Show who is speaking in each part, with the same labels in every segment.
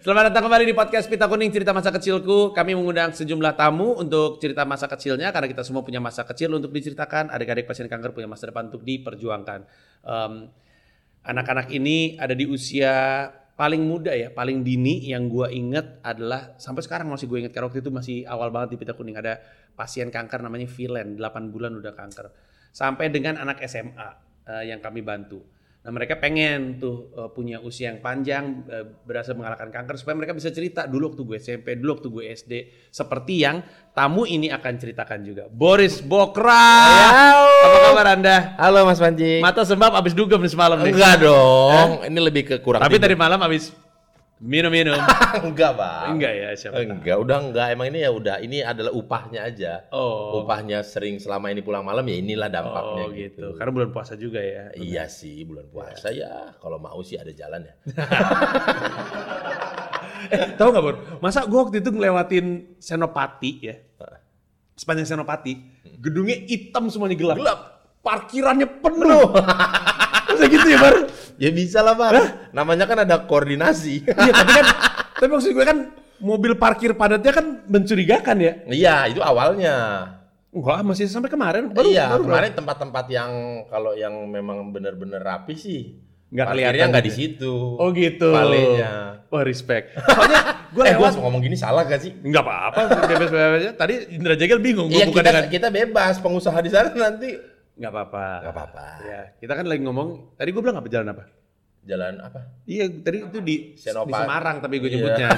Speaker 1: Selamat datang kembali di podcast Pita Kuning Cerita Masa Kecilku. Kami mengundang sejumlah tamu untuk cerita masa kecilnya karena kita semua punya masa kecil untuk diceritakan. Adik-adik pasien kanker punya masa depan untuk diperjuangkan. Em, anak-anak ini ada di usia paling muda ya, paling dini yang gua inget adalah sampai sekarang masih gue inget karena waktu itu masih awal banget di Pita Kuning ada pasien kanker namanya Vilen, 8 bulan udah kanker. Sampai dengan anak SMA eh, yang kami bantu. Nah mereka pengen tuh eh, punya usia yang panjang, eh, berhasil mengalahkan kanker supaya mereka bisa cerita dulu waktu gue SMP, dulu waktu gue SD. Seperti yang tamu ini akan ceritakan juga. Boris Bokra! Apa kabar Anda?
Speaker 2: Halo Mas Panji.
Speaker 1: Mata sembab abis dugem nih semalam nih.
Speaker 2: enggak dong. Ini lebih ke kurang.
Speaker 1: Tapi tadi malam abis minum-minum.
Speaker 2: enggak, Bang.
Speaker 1: Enggak ya siapa tahu.
Speaker 2: Enggak, udah enggak. Emang ini ya udah. Ini adalah upahnya aja.
Speaker 1: Oh,
Speaker 2: Upahnya sering selama ini pulang malam ya inilah dampaknya
Speaker 1: oh gitu. Karena bulan puasa juga ya.
Speaker 2: Iya sih, bulan puasa ya. Kalau mau sih ada jalan ya.
Speaker 1: Eh, tahu nggak Bor? Masa gue waktu itu ngelewatin Senopati ya. Sepanjang Senopati, gedungnya hitam semuanya gelap.
Speaker 2: Hmm. Gelap.
Speaker 1: Parkirannya penuh. Masa gitu ya Bor?
Speaker 2: ya bisa lah, Bang. Namanya kan ada koordinasi.
Speaker 1: Iya tapi kan, tapi maksud gue kan mobil parkir padatnya kan mencurigakan ya.
Speaker 2: iya, itu awalnya.
Speaker 1: Wah masih sampai kemarin
Speaker 2: iya,
Speaker 1: baru-
Speaker 2: kemarin tempat-tempat yang kalau yang memang benar-benar rapi sih.
Speaker 1: Nggak
Speaker 2: parkirnya
Speaker 1: kelihatan
Speaker 2: nggak di
Speaker 1: gitu.
Speaker 2: situ.
Speaker 1: Oh gitu.
Speaker 2: Palenya.
Speaker 1: Wah respect. Soalnya gue
Speaker 2: eh, gua
Speaker 1: lewat.
Speaker 2: ngomong gini salah gak sih?
Speaker 1: Nggak apa-apa, bebas-bebas aja. Tadi Indra Jegel bingung, gue
Speaker 2: Iya
Speaker 1: buka
Speaker 2: kita,
Speaker 1: dengan
Speaker 2: kita bebas, pengusaha di sana nanti
Speaker 1: nggak apa-apa.
Speaker 2: nggak apa-apa.
Speaker 1: Ya, kita kan lagi ngomong. Tadi gue bilang apa jalan apa?
Speaker 2: Jalan apa?
Speaker 1: Iya, tadi itu di, di
Speaker 2: Senopati.
Speaker 1: Semarang tapi gue
Speaker 2: Iya.
Speaker 1: nyebutnya.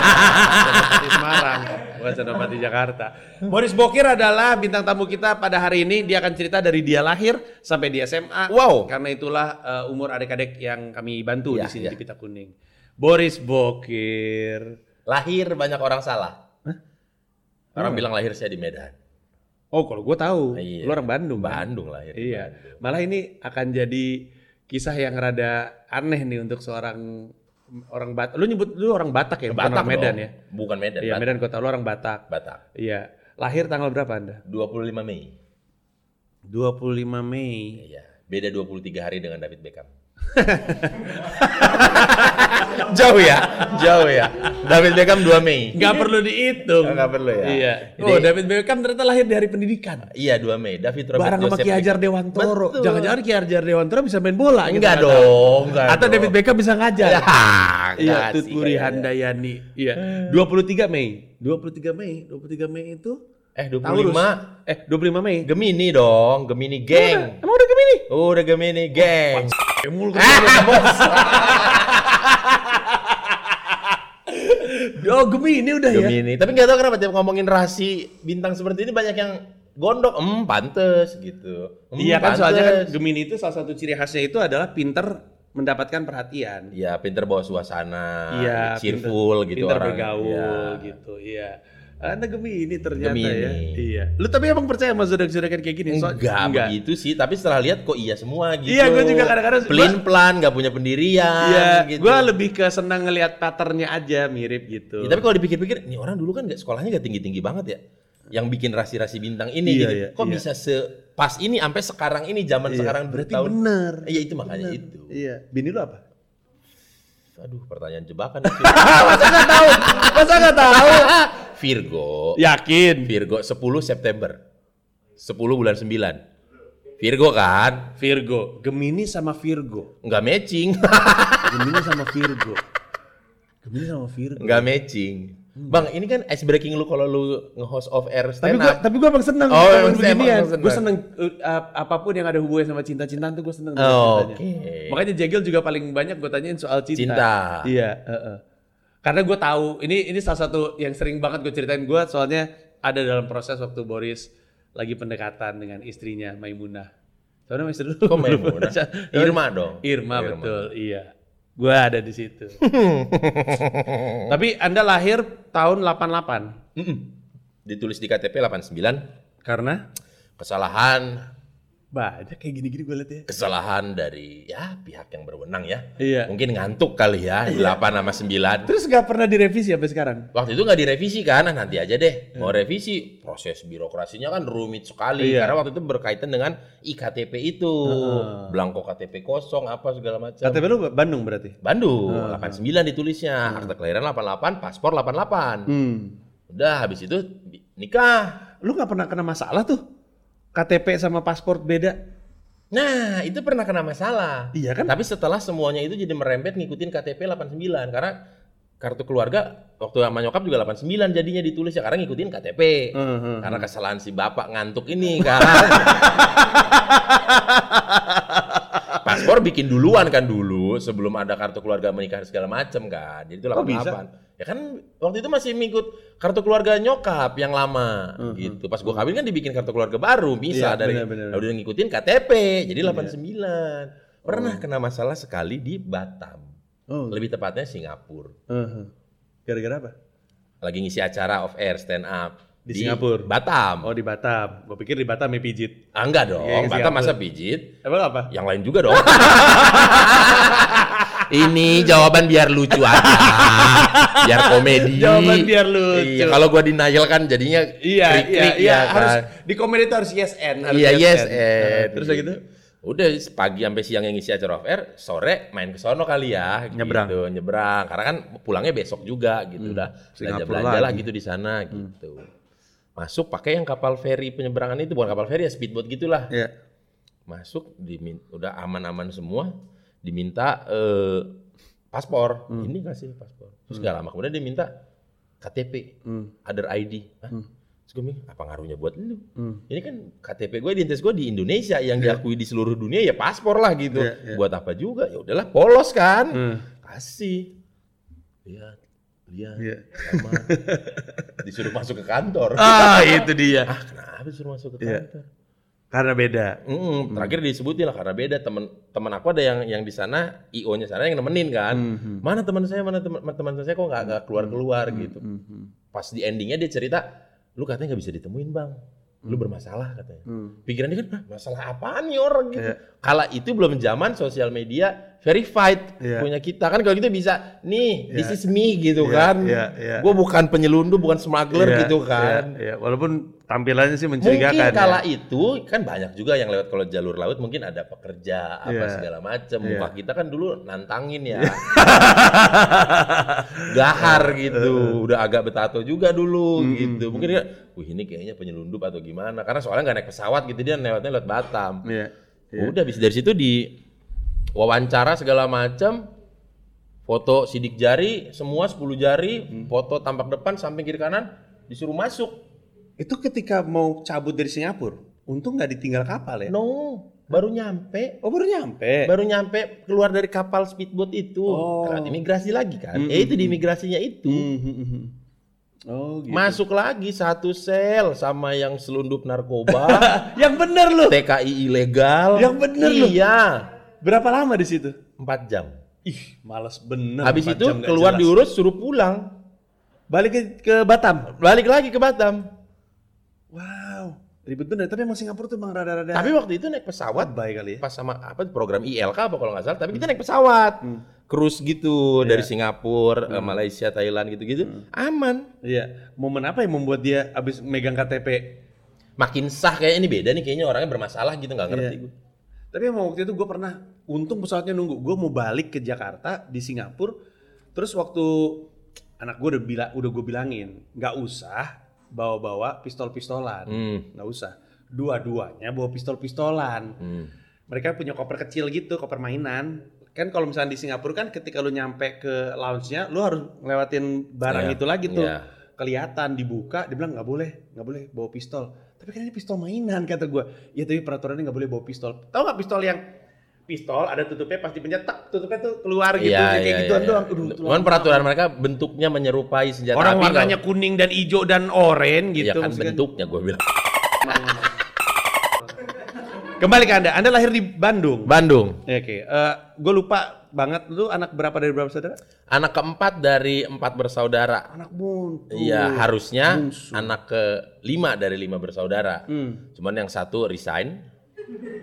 Speaker 1: Senopati Semarang, bukan Senopati Jakarta. Boris Bokir adalah bintang tamu kita pada hari ini. Dia akan cerita dari dia lahir sampai di SMA.
Speaker 2: Wow.
Speaker 1: Karena itulah eh, umur adik-adik yang kami bantu
Speaker 2: Iya,
Speaker 1: di sini
Speaker 2: iya.
Speaker 1: di Pita Kuning. Boris Bokir.
Speaker 2: Lahir banyak orang salah. Orang bilang lahir saya di Medan.
Speaker 1: Oh, kalau gue tahu,
Speaker 2: Iya.
Speaker 1: lu orang Bandung. kan?
Speaker 2: Bandung lahir.
Speaker 1: Iya, malah ini akan jadi kisah yang rada aneh nih untuk seorang orang Batak. Lu nyebut lu orang Batak ya,
Speaker 2: Ke
Speaker 1: bukan
Speaker 2: Batak
Speaker 1: orang Medan
Speaker 2: dong.
Speaker 1: ya?
Speaker 2: Bukan Medan,
Speaker 1: Iya,
Speaker 2: Batak.
Speaker 1: Medan kota lu orang Batak.
Speaker 2: Batak.
Speaker 1: Iya. Lahir tanggal berapa Anda?
Speaker 2: 25 Mei.
Speaker 1: 25 Mei.
Speaker 2: Iya. Beda 23 hari dengan David Beckham. Jauh ya, jauh ya. David Beckham 2 Mei.
Speaker 1: Gak perlu dihitung.
Speaker 2: Nggak perlu ya.
Speaker 1: Iya.
Speaker 2: Jadi-
Speaker 1: oh, David Beckham ternyata lahir di hari pendidikan.
Speaker 2: Iya 2 Mei. David Robert
Speaker 1: Barang sama
Speaker 2: Joseph
Speaker 1: Ki Hajar Dewantoro.
Speaker 2: Betul.
Speaker 1: Jangan-jangan Ki Hajar Dewantoro bisa main bola gitu,
Speaker 2: Enggak
Speaker 1: nggak tahu.
Speaker 2: dong, enggak.
Speaker 1: Atau
Speaker 2: dong.
Speaker 1: David Beckham bisa ngajar.
Speaker 2: Ya,
Speaker 1: Iya,
Speaker 2: enggak
Speaker 1: Tut
Speaker 2: sih
Speaker 1: Puri
Speaker 2: kayaknya.
Speaker 1: Handayani. Iya. 23 Mei. 23 Mei. 23 Mei itu
Speaker 2: Eh,
Speaker 1: Taurus.
Speaker 2: 25.
Speaker 1: Eh, 25 Mei.
Speaker 2: Gemini dong, Gemini geng.
Speaker 1: Emang udah Gemini?
Speaker 2: Udah Gemini geng.
Speaker 1: Emul Oh, Gemini udah ya.
Speaker 2: Gemini. Tapi nggak tahu kenapa tiap ngomongin rasi bintang seperti ini banyak yang gondok, hmm pantes gitu. Hmm,
Speaker 1: Iya kan soalnya kan
Speaker 2: pantes."
Speaker 1: Gemini itu salah satu ciri khasnya itu adalah pinter mendapatkan perhatian.
Speaker 2: Iya, pinter bawa suasana,
Speaker 1: Iya,
Speaker 2: cheerful
Speaker 1: pinter-
Speaker 2: gitu
Speaker 1: pinter
Speaker 2: orang.
Speaker 1: bergaul
Speaker 2: Iya.
Speaker 1: gitu. Iya. Anda Gemini ternyata
Speaker 2: Gemini.
Speaker 1: ya. Iya. Lu tapi emang percaya sama zodiak-zodiakan kayak gini? So-
Speaker 2: Enggak, begitu sih, tapi setelah lihat kok iya semua gitu.
Speaker 1: Iya, gua juga kadang-kadang-
Speaker 2: pelin-pelan, nggak punya pendirian
Speaker 1: Iya,
Speaker 2: gitu.
Speaker 1: gua lebih ke senang ngelihat patternnya aja mirip gitu.
Speaker 2: Ya, tapi kalau dipikir-pikir, ini orang dulu kan nggak sekolahnya nggak tinggi-tinggi banget ya. Yang bikin rasi-rasi bintang ini
Speaker 1: Iya,
Speaker 2: gitu.
Speaker 1: iya,
Speaker 2: Kok
Speaker 1: iya.
Speaker 2: bisa sepas ini sampai sekarang ini zaman
Speaker 1: Iya,
Speaker 2: sekarang
Speaker 1: berarti
Speaker 2: tahun.
Speaker 1: bener.
Speaker 2: Iya itu makanya itu.
Speaker 1: Iya. Bini lu apa?
Speaker 2: Aduh, pertanyaan jebakan.
Speaker 1: Masa nggak tahu? Masa nggak tahu? Iya.
Speaker 2: Virgo.
Speaker 1: Yakin.
Speaker 2: Virgo 10 September. 10 bulan 9. Virgo kan?
Speaker 1: Virgo, Gemini sama Virgo.
Speaker 2: Nggak matching.
Speaker 1: Gemini sama Virgo. Gemini sama Virgo.
Speaker 2: Nggak matching. Bang, ini kan ice breaking lu kalau lu nge-host off air
Speaker 1: Hmm. Tapi
Speaker 2: stand
Speaker 1: gue
Speaker 2: up.
Speaker 1: tapi gua emang seneng
Speaker 2: Oh, emang seneng, emang seneng.
Speaker 1: Gue seneng uh, ap- apapun yang ada hubungannya sama cinta-cintaan tuh gue seneng. ceritanya.
Speaker 2: Oh, oke.
Speaker 1: Makanya Jegel juga paling banyak gue tanyain soal cinta.
Speaker 2: Cinta.
Speaker 1: Iya. heeh. Karena gue tahu ini ini salah satu yang sering banget gue ceritain gue soalnya ada dalam proses waktu Boris lagi pendekatan dengan istrinya Maimunah. Soalnya istri dulu.
Speaker 2: Kok Maimunah? Irma dong.
Speaker 1: Irma, betul, iya. Gua ada di situ. Tapi Anda lahir tahun 88.
Speaker 2: Mm-mm. Ditulis di KTP 89.
Speaker 1: Karena
Speaker 2: kesalahan
Speaker 1: Banyak kayak gini-gini gue liat ya.
Speaker 2: Kesalahan dari ya pihak yang berwenang ya.
Speaker 1: Iya.
Speaker 2: Mungkin ngantuk kali ya, 8 sama 9.
Speaker 1: Terus gak pernah direvisi sampai sekarang?
Speaker 2: Waktu itu nggak direvisi kan, nah, nanti aja deh. Mau revisi, proses birokrasinya kan rumit sekali.
Speaker 1: Iya.
Speaker 2: Karena waktu itu berkaitan dengan IKTP itu.
Speaker 1: Heeh.
Speaker 2: Belangko KTP kosong, apa segala macam.
Speaker 1: KTP lu Bandung berarti?
Speaker 2: Bandung,
Speaker 1: Heeh. Iya.
Speaker 2: 89 ditulisnya. Akte kelahiran 88, paspor 88.
Speaker 1: Hmm.
Speaker 2: Udah habis itu di- nikah.
Speaker 1: Lu gak pernah kena masalah tuh? KTP sama paspor beda?
Speaker 2: Nah, itu pernah kena masalah.
Speaker 1: Iya kan?
Speaker 2: Tapi setelah semuanya itu jadi merembet ngikutin KTP 89 karena kartu keluarga waktu sama nyokap juga 89 jadinya ditulis ya karena ngikutin KTP.
Speaker 1: Heeh.
Speaker 2: Karena kesalahan si bapak ngantuk ini kan. Paspor bikin duluan kan dulu sebelum ada kartu keluarga menikah segala macem kan. Jadi itu
Speaker 1: Oh,
Speaker 2: 88.
Speaker 1: bisa?
Speaker 2: Ya kan waktu itu masih ngikut kartu keluarga nyokap yang lama
Speaker 1: Mhm.
Speaker 2: gitu. Pas gua kawin kan dibikin kartu keluarga baru
Speaker 1: Iya,
Speaker 2: bisa dari
Speaker 1: benar-benar.
Speaker 2: Nah, udah ngikutin KTP. Jadi
Speaker 1: Iya.
Speaker 2: 89. Pernah kena masalah sekali di Batam.
Speaker 1: Oh.
Speaker 2: Lebih tepatnya Singapura.
Speaker 1: Heeh. Gara-gara apa?
Speaker 2: Lagi ngisi acara off air stand up
Speaker 1: Di Singapura?
Speaker 2: Batam.
Speaker 1: Oh di Batam. Gue pikir di Batam ya pijit.
Speaker 2: Ah, enggak dong,
Speaker 1: Iya, iya,
Speaker 2: Batam
Speaker 1: Singapura.
Speaker 2: masa pijit?
Speaker 1: Emang apa?
Speaker 2: Yang lain juga dong. Ini jawaban biar lucu aja. Biar komedi.
Speaker 1: Jawaban biar lucu.
Speaker 2: Iya, kalau gua denial kan jadinya
Speaker 1: Iya,
Speaker 2: krik-krik,
Speaker 1: iya, iya.
Speaker 2: ya kan?
Speaker 1: Harus di komedi itu harus yes and. harus
Speaker 2: Iya, yes,
Speaker 1: and.
Speaker 2: and.
Speaker 1: Nah, Terus udah gitu?
Speaker 2: Udah pagi sampai siang yang ngisi acara off air, sore main ke sono kali ya.
Speaker 1: Nyebrang. Hmm.
Speaker 2: Gitu, nyebrang. Karena kan pulangnya besok juga gitu udah.
Speaker 1: Singapura
Speaker 2: Belanja-belanja lah
Speaker 1: lagi. Hmm.
Speaker 2: gitu di sana gitu. Masuk pakai yang kapal feri penyeberangan itu, bukan kapal feri ya, speedboat gitulah.
Speaker 1: Iya.
Speaker 2: Masuk dimin udah aman-aman semua, diminta eh, paspor.
Speaker 1: Hmm.
Speaker 2: Ini kasih paspor. Terus gak lama kemudian diminta KTP,
Speaker 1: Hmm.
Speaker 2: other ID. Hah? Terus gue mikir, apa ngaruhnya buat lu?
Speaker 1: Hmm.
Speaker 2: Ini kan KTP gue identitas gue di Indonesia yang diakui di seluruh dunia ya paspor lah gitu.
Speaker 1: Iya, iya.
Speaker 2: Buat apa juga? Ya udahlah polos kan.
Speaker 1: Hmm.
Speaker 2: Kasih. Lihat, lihat.
Speaker 1: Iya.
Speaker 2: sama. Disuruh masuk ke kantor.
Speaker 1: Ah itu dia.
Speaker 2: Ah, kenapa disuruh masuk
Speaker 1: Iya.
Speaker 2: ke
Speaker 1: Hmm.
Speaker 2: kantor?
Speaker 1: Karena beda.
Speaker 2: Mm, terakhir disebutin lah karena beda teman teman aku ada yang yang di sana IO-nya sana yang nemenin kan.
Speaker 1: Mhm.
Speaker 2: Mana teman saya, mana teman teman saya kok nggak nggak keluar-keluar
Speaker 1: Hmm.
Speaker 2: gitu. Pas di endingnya dia cerita, "Lu katanya nggak bisa ditemuin, Bang.
Speaker 1: Hmm.
Speaker 2: Lu bermasalah," katanya. Pikiran dia kan, "Hah, "Masalah apaan nih orang gitu?"
Speaker 1: Iya.
Speaker 2: Kala itu belum zaman sosial media verified
Speaker 1: Iya.
Speaker 2: punya kita kan kalau gitu bisa, "Nih, this
Speaker 1: Iya.
Speaker 2: is me," gitu
Speaker 1: Iya,
Speaker 2: kan.
Speaker 1: iya, iya.
Speaker 2: Gue bukan penyelundup, bukan smuggler
Speaker 1: Iya,
Speaker 2: gitu kan.
Speaker 1: iya, iya. Walaupun tampilannya sih mencurigakan.
Speaker 2: Mungkin
Speaker 1: ya.
Speaker 2: kala itu kan banyak juga yang lewat kalau jalur laut mungkin ada pekerja apa
Speaker 1: Iya.
Speaker 2: segala macam.
Speaker 1: Iya.
Speaker 2: Muka kita kan dulu nantangin ya. Gahar
Speaker 1: Iya.
Speaker 2: gitu. Udah agak betato juga dulu gitu. Mungkin dia, wih ini kayaknya penyelundup atau gimana. Karena soalnya nggak naik pesawat gitu dia lewatnya lewat Batam.
Speaker 1: Iya. iya.
Speaker 2: Udah habis dari situ di wawancara segala macam foto sidik jari semua 10 jari
Speaker 1: Hmm.
Speaker 2: foto tampak depan samping kiri kanan disuruh masuk
Speaker 1: Itu ketika mau cabut dari Singapura, untung nggak ditinggal kapal ya.
Speaker 2: no baru nyampe
Speaker 1: Oh baru nyampe.
Speaker 2: baru nyampe keluar dari kapal speedboat itu
Speaker 1: Oh.
Speaker 2: lewat imigrasi lagi kan
Speaker 1: Mm,
Speaker 2: ya itu di imigrasinya itu
Speaker 1: Mhm. Oh gitu.
Speaker 2: masuk lagi satu sel sama yang selundup narkoba
Speaker 1: Yang bener loh.
Speaker 2: TKI ilegal
Speaker 1: Yang bener lu.
Speaker 2: iya
Speaker 1: Berapa lama di situ?
Speaker 2: empat jam
Speaker 1: Ih, males bener.
Speaker 2: habis
Speaker 1: Empat
Speaker 2: itu
Speaker 1: jam nggak
Speaker 2: keluar
Speaker 1: jelas.
Speaker 2: diurus suruh pulang
Speaker 1: Balik ke, ke Batam.
Speaker 2: balik lagi ke Batam
Speaker 1: Wow, ribet bener. Tapi emang Singapura tuh emang rada-rada.
Speaker 2: tapi waktu itu naik pesawat
Speaker 1: lebay kali ya.
Speaker 2: pas sama apa program ILK apa kalau nggak salah tapi kita naik pesawat
Speaker 1: Hmm.
Speaker 2: cruise gitu dari
Speaker 1: Iya.
Speaker 2: Singapura eh, Malaysia Thailand gitu-gitu
Speaker 1: Hmm.
Speaker 2: aman
Speaker 1: Iya. Momen apa yang membuat dia abis megang KTP?
Speaker 2: makin sah kayak ini beda nih kayaknya orangnya bermasalah gitu nggak ngerti
Speaker 1: Iya. Tapi emang waktu itu gue pernah untung pesawatnya nunggu. Gue mau balik ke Jakarta di Singapura. Terus waktu anak gue udah bila, udah gue bilangin nggak usah bawa-bawa pistol-pistolan.
Speaker 2: Hmm.
Speaker 1: Nggak usah. Dua-duanya bawa pistol-pistolan.
Speaker 2: Hmm.
Speaker 1: Mereka punya koper kecil gitu, koper mainan. Kan kalau misalnya di Singapura kan ketika lu nyampe ke lounge-nya, lu harus ngelewatin barang
Speaker 2: Iya.
Speaker 1: itu lagi tuh.
Speaker 2: Iya.
Speaker 1: Kelihatan dibuka, dia bilang nggak boleh, nggak boleh bawa pistol. Tapi kan ini pistol mainan kata gua. Ya tapi peraturannya nggak boleh bawa pistol. Tahu nggak pistol yang pistol ada tutupnya pasti pencetak, tutupnya tuh keluar gitu, ya, kayak gituan doang. Aduh, itu
Speaker 2: Iya, Cuman
Speaker 1: lama.
Speaker 2: peraturan mereka bentuknya menyerupai senjata
Speaker 1: Orang
Speaker 2: api.
Speaker 1: warnanya kuning dan hijau dan oranye gitu.
Speaker 2: gitu. Ya kan
Speaker 1: maksudnya.
Speaker 2: bentuknya gue bilang.
Speaker 1: Kembali ke anda, anda lahir di Bandung.
Speaker 2: Bandung.
Speaker 1: Ya, Oke, gue lupa banget lu anak berapa dari berapa saudara?
Speaker 2: Anak keempat dari empat bersaudara.
Speaker 1: Anak buntu.
Speaker 2: Iya harusnya
Speaker 1: bungsu.
Speaker 2: anak ke lima dari lima bersaudara.
Speaker 1: Hmm.
Speaker 2: Cuman yang satu resign.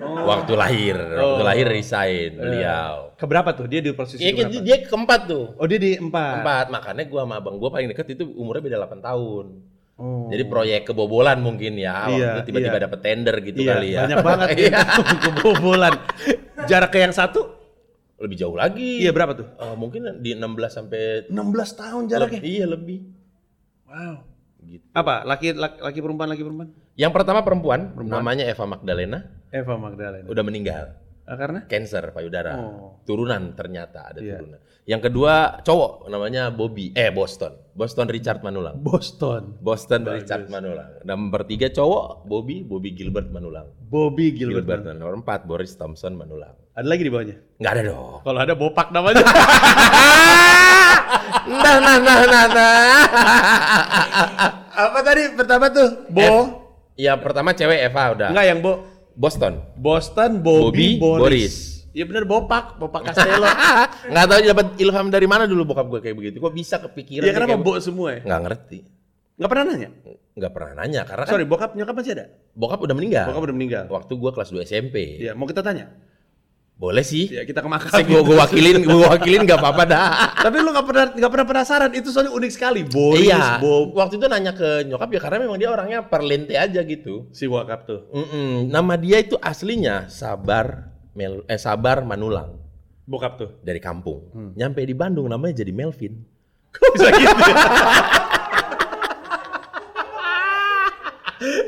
Speaker 2: Waktu lahir, waktu
Speaker 1: Oh.
Speaker 2: lahir resign beliau.
Speaker 1: Keberapa tuh? Dia di posisi
Speaker 2: Iya, dia,
Speaker 1: keberapa?
Speaker 2: dia keempat tuh.
Speaker 1: Oh dia di empat.
Speaker 2: Empat, makanya gua sama abang gua paling deket itu umurnya beda 8 tahun.
Speaker 1: Oh.
Speaker 2: Jadi proyek kebobolan mungkin ya, waktu
Speaker 1: Iya,
Speaker 2: itu tiba-tiba
Speaker 1: iya.
Speaker 2: dapet tender gitu
Speaker 1: iya,
Speaker 2: kali ya.
Speaker 1: banyak banget
Speaker 2: Iya.
Speaker 1: ya. kebobolan. Jarak ke yang satu?
Speaker 2: Lebih jauh lagi.
Speaker 1: Iya berapa tuh?
Speaker 2: Eh, mungkin di 16 sampai
Speaker 1: 16 tahun
Speaker 2: Leb- Iya, lebih.
Speaker 1: Wow.
Speaker 2: Gitu.
Speaker 1: Apa? Laki, laki laki perempuan laki perempuan?
Speaker 2: Yang pertama perempuan, namanya Eva Magdalena,
Speaker 1: Eva Magdalena.
Speaker 2: udah meninggal.
Speaker 1: Ah, karena?
Speaker 2: Cancer payudara.
Speaker 1: Oh.
Speaker 2: Turunan ternyata ada
Speaker 1: Iya.
Speaker 2: turunan. Yang kedua cowok namanya Bobby, eh Boston. Boston Richard Manulang.
Speaker 1: Boston.
Speaker 2: Boston Richard Manulang. Nomor tiga cowok Bobby, Bobby Gilbert Manulang.
Speaker 1: Bobby Gilbert. nah.
Speaker 2: Gilbert Manulang. Nomor empat Boris Thompson Manulang.
Speaker 1: Ada lagi di bawahnya.
Speaker 2: Nggak ada dong.
Speaker 1: Kalau ada bopak namanya.
Speaker 2: Nah, nah, nah, nah, nah.
Speaker 1: Apa tadi pertama tuh? Bo.
Speaker 2: Ya pertama cewek Eva udah.
Speaker 1: Enggak yang Bo.
Speaker 2: Boston.
Speaker 1: Boston Bobby,
Speaker 2: Bobby,
Speaker 1: Boris.
Speaker 2: Boris.
Speaker 1: Iya bener bopak, bopak Castello.
Speaker 2: Nggak tahu dapat ilham dari mana dulu bokap gue kayak begitu. Kok bisa kepikiran?
Speaker 1: Iya
Speaker 2: dia
Speaker 1: kenapa
Speaker 2: kayak-
Speaker 1: Bo semua ya?
Speaker 2: Nggak ngerti.
Speaker 1: Nggak pernah nanya.
Speaker 2: Nggak pernah nanya karena kan
Speaker 1: Sorry, bokap nyokap masih ada?
Speaker 2: bokap udah meninggal.
Speaker 1: Bokap udah meninggal.
Speaker 2: Waktu gue kelas 2 SMP.
Speaker 1: Nah. Iya, mau kita tanya?
Speaker 2: Boleh sih.
Speaker 1: Iya, kita ke makam.
Speaker 2: Sih gue gue wakilin, gue wakilin nggak apa-apa dah.
Speaker 1: Tapi lu nggak pernah nggak pernah penasaran itu soalnya unik sekali. Boris,
Speaker 2: iya.
Speaker 1: Bob,
Speaker 2: Waktu itu nanya ke nyokap ya karena memang dia orangnya perlente aja gitu.
Speaker 1: si bokap tuh.
Speaker 2: Mm-mm. Nama dia itu aslinya Sabar Mel eh Sabar Manulang
Speaker 1: Bokap tuh.
Speaker 2: dari kampung.
Speaker 1: Hmm.
Speaker 2: Nyampe di Bandung namanya jadi Melvin.
Speaker 1: Kok bisa gitu?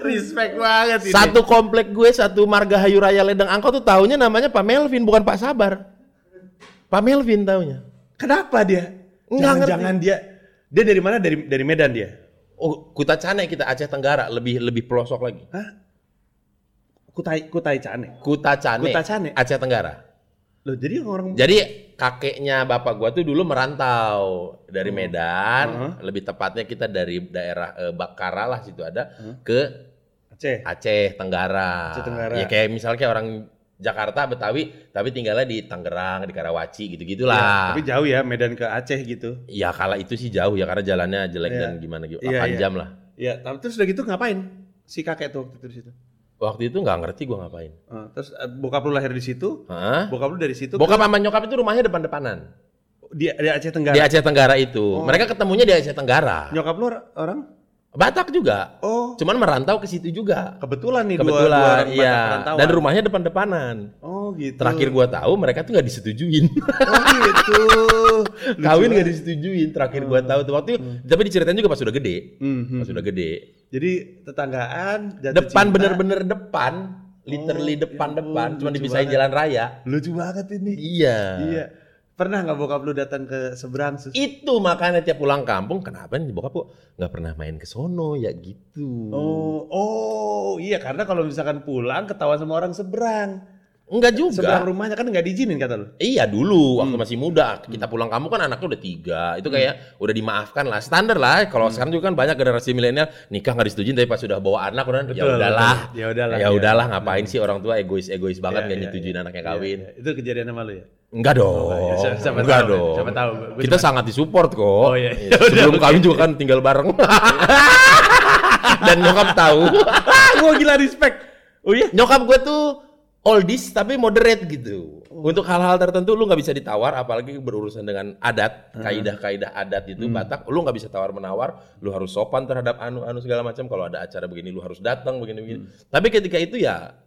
Speaker 1: Respect banget ini.
Speaker 2: Satu komplek gue, satu marga Hayu Raya Ledeng Angko tuh taunya namanya Pak Melvin, bukan Pak Sabar. Pak Melvin taunya.
Speaker 1: Kenapa dia?
Speaker 2: Nggak ngerti.
Speaker 1: Jangan-jangan dia dia dari mana? Dari dari Medan dia.
Speaker 2: Oh, Kuta Cane kita Aceh Tenggara, lebih lebih pelosok lagi.
Speaker 1: Hah? Kutai Kutai
Speaker 2: ya?
Speaker 1: Cane.
Speaker 2: Kuta Cane,
Speaker 1: Kuta Cane.
Speaker 2: Aceh Tenggara.
Speaker 1: Loh, jadi orang
Speaker 2: Jadi kakeknya bapak gua tuh dulu merantau dari
Speaker 1: Hmm.
Speaker 2: Medan, lebih tepatnya kita dari daerah eh, Bakara lah situ ada ke
Speaker 1: Aceh.
Speaker 2: Aceh
Speaker 1: Hmm.
Speaker 2: Tenggara.
Speaker 1: Aceh Tenggara.
Speaker 2: Ya kayak misalnya kayak orang Jakarta Betawi tapi tinggalnya di Tangerang, di Karawaci gitu-gitulah.
Speaker 1: Tapi jauh ya Medan ke Aceh gitu.
Speaker 2: Ya kala itu sih jauh ya karena jalannya jelek
Speaker 1: Iya.
Speaker 2: dan gimana gitu.
Speaker 1: Iya,
Speaker 2: 8
Speaker 1: iya.
Speaker 2: jam lah.
Speaker 1: Ya, tapi terus udah gitu ngapain? Si kakek tuh waktu itu di situ.
Speaker 2: Waktu itu nggak ngerti gua ngapain.
Speaker 1: Eh, terus eh, bokap lu lahir di situ,
Speaker 2: Hah?
Speaker 1: bokap lu dari situ
Speaker 2: Bokap sama nyokap itu rumahnya depan-depanan.
Speaker 1: di, di Aceh
Speaker 2: Di
Speaker 1: Tenggara.
Speaker 2: Aceh Tenggara
Speaker 1: Oh.
Speaker 2: itu. Mereka ketemunya di Aceh Tenggara.
Speaker 1: Nyokap lu or- orang?
Speaker 2: Batak juga.
Speaker 1: Oh,
Speaker 2: Cuman merantau ke situ juga.
Speaker 1: kebetulan nih dua- dua,
Speaker 2: Kebetulan
Speaker 1: orang
Speaker 2: iya.
Speaker 1: Batak perantauan.
Speaker 2: Dan rumahnya depan-depanan.
Speaker 1: Oh, gitu.
Speaker 2: Terakhir gua tahu mereka tuh nggak disetujuin.
Speaker 1: Oh, gitu. Lucu
Speaker 2: Kawin nggak
Speaker 1: banget. Hmm.
Speaker 2: disetujuin. Terakhir gua tahu tuh waktu itu, tapi diceritain juga pas udah gede.
Speaker 1: Mhm.
Speaker 2: Pas udah gede.
Speaker 1: Jadi tetanggaan jatuh
Speaker 2: depan
Speaker 1: cinta.
Speaker 2: bener-bener depan
Speaker 1: Oh,
Speaker 2: literally
Speaker 1: ya
Speaker 2: depan-depan
Speaker 1: ampun,
Speaker 2: cuman
Speaker 1: lucu
Speaker 2: dipisahin
Speaker 1: banget.
Speaker 2: jalan raya
Speaker 1: Lucu banget ini.
Speaker 2: iya
Speaker 1: Iya. Pernah nggak bokap lu datang ke seberang? Sus?
Speaker 2: itu makanya tiap pulang kampung kenapa nih bokap kok nggak pernah main ke sono ya gitu
Speaker 1: Oh, oh iya karena kalau misalkan pulang ketawa sama orang seberang.
Speaker 2: enggak juga
Speaker 1: Seberang rumahnya kan nggak diizinin kata lu.
Speaker 2: Iya dulu
Speaker 1: Hmm.
Speaker 2: waktu masih muda kita pulang kampung kan anaknya udah tiga itu kayak udah dimaafkan lah standar lah
Speaker 1: Hmm.
Speaker 2: kalau sekarang juga kan banyak generasi milenial nikah nggak disetujuin tapi pas sudah bawa anak udah ya
Speaker 1: Betul,
Speaker 2: udahlah
Speaker 1: betul. Ya udahlah.
Speaker 2: ya
Speaker 1: iya.
Speaker 2: udahlah ngapain sih orang tua egois egois banget
Speaker 1: Iya,
Speaker 2: nggak
Speaker 1: iya,
Speaker 2: nyetujuin
Speaker 1: iya.
Speaker 2: anaknya kawin
Speaker 1: Iya, iya. Itu kejadian sama lu ya?
Speaker 2: Enggak dong.
Speaker 1: iya. Siapa- siapa
Speaker 2: enggak
Speaker 1: tahu,
Speaker 2: dong.
Speaker 1: siapa tahu. Gua
Speaker 2: Kita sangat disupport kok.
Speaker 1: Oh, iya.
Speaker 2: Iya, Sebelum kawin juga kan tinggal bareng. Dan nyokap tahu.
Speaker 1: Ah, gua gila respect. Oh iya?
Speaker 2: nyokap gue tuh oldies tapi moderate gitu.
Speaker 1: Oh.
Speaker 2: Untuk hal-hal tertentu lu nggak bisa ditawar apalagi berurusan dengan adat, kaidah-kaidah adat itu
Speaker 1: Hmm.
Speaker 2: Batak, lu nggak bisa tawar-menawar, lu harus sopan terhadap anu-anu segala macam kalau ada acara begini lu harus datang
Speaker 1: Hmm.
Speaker 2: begini-begini. Tapi ketika itu ya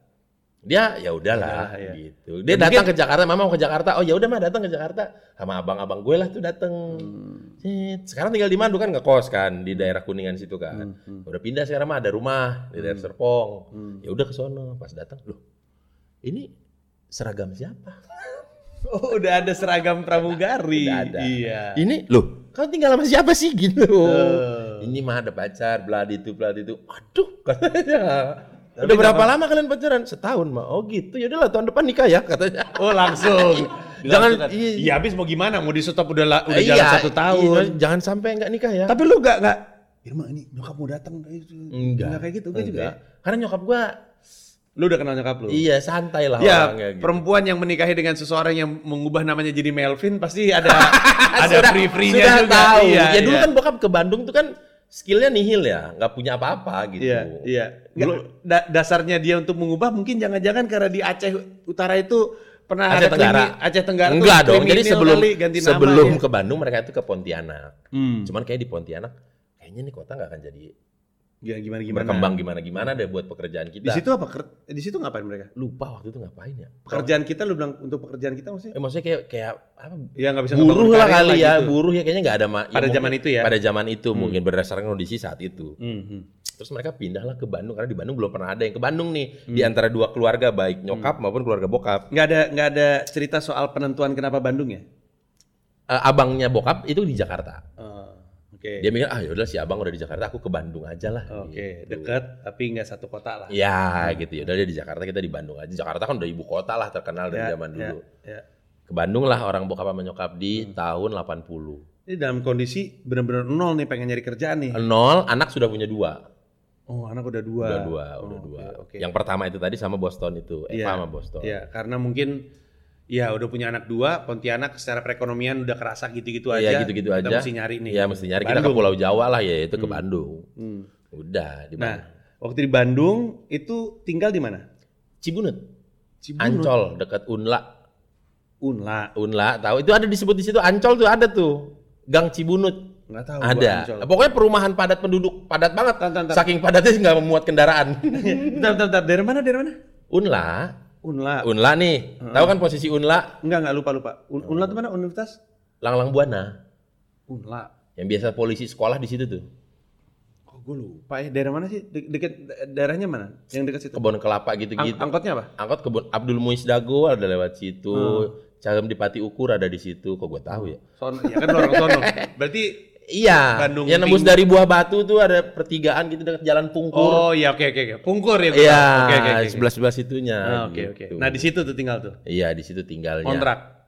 Speaker 2: dia ya udahlah
Speaker 1: Udahlah, ya.
Speaker 2: gitu. Dia datang ke Jakarta, mama mau ke Jakarta. Oh ya udah mah datang ke Jakarta sama abang-abang gue lah tuh datang.
Speaker 1: Hmm.
Speaker 2: Cet. Sekarang tinggal di Mandu kan ngekos kan di daerah Kuningan situ kan.
Speaker 1: hmm.
Speaker 2: Udah pindah sekarang mah ada rumah di daerah Serpong. Ya udah ke sono pas datang loh. Ini seragam siapa?
Speaker 1: Oh, udah ada seragam pramugari.
Speaker 2: Udah ada.
Speaker 1: Iya.
Speaker 2: Ah. Ini loh, kau tinggal sama siapa sih gitu.
Speaker 1: Eh.
Speaker 2: Ini mah ada pacar, belah itu, belah itu. Aduh, katanya.
Speaker 1: Tapi
Speaker 2: udah berapa
Speaker 1: nggak
Speaker 2: lama kalian pacaran? Setahun mah. Oh gitu. Ya udahlah tahun depan nikah ya katanya.
Speaker 1: Oh, langsung. Dilangsungkan.
Speaker 2: Jangan- iya.
Speaker 1: Iya, habis mau gimana? Mau di stop udah la- udah
Speaker 2: Iya,
Speaker 1: jalan satu tahun.
Speaker 2: iya, jangan sampai nggak nikah ya.
Speaker 1: Tapi lu gak gak Irma ini nyokap mau datang eh, nggak kayak gitu gue juga.
Speaker 2: enggak. Karena nyokap gua
Speaker 1: ya. Lu udah kenal nyokap lu?
Speaker 2: iya santai lah
Speaker 1: Ya,
Speaker 2: orangnya gitu.
Speaker 1: perempuan yang menikahi dengan seseorang yang mengubah namanya jadi Melvin pasti ada ada
Speaker 2: Sudah-
Speaker 1: free-free-nya
Speaker 2: Ah, sudah
Speaker 1: juga.
Speaker 2: tahu.
Speaker 1: Iya,
Speaker 2: ya dulu
Speaker 1: iya.
Speaker 2: kan bokap ke Bandung tuh kan skillnya nihil ya, nggak punya apa-apa gitu.
Speaker 1: Iya, iya. Nggak, da- dasarnya dia untuk mengubah mungkin jangan-jangan karena di Aceh Utara itu pernah
Speaker 2: Aceh
Speaker 1: ada
Speaker 2: Tenggara.
Speaker 1: krimi- Aceh Tenggara tuh
Speaker 2: Enggak dong. Jadi
Speaker 1: kriminal
Speaker 2: sebelum
Speaker 1: kali, ganti nama
Speaker 2: sebelum
Speaker 1: dia.
Speaker 2: ke Bandung mereka itu ke Pontianak.
Speaker 1: Hmm.
Speaker 2: Cuman kayak di Pontianak kayaknya nih kota nggak akan jadi
Speaker 1: Gimana gimana gimana.
Speaker 2: berkembang gimana gimana deh buat pekerjaan
Speaker 1: Di
Speaker 2: kita.
Speaker 1: situ apa? ker- Di situ ngapain mereka?
Speaker 2: Oh. lupa waktu itu ngapain ya?
Speaker 1: Pekerjaan kita lu bilang untuk pekerjaan kita maksudnya?
Speaker 2: Eh, maksudnya kayak kayak apa?
Speaker 1: Ya nggak bisa
Speaker 2: buruh
Speaker 1: ngebangun
Speaker 2: lah
Speaker 1: karya
Speaker 2: kali ya,
Speaker 1: gitu.
Speaker 2: buruh ya kayaknya nggak ada ma- ya
Speaker 1: Pada
Speaker 2: mungkin-
Speaker 1: zaman itu ya.
Speaker 2: Pada zaman itu
Speaker 1: Hmm.
Speaker 2: mungkin berdasarkan kondisi saat itu.
Speaker 1: Mhm.
Speaker 2: Terus mereka pindahlah ke Bandung karena di Bandung belum pernah ada yang ke Bandung nih
Speaker 1: Hmm.
Speaker 2: di antara dua keluarga baik nyokap maupun keluarga bokap.
Speaker 1: Nggak ada nggak ada cerita soal penentuan kenapa Bandung ya?
Speaker 2: Eh, abangnya bokap itu di Jakarta.
Speaker 1: Oh, Oke.
Speaker 2: Dia mikir ah yaudah si abang udah di Jakarta aku ke Bandung aja lah.
Speaker 1: Oke,
Speaker 2: gitu.
Speaker 1: dekat tapi nggak satu kota lah.
Speaker 2: Ya gitu ya. Udah dia di Jakarta kita di Bandung aja. Jakarta kan udah ibu kota lah terkenal dari
Speaker 1: Ya,
Speaker 2: zaman
Speaker 1: ya, Hmm.
Speaker 2: dulu.
Speaker 1: ya.
Speaker 2: Ke Bandung lah orang bokap sama nyokap di tahun 80.
Speaker 1: Ini dalam kondisi benar-benar nol nih pengen nyari kerjaan nih.
Speaker 2: Nol anak sudah punya dua.
Speaker 1: Oh, anak udah dua.
Speaker 2: Udah dua, udah
Speaker 1: Oh,
Speaker 2: dua.
Speaker 1: oke, oke.
Speaker 2: Yang pertama itu tadi sama Boston itu, Eva
Speaker 1: Iya,
Speaker 2: sama Boston.
Speaker 1: Ya, karena mungkin ya udah punya anak dua, Pontianak secara perekonomian udah kerasa gitu-gitu aja.
Speaker 2: Iya, gitu-gitu
Speaker 1: Kita
Speaker 2: aja.
Speaker 1: mesti nyari nih.
Speaker 2: Iya mesti nyari kita ke
Speaker 1: Bandung.
Speaker 2: Pulau Jawa lah ya itu ke
Speaker 1: Hmm.
Speaker 2: Bandung.
Speaker 1: Hmm.
Speaker 2: Udah di
Speaker 1: Nah,
Speaker 2: Bandung.
Speaker 1: waktu di Bandung itu tinggal di mana?
Speaker 2: Cibunut,
Speaker 1: Cibunut.
Speaker 2: Ancol dekat Unla.
Speaker 1: Unla.
Speaker 2: Unla tahu itu ada disebut di situ Ancol tuh ada tuh. Gang Cibunut
Speaker 1: Enggak tahu gua
Speaker 2: ada.
Speaker 1: Ancol.
Speaker 2: Pokoknya perumahan padat penduduk, padat banget.
Speaker 1: Tan, tan, tan.
Speaker 2: Saking padatnya nggak memuat kendaraan.
Speaker 1: Bentar, bentar, bentar. Dari mana? Dari mana?
Speaker 2: Unla,
Speaker 1: Unla.
Speaker 2: Unla nih. Tahu kan posisi Unla?
Speaker 1: Enggak, enggak lupa lupa. Un- Unla tuh mana? Universitas?
Speaker 2: Langlang Buana.
Speaker 1: Unla.
Speaker 2: Yang biasa polisi sekolah di situ tuh.
Speaker 1: Kok gue lupa ya? Daerah mana sih? De- deket da- daerahnya mana? Yang dekat situ?
Speaker 2: Kebun kelapa
Speaker 1: Ang-
Speaker 2: gitu-gitu.
Speaker 1: angkotnya apa?
Speaker 2: Angkot kebun Abdul Muiz Dago ada lewat situ. Cagam Dipati Ukur ada di situ. Kok gue tahu ya?
Speaker 1: Sono. Ya kan lu orang sono. Berarti
Speaker 2: Iya.
Speaker 1: Bandung
Speaker 2: yang nembus
Speaker 1: Timur.
Speaker 2: dari Buah Batu tuh ada pertigaan gitu dekat Jalan
Speaker 1: Oh
Speaker 2: Pungkur.
Speaker 1: iya oke oke oke. Pungkur ya. gua
Speaker 2: Iya,
Speaker 1: tahu. Oke oke oke, oke.
Speaker 2: sebelah-sebelah situnya.
Speaker 1: Ah, Oke oke.
Speaker 2: gitu.
Speaker 1: Nah, di situ tuh tinggal tuh.
Speaker 2: Iya, di situ tinggalnya.
Speaker 1: Kontrak.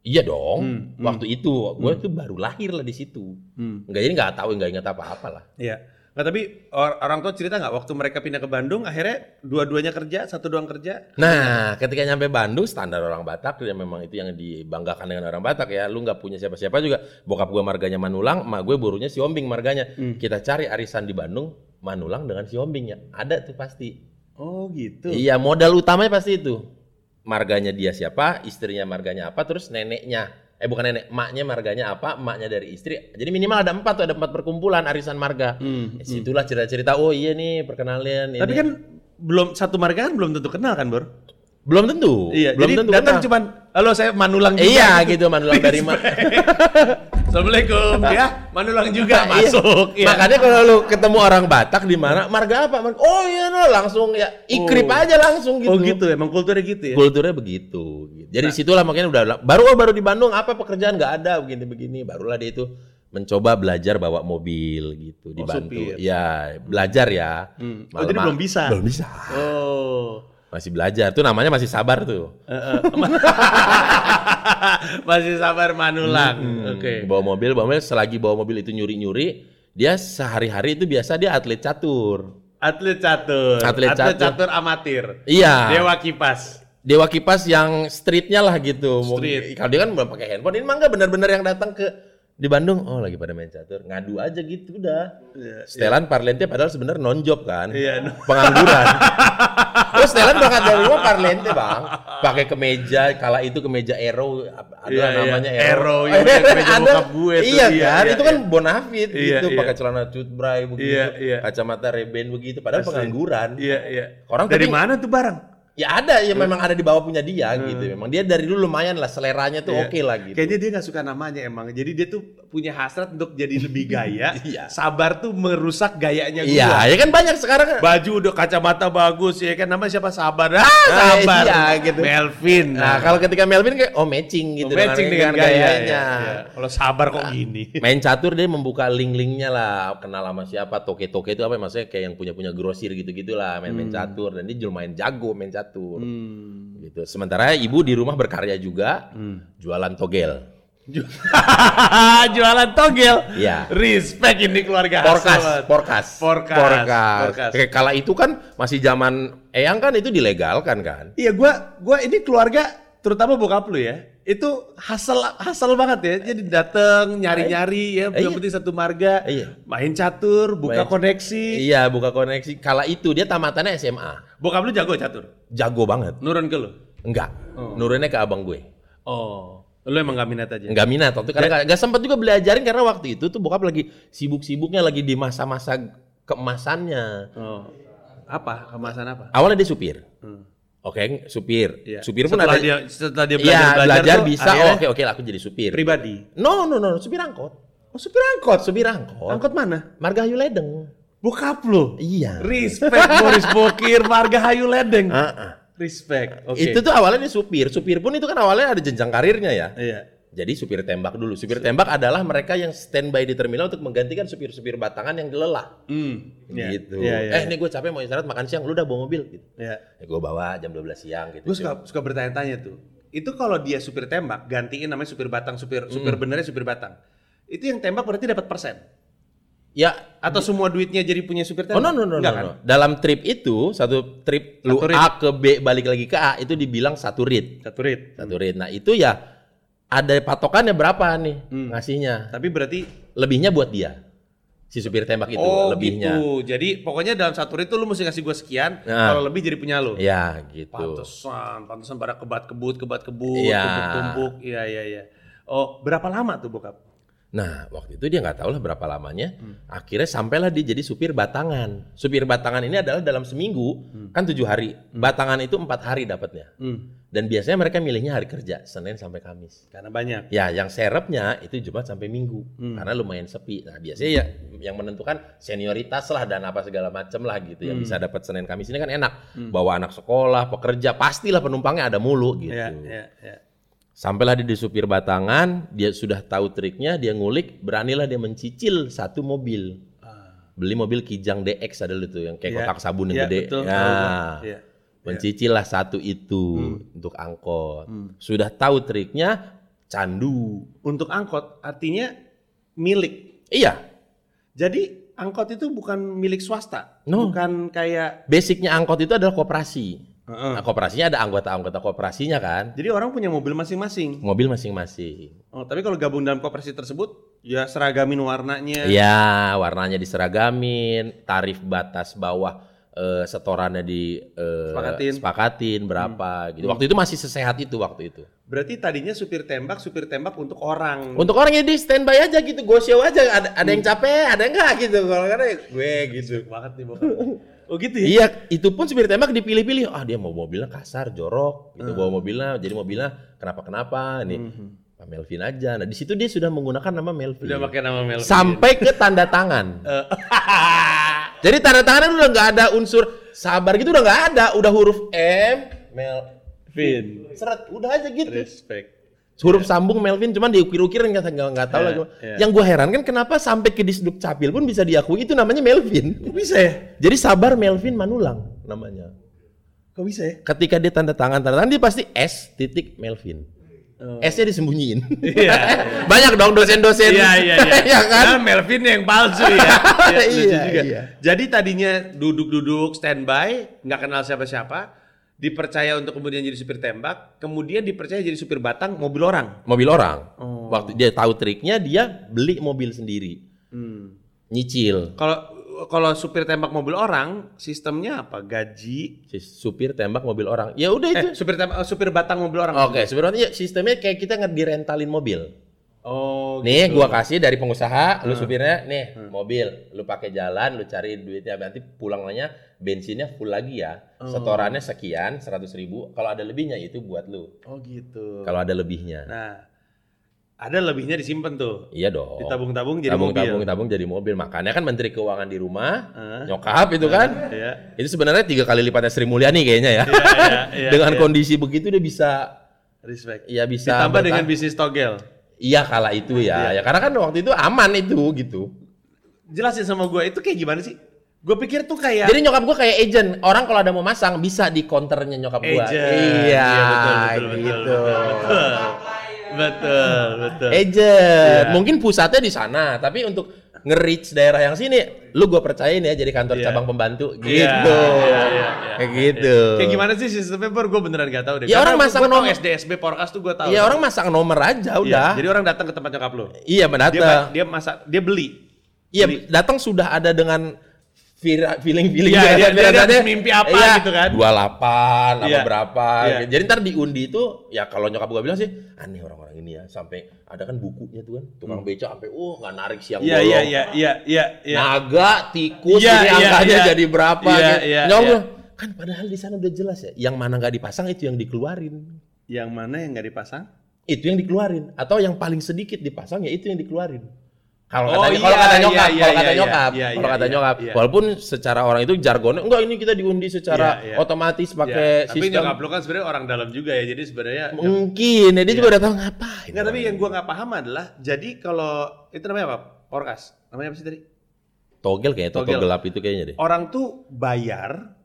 Speaker 2: Iya dong.
Speaker 1: Hmm, hmm.
Speaker 2: Waktu itu gue tuh baru lahir lah di situ.
Speaker 1: Hmm.
Speaker 2: Enggak jadi nggak tahu nggak ingat apa-apa lah.
Speaker 1: Iya. Nah, tapi or- orang tua cerita nggak waktu mereka pindah ke Bandung akhirnya dua-duanya kerja, satu doang kerja.
Speaker 2: Nah, ketika nyampe Bandung standar orang Batak ya memang itu yang dibanggakan dengan orang Batak ya. Lu nggak punya siapa-siapa juga. Bokap gue marganya Manulang, emak gue burunya si Ombing marganya.
Speaker 1: Hmm.
Speaker 2: Kita cari arisan di Bandung Manulang dengan si Ombing ya. Ada tuh pasti.
Speaker 1: Oh gitu.
Speaker 2: Iya, modal utamanya pasti itu. Marganya dia siapa, istrinya marganya apa, terus neneknya. Eh bukan nenek, emaknya marganya apa, emaknya dari istri. Jadi minimal ada empat tuh, ada empat perkumpulan arisan marga.
Speaker 1: Hmm,
Speaker 2: Eh, Situlah cerita-cerita, oh iya nih perkenalan ini.
Speaker 1: Tapi kan belum satu marga kan belum tentu kenal kan, Bor?
Speaker 2: belum tentu.
Speaker 1: Iya,
Speaker 2: belum
Speaker 1: jadi
Speaker 2: tentu
Speaker 1: datang
Speaker 2: kenal.
Speaker 1: cuman halo saya Manulang juga.
Speaker 2: Iya gitu manulang dari ma
Speaker 1: Assalamualaikum ya, Manulang juga
Speaker 2: Iya.
Speaker 1: masuk. Iya.
Speaker 2: Makanya kalau lu ketemu orang Batak di mana marga apa? Marga- Oh iya no, langsung ya ikrip
Speaker 1: Oh.
Speaker 2: aja langsung gitu.
Speaker 1: Oh gitu, emang kulturnya gitu ya.
Speaker 2: Kulturnya begitu. gitu.
Speaker 1: Nah.
Speaker 2: Jadi disitulah makanya udah baru oh, baru di Bandung apa pekerjaan nggak ada begini-begini. Barulah dia itu mencoba belajar bawa mobil gitu dibantu.
Speaker 1: Oh, supir.
Speaker 2: Ya belajar ya.
Speaker 1: Hmm. Oh,
Speaker 2: Malam-
Speaker 1: jadi belum bisa.
Speaker 2: Belum bisa.
Speaker 1: Oh.
Speaker 2: Masih belajar. Tuh namanya masih sabar tuh.
Speaker 1: Masih sabar Manulang. Hmm. Oke.
Speaker 2: Bawa mobil, bawa mobil selagi bawa mobil itu nyuri-nyuri, dia sehari-hari itu biasa dia atlet catur.
Speaker 1: Atlet catur.
Speaker 2: Atlet catur.
Speaker 1: amatir.
Speaker 2: Iya.
Speaker 1: Dewa kipas.
Speaker 2: Dewa kipas yang streetnya lah gitu.
Speaker 1: Street.
Speaker 2: Mungkin- Kalau dia kan belum pakai handphone, ini mah nggak benar-benar yang datang ke di Bandung. Oh lagi pada main catur, ngadu aja gitu udah. Stelan Parlente padahal sebenarnya non job kan,
Speaker 1: Iya, no.
Speaker 2: pengangguran. Terus Stelan berangkat dari rumah Parlente bang, pakai kemeja, kala itu kemeja Aero, ada
Speaker 1: Iya, iya.
Speaker 2: namanya
Speaker 1: Aero, yang punya kemeja
Speaker 2: Ada.
Speaker 1: bokap gue tuh.
Speaker 2: Iya
Speaker 1: Iya,
Speaker 2: kan,
Speaker 1: iya,
Speaker 2: itu kan bonafit
Speaker 1: Iya,
Speaker 2: gitu,
Speaker 1: iya.
Speaker 2: pakai celana cutbray begitu,
Speaker 1: Iya, iya.
Speaker 2: kacamata reben begitu, padahal
Speaker 1: Asli.
Speaker 2: pengangguran.
Speaker 1: Iya, iya.
Speaker 2: Orang
Speaker 1: dari
Speaker 2: tapi-
Speaker 1: mana tuh barang?
Speaker 2: Ya ada, ya memang ada di bawah punya dia gitu. Memang dia dari dulu lumayan lah seleranya tuh
Speaker 1: Hmm. Iya.
Speaker 2: oke lah gitu.
Speaker 1: Kayaknya dia nggak suka namanya emang. Jadi dia tuh punya hasrat untuk jadi lebih gaya.
Speaker 2: Iya.
Speaker 1: Sabar tuh merusak gayanya gua.
Speaker 2: Iya, ya kan banyak sekarang.
Speaker 1: Baju udah kacamata bagus ya kan namanya siapa Sabar. Ah, Sabar.
Speaker 2: iya, gitu.
Speaker 1: Melvin.
Speaker 2: Nah, kalau ketika Melvin kayak oh matching gitu
Speaker 1: matching dengan, gayanya.
Speaker 2: gayanya. Ah.
Speaker 1: Iya, iya. Kalau Sabar kok gini.
Speaker 2: Main catur dia membuka link-linknya lah, kenal sama siapa, toke-toke itu apa ya? maksudnya kayak yang punya-punya grosir gitu-gitulah, main-main
Speaker 1: Hmm.
Speaker 2: catur dan dia lumayan jago main catur. Gitu. Sementara ibu di rumah berkarya juga,
Speaker 1: Hmm.
Speaker 2: jualan togel.
Speaker 1: Jualan togel.
Speaker 2: Iya.
Speaker 1: Respect ini keluarga
Speaker 2: Porkas,
Speaker 1: Hasselhoff.
Speaker 2: porkas,
Speaker 1: Porkas,
Speaker 2: porkas.
Speaker 1: porkas.
Speaker 2: Kayak kala itu kan masih zaman Eyang kan itu dilegalkan kan?
Speaker 1: Iya, gua gua ini keluarga terutama bokap lu ya. itu hasil hasil banget ya. Jadi dateng nyari-nyari ya, yang
Speaker 2: Iya.
Speaker 1: penting satu marga,
Speaker 2: Iya.
Speaker 1: main catur, buka
Speaker 2: Main-
Speaker 1: koneksi.
Speaker 2: Iya, buka koneksi. Kala itu dia tamatannya SMA.
Speaker 1: Bokap lu jago catur.
Speaker 2: Jago banget.
Speaker 1: Nurun ke lu.
Speaker 2: Enggak. Nurunnya ke abang gue.
Speaker 1: Oh, lu emang gak minat aja.
Speaker 2: Enggak Iya. minat waktu itu karena
Speaker 1: Iya.
Speaker 2: enggak enggak sempat juga belajarin karena waktu itu tuh bokap lagi sibuk-sibuknya lagi di masa-masa keemasannya.
Speaker 1: Oh. Apa? Kemasan apa?
Speaker 2: Awalnya dia supir.
Speaker 1: Hmm.
Speaker 2: Oke, supir.
Speaker 1: Iya.
Speaker 2: Supir pun
Speaker 1: setelah
Speaker 2: ada
Speaker 1: dia setelah dia belajar,
Speaker 2: Iya, belajar
Speaker 1: tuh
Speaker 2: bisa.
Speaker 1: akhirnya
Speaker 2: Oh, oke oke lah aku jadi supir.
Speaker 1: pribadi.
Speaker 2: No, no, no, supir angkot. Oh, supir angkot, supir angkot.
Speaker 1: Angkot mana?
Speaker 2: Margahayu Ledeng.
Speaker 1: Bokap lu.
Speaker 2: Iya.
Speaker 1: Respect Boris Bokir, Marga Hayu Ledeng.
Speaker 2: Heeh.
Speaker 1: Respect. Oke.
Speaker 2: ah. Itu tuh awalnya dia supir. Supir pun itu kan awalnya ada jenjang karirnya ya.
Speaker 1: Iya.
Speaker 2: Jadi supir tembak dulu. Supir tembak adalah mereka yang standby di terminal untuk menggantikan supir-supir batangan yang lelah.
Speaker 1: Hmm. Iya.
Speaker 2: Gitu.
Speaker 1: Iya, iya.
Speaker 2: Eh, ini gue capek mau istirahat makan siang. Lu udah bawa mobil gitu.
Speaker 1: Iya.
Speaker 2: Ya, gue bawa jam 12 siang gitu.
Speaker 1: Gue suka suka bertanya-tanya tuh. Itu kalau dia supir tembak, gantiin namanya supir batang, supir supir benernya supir batang. Itu yang tembak berarti dapat persen
Speaker 2: Ya,
Speaker 1: atau semua duitnya jadi punya supir tembak?
Speaker 2: Oh no no no,
Speaker 1: Enggak
Speaker 2: no,
Speaker 1: kan?
Speaker 2: no. Dalam trip itu satu trip lu
Speaker 1: Satu read.
Speaker 2: A ke B balik lagi ke A itu dibilang satu read.
Speaker 1: Satu rit.
Speaker 2: Satu read. Nah, itu ya ada patokannya berapa nih ngasihnya.
Speaker 1: Tapi berarti
Speaker 2: Lebihnya buat dia. Si supir tembak itu
Speaker 1: oh
Speaker 2: lebihnya.
Speaker 1: gitu. Jadi pokoknya dalam satu rit tuh lu mesti ngasih gue sekian,
Speaker 2: Nah.
Speaker 1: kalau lebih jadi punya lu.
Speaker 2: Ya, gitu.
Speaker 1: Pantesan, pantesan pada kebat kebut, kebat kebut,
Speaker 2: Iya.
Speaker 1: tumpuk-tumpuk. Iya, iya, iya. Oh, berapa lama tuh bokap?
Speaker 2: Nah, waktu itu dia nggak tahu lah berapa lamanya. Akhirnya sampailah dia jadi supir batangan. Supir batangan ini adalah dalam seminggu kan tujuh hari. Batangan itu empat hari dapatnya.
Speaker 1: Hmm,
Speaker 2: Dan biasanya mereka milihnya hari kerja, Senin sampai Kamis.
Speaker 1: karena banyak. Hmm.
Speaker 2: Ya, yang serepnya itu Jumat sampai Minggu karena lumayan sepi. Nah, biasanya ya yang menentukan senioritas lah dan apa segala macem lah gitu ya bisa dapat Senin Kamis ini kan enak.
Speaker 1: Hmm.
Speaker 2: Bawa anak sekolah, pekerja, pastilah penumpangnya ada mulu gitu.
Speaker 1: Iya, iya, iya.
Speaker 2: Sampailah dia di supir batangan, dia sudah tahu triknya, dia ngulik, beranilah dia mencicil satu mobil.
Speaker 1: Ah.
Speaker 2: Beli mobil Kijang DX ada lu tuh yang
Speaker 1: Iya,
Speaker 2: kayak kotak sabun
Speaker 1: iya,
Speaker 2: yang gede.
Speaker 1: Betul,
Speaker 2: Nah,
Speaker 1: tahu gua. Iya. Hmm.
Speaker 2: mencicil lah satu itu untuk angkot. Sudah tahu triknya, candu.
Speaker 1: Untuk angkot artinya milik.
Speaker 2: Iya,
Speaker 1: Jadi angkot itu bukan milik swasta,
Speaker 2: No.
Speaker 1: bukan kayak
Speaker 2: basicnya angkot itu adalah koperasi.
Speaker 1: Heeh.
Speaker 2: Nah, koperasinya ada anggota-anggota koperasinya kan,
Speaker 1: Jadi orang punya mobil masing-masing.
Speaker 2: mobil masing-masing.
Speaker 1: Oh, tapi kalau gabung dalam koperasi tersebut, ya seragamin warnanya.
Speaker 2: Iya, warnanya diseragamin, tarif batas bawah eh, setorannya di eh,
Speaker 1: Sepakatin. Hmm.
Speaker 2: sepakatin berapa gitu. Waktu itu masih sesehat itu waktu itu.
Speaker 1: Berarti tadinya supir tembak, supir tembak untuk orang.
Speaker 2: Untuk orang yang di standby aja gitu, go show aja ada, ada yang capek, ada yang enggak gitu. Kalau karena ya gue gitu.
Speaker 1: banget nih bokap. Oh gitu ya?
Speaker 2: Iya, itu pun supir tembak dipilih-pilih. Ah, dia mau mobilnya kasar, jorok, gitu
Speaker 1: Hmm.
Speaker 2: bawa mobilnya, jadi mobilnya kenapa-kenapa nih. Pak Melvin aja. Nah, di situ dia sudah menggunakan nama Melvin.
Speaker 1: Udah pakai nama Melvin.
Speaker 2: Sampai ke tanda tangan.
Speaker 1: Eh.
Speaker 2: jadi tanda tangan udah nggak ada unsur sabar gitu udah nggak ada, udah huruf M,
Speaker 1: Vin.
Speaker 2: Melvin, seret, udah aja gitu.
Speaker 1: Respect.
Speaker 2: Huruf sambung Melvin cuman diukir-ukir nggak nggak nggak tahu
Speaker 1: Iya,
Speaker 2: lah. gua.
Speaker 1: iya.
Speaker 2: Yang gua heran kan kenapa sampai ke disduk capil pun bisa diakui itu namanya Melvin.
Speaker 1: Kok bisa ya?
Speaker 2: Jadi sabar Melvin Manulang namanya.
Speaker 1: Kok bisa ya?
Speaker 2: Ketika dia tanda tangan, tanda tangan dia pasti S titik Melvin. S-nya disembunyiin.
Speaker 1: Oh. Iya,
Speaker 2: Banyak dong dosen-dosen.
Speaker 1: Iya iya iya.
Speaker 2: Iya kan?
Speaker 1: Nah, Melvin yang palsu ya. Iya, lucu
Speaker 2: Iya,
Speaker 1: juga.
Speaker 2: iya.
Speaker 1: Jadi tadinya duduk-duduk standby, nggak kenal siapa-siapa, dipercaya untuk kemudian jadi supir tembak, kemudian dipercaya jadi supir batang mobil orang.
Speaker 2: mobil orang.
Speaker 1: Oh.
Speaker 2: Waktu dia tahu triknya, dia beli mobil sendiri, Hmm. nyicil.
Speaker 1: Kalau kalau supir tembak mobil orang, sistemnya apa? Gaji.
Speaker 2: Si supir tembak mobil orang. Ya udah itu. Oh,
Speaker 1: Eh, supir tembak, eh, supir batang mobil orang.
Speaker 2: Oke, sebenarnya iya, sistemnya kayak kita ngerentalin mobil.
Speaker 1: Oh, Hmm.
Speaker 2: Nih, gua kasih dari pengusaha, lu supirnya nih mobil, lu pakai jalan, lu cari duitnya nanti pulangnya bensinnya full lagi ya.
Speaker 1: Oh.
Speaker 2: Setorannya sekian, 100 ribu. Kalau ada lebihnya itu buat lu.
Speaker 1: Oh gitu.
Speaker 2: Kalau ada lebihnya.
Speaker 1: Nah, ada lebihnya disimpan tuh.
Speaker 2: Iya dong.
Speaker 1: Ditabung-tabung jadi
Speaker 2: tabung,
Speaker 1: mobil.
Speaker 2: tabung, tabung jadi mobil. Makanya kan menteri keuangan di rumah,
Speaker 1: Heeh.
Speaker 2: nyokap itu kan.
Speaker 1: Iya.
Speaker 2: Itu sebenarnya tiga kali lipatnya Sri Mulyani kayaknya ya.
Speaker 1: iya, iya,
Speaker 2: dengan
Speaker 1: iya.
Speaker 2: kondisi begitu dia bisa
Speaker 1: Respect.
Speaker 2: ya bisa
Speaker 1: Ditambah
Speaker 2: bertahan.
Speaker 1: dengan bisnis togel.
Speaker 2: iya kala itu ya. Ya karena kan waktu itu aman itu gitu.
Speaker 1: Jelasin sama gua itu kayak gimana sih? Gue pikir tuh kayak
Speaker 2: Jadi nyokap gua kayak agent. Orang kalau ada mau masang bisa di counternya nyokap gua.
Speaker 1: agent.
Speaker 2: Iya,
Speaker 1: betul, betul, betul,
Speaker 2: gitu. Eh,
Speaker 1: betul, betul, betul, betul.
Speaker 2: Iya. Agent. Mungkin pusatnya di sana, tapi untuk nge-reach daerah yang sini, lu gua percayain ya jadi kantor
Speaker 1: Iya.
Speaker 2: cabang pembantu gitu.
Speaker 1: Iya, iya, iya, iya.
Speaker 2: Kayak gitu.
Speaker 1: Kayak gimana sih sistemnya Pur? Gue beneran gak tahu deh.
Speaker 2: Ya, orang
Speaker 1: Karena
Speaker 2: masang
Speaker 1: gua tau
Speaker 2: nomor-
Speaker 1: SDSB Porkas tuh gue tahu.
Speaker 2: Ya orang masang nomor
Speaker 1: Iya,
Speaker 2: aja udah.
Speaker 1: Jadi orang datang ke tempat nyokap lu.
Speaker 2: Iya,
Speaker 1: Dia
Speaker 2: datang.
Speaker 1: dia masak, dia beli.
Speaker 2: Iya,
Speaker 1: Beli.
Speaker 2: datang sudah ada dengan vira- feeling-feeling iya,
Speaker 1: Iya,
Speaker 2: gitu
Speaker 1: dia- dia-
Speaker 2: kan,
Speaker 1: dia
Speaker 2: kira-kira
Speaker 1: harus mimpi apa gitu kan.
Speaker 2: 28 apa
Speaker 1: Iya.
Speaker 2: berapa.
Speaker 1: Iya.
Speaker 2: gitu. Jadi ntar diundi itu ya kalau nyokap gua bilang sih aneh orang-orang ini ya sampai ada kan bukunya tuh kan tukang beca sampai uh nggak narik siang
Speaker 1: Hmm. Iya,
Speaker 2: bolong.
Speaker 1: iya, iya, iya, iya, iya.
Speaker 2: Nah. Naga, tikus,
Speaker 1: Iya,
Speaker 2: ini
Speaker 1: iya,
Speaker 2: angkanya
Speaker 1: iya.
Speaker 2: jadi berapa
Speaker 1: Iya,
Speaker 2: gitu.
Speaker 1: iya,
Speaker 2: Nyokap
Speaker 1: iya.
Speaker 2: gua, kan padahal di sana udah jelas ya, yang mana nggak dipasang itu yang dikeluarin.
Speaker 1: Yang mana yang gak dipasang?
Speaker 2: Itu yang dikeluarin atau yang paling sedikit dipasang ya itu yang dikeluarin. Kalau
Speaker 1: Oh,
Speaker 2: kata, kalau
Speaker 1: iya,
Speaker 2: kata
Speaker 1: iya,
Speaker 2: nyokap,
Speaker 1: iya,
Speaker 2: kalau kata
Speaker 1: iya,
Speaker 2: nyokap,
Speaker 1: iya,
Speaker 2: kalau
Speaker 1: iya,
Speaker 2: kata
Speaker 1: iya,
Speaker 2: nyokap.
Speaker 1: iya.
Speaker 2: Walaupun secara orang itu jargonnya enggak ini kita diundi secara
Speaker 1: Iya, iya.
Speaker 2: otomatis pakai
Speaker 1: Iya, Tapi
Speaker 2: sistem.
Speaker 1: nyokap lu kan sebenarnya orang dalam juga ya. Jadi sebenarnya
Speaker 2: Mungkin ya dia juga udah tahu ngapain.
Speaker 1: Iya. Enggak, tapi
Speaker 2: orang
Speaker 1: yang
Speaker 2: ini.
Speaker 1: gua nggak paham adalah jadi kalau itu namanya apa? Orkas. Namanya apa sih tadi?
Speaker 2: togel kayak togel.
Speaker 1: Togel.
Speaker 2: gelap itu kayaknya deh.
Speaker 1: Orang tuh bayar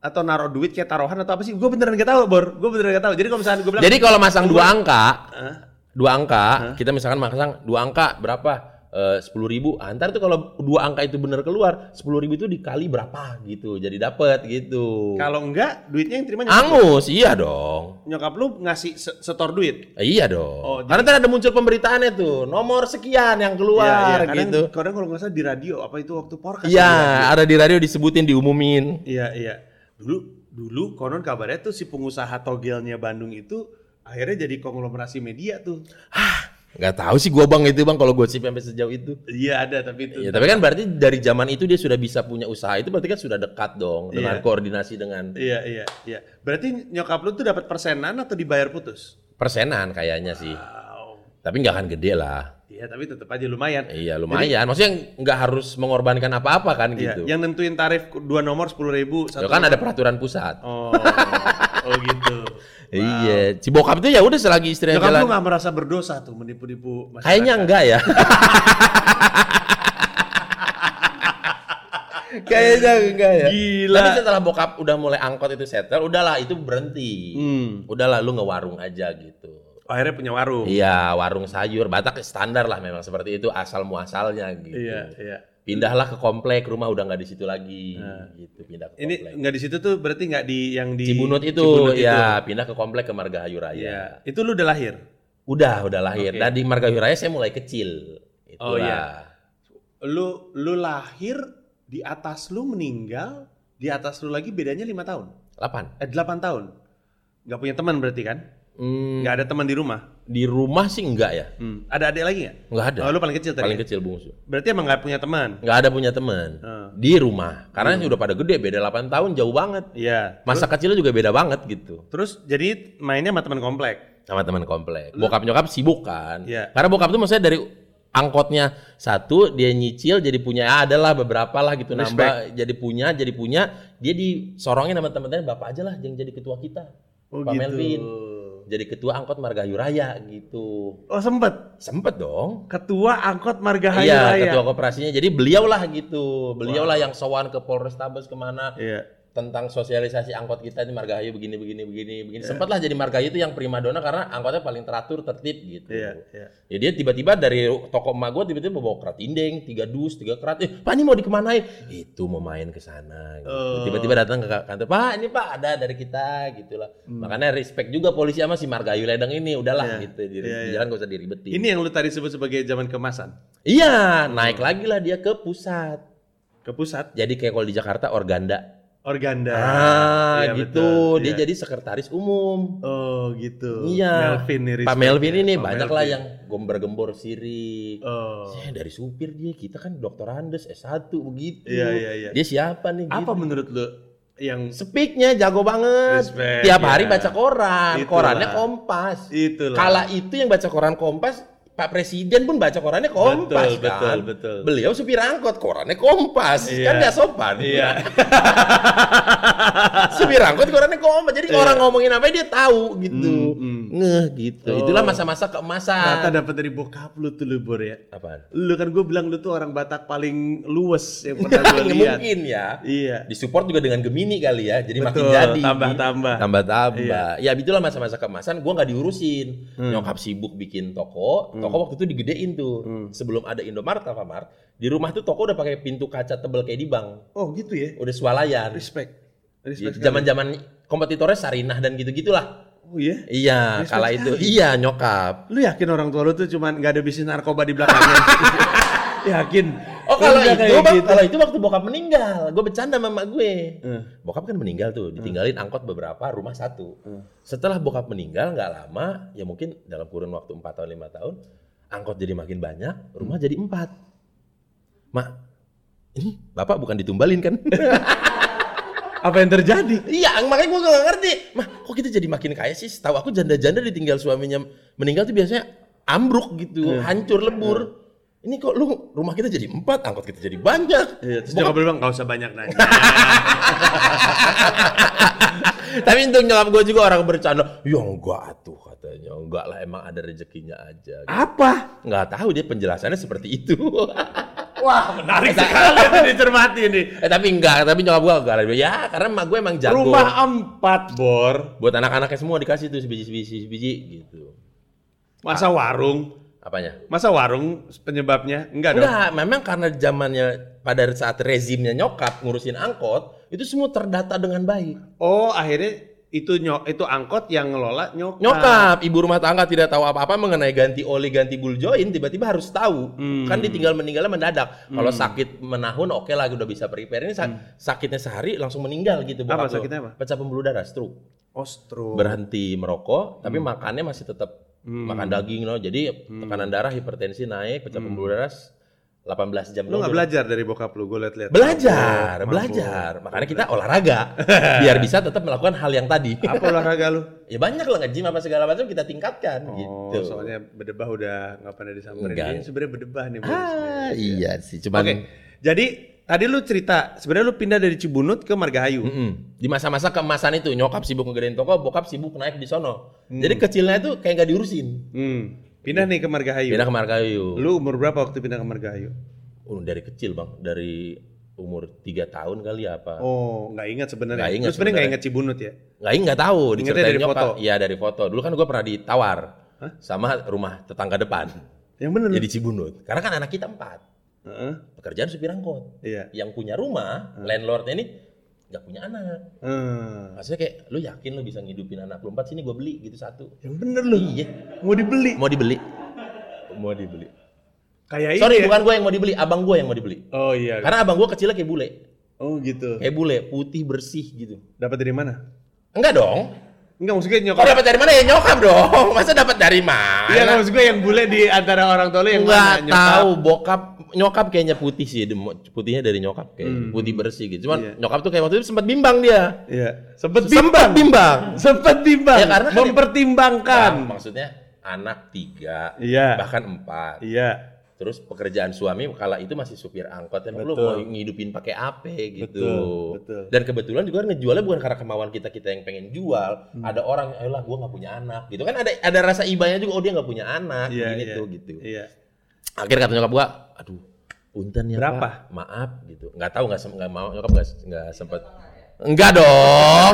Speaker 1: atau naruh duit kayak taruhan atau apa sih? Gua beneran gak tahu, Bor. Gua beneran gak tahu. Jadi kalau misalnya gua bilang
Speaker 2: Jadi kalau masang dua angka,
Speaker 1: "Hah?
Speaker 2: dua angka, kita misalkan masang dua angka berapa? Eh, Sepuluh ribu. Antar tuh kalau dua angka itu bener keluar, sepuluh ribu itu dikali berapa gitu, jadi dapet gitu.
Speaker 1: kalau enggak duitnya yang terima nyokap,
Speaker 2: Angus, iya dong.
Speaker 1: nyokap lu ngasih se- setor duit.
Speaker 2: Eh, Iya dong.
Speaker 1: Oh,
Speaker 2: Karena tadi ada muncul pemberitaannya tuh, nomor sekian yang
Speaker 1: Iya,
Speaker 2: keluar
Speaker 1: kadang,
Speaker 2: gitu.
Speaker 1: Kadang kalau nggak salah di radio apa itu waktu porkas.
Speaker 2: Iya,
Speaker 1: di radio.
Speaker 2: ada di radio disebutin, diumumin.
Speaker 1: Iya, iya. Dulu dulu konon kabarnya tuh si pengusaha togelnya Bandung itu akhirnya jadi konglomerasi media tuh.
Speaker 2: Gak tahu sih gua bang itu bang kalau gosip sampai sejauh itu.
Speaker 1: Iya ada tapi itu.
Speaker 2: Ya, tapi kan berarti dari zaman itu dia sudah bisa punya usaha itu berarti kan sudah dekat dong dengan
Speaker 1: Iya.
Speaker 2: koordinasi dengan
Speaker 1: Iya iya iya. Berarti nyokap lu tuh dapat persenan atau dibayar putus?
Speaker 2: persenan kayaknya sih.
Speaker 1: Wow.
Speaker 2: Tapi nggak akan gede lah.
Speaker 1: Iya tapi tetap aja lumayan.
Speaker 2: Iya lumayan. Maksudnya nggak harus mengorbankan apa-apa kan
Speaker 1: Iya.
Speaker 2: gitu.
Speaker 1: Yang nentuin tarif ku- dua nomor sepuluh ribu.
Speaker 2: Ya kan ada peraturan pusat.
Speaker 1: Oh, oh gitu.
Speaker 2: Iya. Si bokap itu ya udah selagi istrinya
Speaker 1: Nyokap lu
Speaker 2: jalan.
Speaker 1: nggak merasa berdosa tuh menipu-nipu masyarakat?
Speaker 2: Kayaknya enggak ya. Kayaknya enggak ya.
Speaker 1: Gila.
Speaker 2: Tapi setelah bokap udah mulai angkot itu settle, udahlah itu berhenti.
Speaker 1: Hmm.
Speaker 2: Udahlah lu ngewarung aja gitu.
Speaker 1: Oh, akhirnya punya warung.
Speaker 2: Iya, warung sayur Batak standar lah memang seperti itu asal muasalnya gitu.
Speaker 1: Iya iya.
Speaker 2: Pindahlah ke komplek, rumah udah nggak di situ lagi
Speaker 1: Nah.
Speaker 2: gitu, pindah ke
Speaker 1: Ini
Speaker 2: komplek.
Speaker 1: nggak di situ tuh berarti nggak di yang di
Speaker 2: Cibunut itu
Speaker 1: Cibunut itu.
Speaker 2: ya pindah ke komplek ke Margahayu Raya.
Speaker 1: Iya. Itu lu udah lahir.
Speaker 2: Udah, udah lahir.
Speaker 1: Oke.
Speaker 2: Dan di Margahayu Raya saya mulai kecil.
Speaker 1: Oh,
Speaker 2: Itulah.
Speaker 1: iya. Lu lu lahir di atas lu meninggal di atas lu lagi bedanya lima tahun.
Speaker 2: 8.
Speaker 1: Eh, 8 tahun. Nggak punya teman berarti kan?
Speaker 2: Hmm,
Speaker 1: Nggak ada teman di rumah.
Speaker 2: di rumah sih enggak ya?
Speaker 1: Hmm. Ada adik lagi nggak?
Speaker 2: Enggak ada.
Speaker 1: Oh, lu paling kecil tadi.
Speaker 2: Paling kecil bungsu.
Speaker 1: Berarti emang nggak punya teman.
Speaker 2: Enggak ada punya teman.
Speaker 1: Hmm.
Speaker 2: Di rumah. Karena sudah pada gede, beda 8 tahun jauh banget.
Speaker 1: Iya.
Speaker 2: Masa kecilnya juga beda banget gitu.
Speaker 1: Terus jadi mainnya sama teman komplek.
Speaker 2: sama teman komplek. Bokap nyokap sibuk kan.
Speaker 1: Iya.
Speaker 2: Karena bokap tuh maksudnya dari angkotnya satu dia nyicil jadi punya ya adalah beberapa lah gitu
Speaker 1: Respect.
Speaker 2: nambah jadi punya jadi punya dia disorongin sama teman-temannya bapak aja lah yang jadi ketua kita
Speaker 1: Oh,
Speaker 2: Pak
Speaker 1: gitu.
Speaker 2: Melvin jadi ketua angkot Margahayu Raya gitu
Speaker 1: Oh sempet.
Speaker 2: sempet dong
Speaker 1: Ketua angkot Margahayu
Speaker 2: iya
Speaker 1: Raya.
Speaker 2: ketua koperasinya jadi beliau lah gitu beliau lah yang sowan ke Polrestabes kemana
Speaker 1: Iya.
Speaker 2: tentang sosialisasi angkot kita di Margahayu begini begini begini begini
Speaker 1: Iya.
Speaker 2: sempatlah jadi Margahayu itu yang primadona karena angkotnya paling teratur tertib gitu
Speaker 1: Iya. Iya.
Speaker 2: Ya dia tiba-tiba dari toko emak gue tiba-tiba bawa kerat indeng, tiga dus, tiga kerat. Eh, Pak ini mau dikemanain? Eh, Itu mau main ke sana. gitu.
Speaker 1: Oh.
Speaker 2: Tiba-tiba datang ke kantor, Pak ini Pak ada dari kita gitu lah. Makanya respect juga polisi sama si Margayu Ledeng ini, udahlah
Speaker 1: Hmm. Iya.
Speaker 2: gitu. Di,
Speaker 1: Iya,
Speaker 2: di
Speaker 1: iya.
Speaker 2: jalan gak usah diribetin.
Speaker 1: Ini yang lu tadi sebut sebagai zaman kemasan.
Speaker 2: Iya, naik lagi lah dia ke pusat.
Speaker 1: Ke pusat.
Speaker 2: Jadi kayak kalau di Jakarta Organda.
Speaker 1: Organda.
Speaker 2: Ah,
Speaker 1: Iya,
Speaker 2: gitu.
Speaker 1: betul.
Speaker 2: Dia
Speaker 1: Iya.
Speaker 2: jadi sekretaris umum.
Speaker 1: Oh gitu.
Speaker 2: Iya.
Speaker 1: Melvin nih.
Speaker 2: Pak Melvin
Speaker 1: respect ya.
Speaker 2: ini
Speaker 1: Pak
Speaker 2: banyak lah
Speaker 1: Melvin.
Speaker 2: yang gombar-gembor sirik.
Speaker 1: Oh.
Speaker 2: Ya, dari supir dia, kita kan dokter Andes S1 begitu.
Speaker 1: Iya, iya, iya.
Speaker 2: Dia siapa nih?
Speaker 1: Apa
Speaker 2: gitu.
Speaker 1: menurut lu yang
Speaker 2: Speaknya jago banget.
Speaker 1: Respect,
Speaker 2: Tiap
Speaker 1: ya.
Speaker 2: hari baca koran,
Speaker 1: Itulah.
Speaker 2: korannya Kompas.
Speaker 1: Itulah.
Speaker 2: Kala itu yang baca koran Kompas, Pak Presiden pun baca korannya
Speaker 1: Betul,
Speaker 2: Kompas
Speaker 1: betul,
Speaker 2: kan.
Speaker 1: betul.
Speaker 2: Beliau supir angkot, korannya Kompas. Kan
Speaker 1: Iya.
Speaker 2: nggak sopan.
Speaker 1: Iya. Iya.
Speaker 2: supir angkot korannya Kompas. Jadi orang ngomongin apa dia tahu
Speaker 1: Hmm,
Speaker 2: gitu.
Speaker 1: hmm.
Speaker 2: ngeh gitu.
Speaker 3: Oh.
Speaker 2: Itulah masa-masa keemasan.
Speaker 1: Ternyata dapat dari bokap lu tuh lu Bor ya.
Speaker 2: Apaan?
Speaker 1: Lu kan gue bilang lu tuh orang Batak paling luwes yang pernah gue lihat.
Speaker 2: Mungkin ya.
Speaker 1: Iya.
Speaker 2: Disupport juga dengan Gemini kali ya. Jadi makin
Speaker 1: Betul,
Speaker 2: jadi.
Speaker 1: tambah-tambah. Iya.
Speaker 2: Tambah-tambah. Ya itulah masa-masa keemasan gua nggak diurusin.
Speaker 1: Hmm.
Speaker 2: Nyokap sibuk bikin toko, toko waktu itu digedein tuh.
Speaker 1: Hmm.
Speaker 2: Sebelum ada Indomaret Alfamart, di rumah tuh toko udah pakai pintu kaca tebel kayak di bank.
Speaker 1: Oh gitu ya.
Speaker 2: Udah swalayan.
Speaker 1: Respect.
Speaker 2: Gitu.
Speaker 1: Respect. sekali.
Speaker 2: Zaman-zaman kompetitornya Sarinah dan gitu-gitulah.
Speaker 1: Oh iya.
Speaker 2: Iya,
Speaker 1: Respect
Speaker 2: kala itu. Iya, nyokap.
Speaker 1: Lu yakin orang tua lu tuh cuman gak ada bisnis narkoba di belakangnya? yakin.
Speaker 2: Oh kalau
Speaker 1: Lu bilang
Speaker 2: itu,
Speaker 1: kayak
Speaker 2: bang,
Speaker 1: gitu.
Speaker 2: kalau itu waktu bokap meninggal, gue bercanda sama emak gue.
Speaker 1: Eh.
Speaker 2: Bokap kan meninggal tuh, ditinggalin
Speaker 1: Hmm.
Speaker 2: angkot beberapa, rumah satu. Setelah bokap meninggal nggak lama, ya mungkin dalam kurun waktu 4 tahun lima tahun, angkot jadi makin banyak,
Speaker 1: Hmm.
Speaker 2: rumah jadi empat. Mak, ini bapak bukan ditumbalin kan?
Speaker 1: Apa yang terjadi?
Speaker 2: iya, makanya gue gak ngerti. Mah, kok kita jadi makin kaya sih? Tahu aku janda-janda ditinggal suaminya meninggal tuh biasanya ambruk gitu,
Speaker 1: Hmm.
Speaker 2: hancur lebur. Ini kok lu rumah kita jadi empat, angkot kita jadi banyak.
Speaker 1: Iya, terus
Speaker 2: Bokap
Speaker 1: nyokap lu bilang gak usah banyak nanya.
Speaker 2: Tapi untung nyokap gue juga orang bercanda. Ya enggak atuh katanya. Enggak lah emang ada rezekinya aja.
Speaker 1: Apa?
Speaker 2: Enggak tahu dia penjelasannya seperti itu.
Speaker 1: Ah, Menarik sekali itu dicermati nih.
Speaker 2: eh, tapi enggak, tapi nyokap gue enggak. Ya karena emak gue emang jago.
Speaker 1: Rumah empat, Bor.
Speaker 2: Buat anak-anaknya semua dikasih tuh sebiji-sebiji sebiji, gitu.
Speaker 1: Masa warung?
Speaker 2: Apanya?
Speaker 1: Masa warung penyebabnya? Enggak dong.
Speaker 2: Enggak, memang karena zamannya pada saat rezimnya nyokap ngurusin angkot, itu semua terdata dengan baik.
Speaker 1: Oh, akhirnya itu nyok itu angkot yang ngelola nyokap. Nah.
Speaker 2: Nyokap, ibu rumah tangga tidak tahu apa-apa mengenai ganti oli, ganti buljoin, tiba-tiba harus tahu.
Speaker 1: Hmm.
Speaker 2: Kan ditinggal meninggalnya mendadak. Kalau sakit menahun, oke lah udah bisa prepare. Ini sa- sakitnya sehari langsung meninggal gitu.
Speaker 1: Hmm. Apa
Speaker 2: bokap lo.
Speaker 1: sakitnya apa? Oh.
Speaker 2: Pecah pembuluh darah, stroke.
Speaker 1: Ostro.
Speaker 2: Berhenti merokok,
Speaker 1: Hmm.
Speaker 2: tapi makannya masih tetap makan daging loh. Jadi tekanan darah, hipertensi naik, pecah pembuluh darah s- 18 jam.
Speaker 1: Hmm. Lu
Speaker 2: doang
Speaker 1: nggak belajar dari bokap lu, gue liat-liat. Oh,
Speaker 2: Belajar,
Speaker 1: Mampus,
Speaker 2: belajar. Makanya kita olahraga biar bisa tetap melakukan hal yang tadi.
Speaker 1: mampus. Apa olahraga lu?
Speaker 2: ya banyak lah nge-gym apa segala macam kita tingkatkan
Speaker 1: Oh,
Speaker 2: gitu.
Speaker 1: soalnya bedebah udah nggak pernah disamperin.
Speaker 2: Enggak.
Speaker 1: Ini sebenarnya bedebah nih. Bor.
Speaker 2: Ah, iya sih, cuman
Speaker 1: ya. Oke, jadi tadi lu cerita, sebenarnya lu pindah dari Cibunut ke Margahayu.
Speaker 2: Mm-mm. di masa-masa keemasan itu nyokap sibuk ngegedein toko, bokap sibuk naik di sono. Jadi kecilnya itu kayak nggak diurusin.
Speaker 1: Hmm. Pindah nih ke Margahayu.
Speaker 2: Pindah ke Markayu.
Speaker 1: Iya. Lu umur berapa waktu pindah ke Margahayu?
Speaker 2: Oh, dari kecil, Bang. Dari umur 3 tahun kali ya apa?
Speaker 1: Oh, nggak ingat sebenarnya.
Speaker 2: Nggak ingat
Speaker 1: Lu sebenarnya nggak
Speaker 2: sebenarnya.
Speaker 1: ingat Cibunut ya?
Speaker 2: Nggak ingat nggak tahu
Speaker 1: Ingatnya
Speaker 2: diceritain
Speaker 1: dari
Speaker 2: nyokap.
Speaker 1: foto?
Speaker 2: Iya, dari foto. Dulu kan gua pernah ditawar sama rumah tetangga depan.
Speaker 1: Yang bener lu?
Speaker 2: Jadi Cibunut. Karena kan anak kita empat.
Speaker 1: Heeh,
Speaker 2: Pekerjaan supir angkot.
Speaker 1: Iya.
Speaker 2: Yang punya rumah, landlordnya ini nggak punya anak.
Speaker 1: Hmm.
Speaker 2: Maksudnya kayak lu yakin lu bisa ngidupin anak lu empat sini gua beli gitu satu.
Speaker 1: Yang bener lu.
Speaker 2: Iya.
Speaker 1: Mau dibeli.
Speaker 2: Mau dibeli. Mau dibeli.
Speaker 1: Kayak ini.
Speaker 2: Sorry
Speaker 1: ya?
Speaker 2: bukan gua yang mau dibeli, abang gua yang mau dibeli.
Speaker 1: Oh iya.
Speaker 2: Karena abang gua kecilnya kayak bule.
Speaker 1: Oh gitu.
Speaker 2: Kayak bule, putih bersih gitu.
Speaker 1: Dapat dari mana?
Speaker 2: Enggak dong.
Speaker 1: Enggak maksudnya
Speaker 2: Kalau
Speaker 1: nyokap.
Speaker 2: dapat dari mana ya nyokap dong. Masa dapat dari
Speaker 1: Iya kan
Speaker 2: mana?
Speaker 1: maksud gue yang bule di antara orang tua lu yang
Speaker 2: Enggak
Speaker 1: mana? Nyokap.
Speaker 2: tahu bokap nyokap kayaknya putih sih Dem- putihnya dari nyokap kayak putih bersih gitu cuman
Speaker 1: Hmm. Iya.
Speaker 2: nyokap tuh kayak waktu itu sempat bimbang dia
Speaker 1: Iya. Sempet
Speaker 2: sempat
Speaker 1: bimbang.
Speaker 2: bimbang
Speaker 1: Sempet bimbang.
Speaker 2: Ya, karena kan-
Speaker 1: Mempertimbangkan.
Speaker 2: Bang, maksudnya anak tiga
Speaker 1: Iya.
Speaker 2: bahkan empat
Speaker 1: Iya.
Speaker 2: Terus pekerjaan suami kala itu masih supir angkot, emang lu
Speaker 1: Betul.
Speaker 2: mau ngidupin pakai apa gitu.
Speaker 1: Betul, betul.
Speaker 2: Dan kebetulan juga ngejualnya bukan karena kemauan kita kita yang pengen jual.
Speaker 1: Hmm.
Speaker 2: Ada orang, ayolah gua nggak punya anak gitu kan ada ada rasa ibanya juga oh dia nggak punya anak
Speaker 1: Iya,
Speaker 2: gitu
Speaker 1: iya.
Speaker 2: gitu.
Speaker 1: Iya.
Speaker 2: Akhirnya kata nyokap gua, aduh, punten ya
Speaker 1: Berapa?
Speaker 2: Pak. Maaf gitu. Nggak tahu nggak sem- nggak mau nyokap nggak nggak sempet. Enggak dong.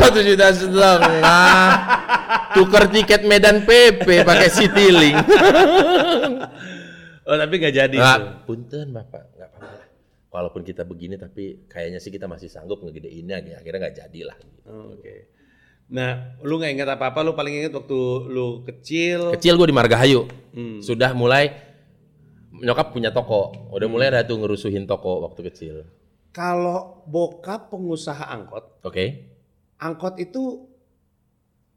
Speaker 2: Satu juta setengah. Tuker tiket Medan PP pakai Citylink.
Speaker 1: Oh tapi nggak jadi.
Speaker 2: Nggak,
Speaker 1: tuh.
Speaker 2: punten bapak, nggak apa-apa lah. Walaupun kita begini tapi kayaknya sih kita masih sanggup ngegedeinnya, gitu. akhirnya nggak jadi lah. gitu.
Speaker 1: Oh, Oke. Nah, lu nggak ingat apa-apa, lu paling ingat waktu lu kecil.
Speaker 2: Kecil gue di Margahayu,
Speaker 1: Hmm.
Speaker 2: sudah mulai nyokap punya toko, udah mulai ada tuh ngerusuhin toko waktu kecil.
Speaker 1: Kalau bokap pengusaha angkot,
Speaker 2: Oke?
Speaker 1: angkot itu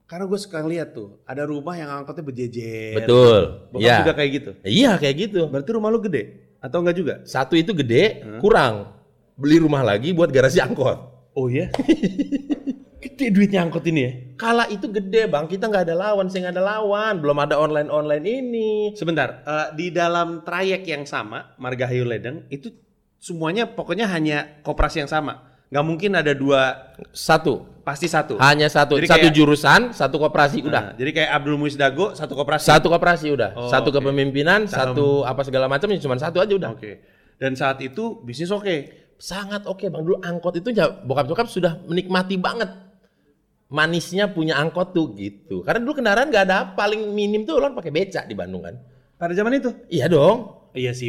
Speaker 1: karena gue suka lihat tuh, ada rumah yang angkotnya berjejer.
Speaker 2: Betul.
Speaker 1: Bokap
Speaker 2: Iya.
Speaker 1: juga kayak gitu.
Speaker 2: Iya kayak gitu.
Speaker 1: Berarti rumah lu gede atau enggak juga?
Speaker 2: Satu itu gede, kurang. Beli rumah lagi buat garasi angkot.
Speaker 1: Oh iya. gede duitnya angkot ini ya.
Speaker 2: Kala itu gede bang, kita nggak ada lawan, saya nggak ada lawan, belum ada online online ini.
Speaker 1: Sebentar, eh, di dalam trayek yang sama, Margahayu Ledeng itu semuanya pokoknya hanya koperasi yang sama. nggak mungkin ada dua,
Speaker 2: Satu.
Speaker 1: pasti satu.
Speaker 2: Hanya satu.
Speaker 1: Jadi
Speaker 2: satu
Speaker 1: kayak-
Speaker 2: jurusan, satu koperasi
Speaker 1: Nah,
Speaker 2: udah.
Speaker 1: jadi kayak Abdul Muiz Dago satu koperasi.
Speaker 2: Satu koperasi udah.
Speaker 1: Oh,
Speaker 2: satu
Speaker 1: oke.
Speaker 2: kepemimpinan, satu apa segala macam cuma satu aja udah.
Speaker 1: Oke. Dan saat itu bisnis oke.
Speaker 2: Sangat oke Bang. Dulu angkot itu ya bokap nyokap sudah menikmati banget manisnya punya angkot tuh gitu. Karena dulu kendaraan gak ada paling minim tuh orang pakai becak di Bandung kan.
Speaker 1: Pada zaman itu?
Speaker 2: Iya dong.
Speaker 1: Iya sih.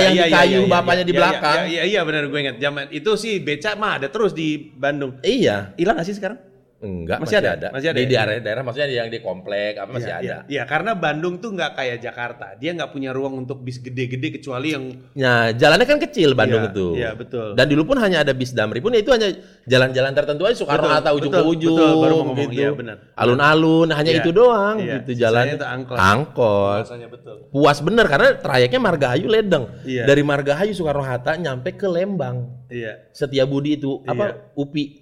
Speaker 1: Pak.
Speaker 2: yang di kayu, bapaknya di
Speaker 1: iya,
Speaker 2: belakang.
Speaker 1: Iya, iya, iya, benar gue ingat. Zaman itu sih beca mah ada terus di Bandung.
Speaker 2: Iya.
Speaker 1: Hilang nggak sih sekarang?
Speaker 2: Enggak,
Speaker 1: Masih
Speaker 2: masih,
Speaker 1: ada?
Speaker 2: ada.
Speaker 1: Masih ada
Speaker 2: Di
Speaker 1: ya?
Speaker 2: daerah-daerah maksudnya yang di komplek apa masih
Speaker 1: Iya,
Speaker 2: ada.
Speaker 1: Iya, Iya, karena Bandung tuh nggak kayak Jakarta. Dia nggak punya ruang untuk bis gede-gede kecuali yang
Speaker 2: Nah, jalannya kan kecil Bandung
Speaker 1: Iya,
Speaker 2: itu.
Speaker 1: iya, betul.
Speaker 2: Dan dulu pun hanya ada bis Damri pun ya itu hanya jalan-jalan tertentu aja Soekarno
Speaker 1: Betul,
Speaker 2: Hatta ujung
Speaker 1: betul,
Speaker 2: ke ujung
Speaker 1: betul, baru mau ngomong,
Speaker 2: gitu.
Speaker 1: iya, benar.
Speaker 2: Alun-alun hanya
Speaker 1: Iya,
Speaker 2: itu doang
Speaker 1: iya.
Speaker 2: gitu
Speaker 1: Sisanya
Speaker 2: jalan.
Speaker 1: itu angkot.
Speaker 2: Angkot.
Speaker 1: rasanya betul.
Speaker 2: Puas bener karena trayeknya Margahayu Ledeng.
Speaker 1: Iya.
Speaker 2: Dari Margahayu Soekarno Hatta nyampe ke Lembang.
Speaker 1: Iya.
Speaker 2: Setiabudi itu apa UPI.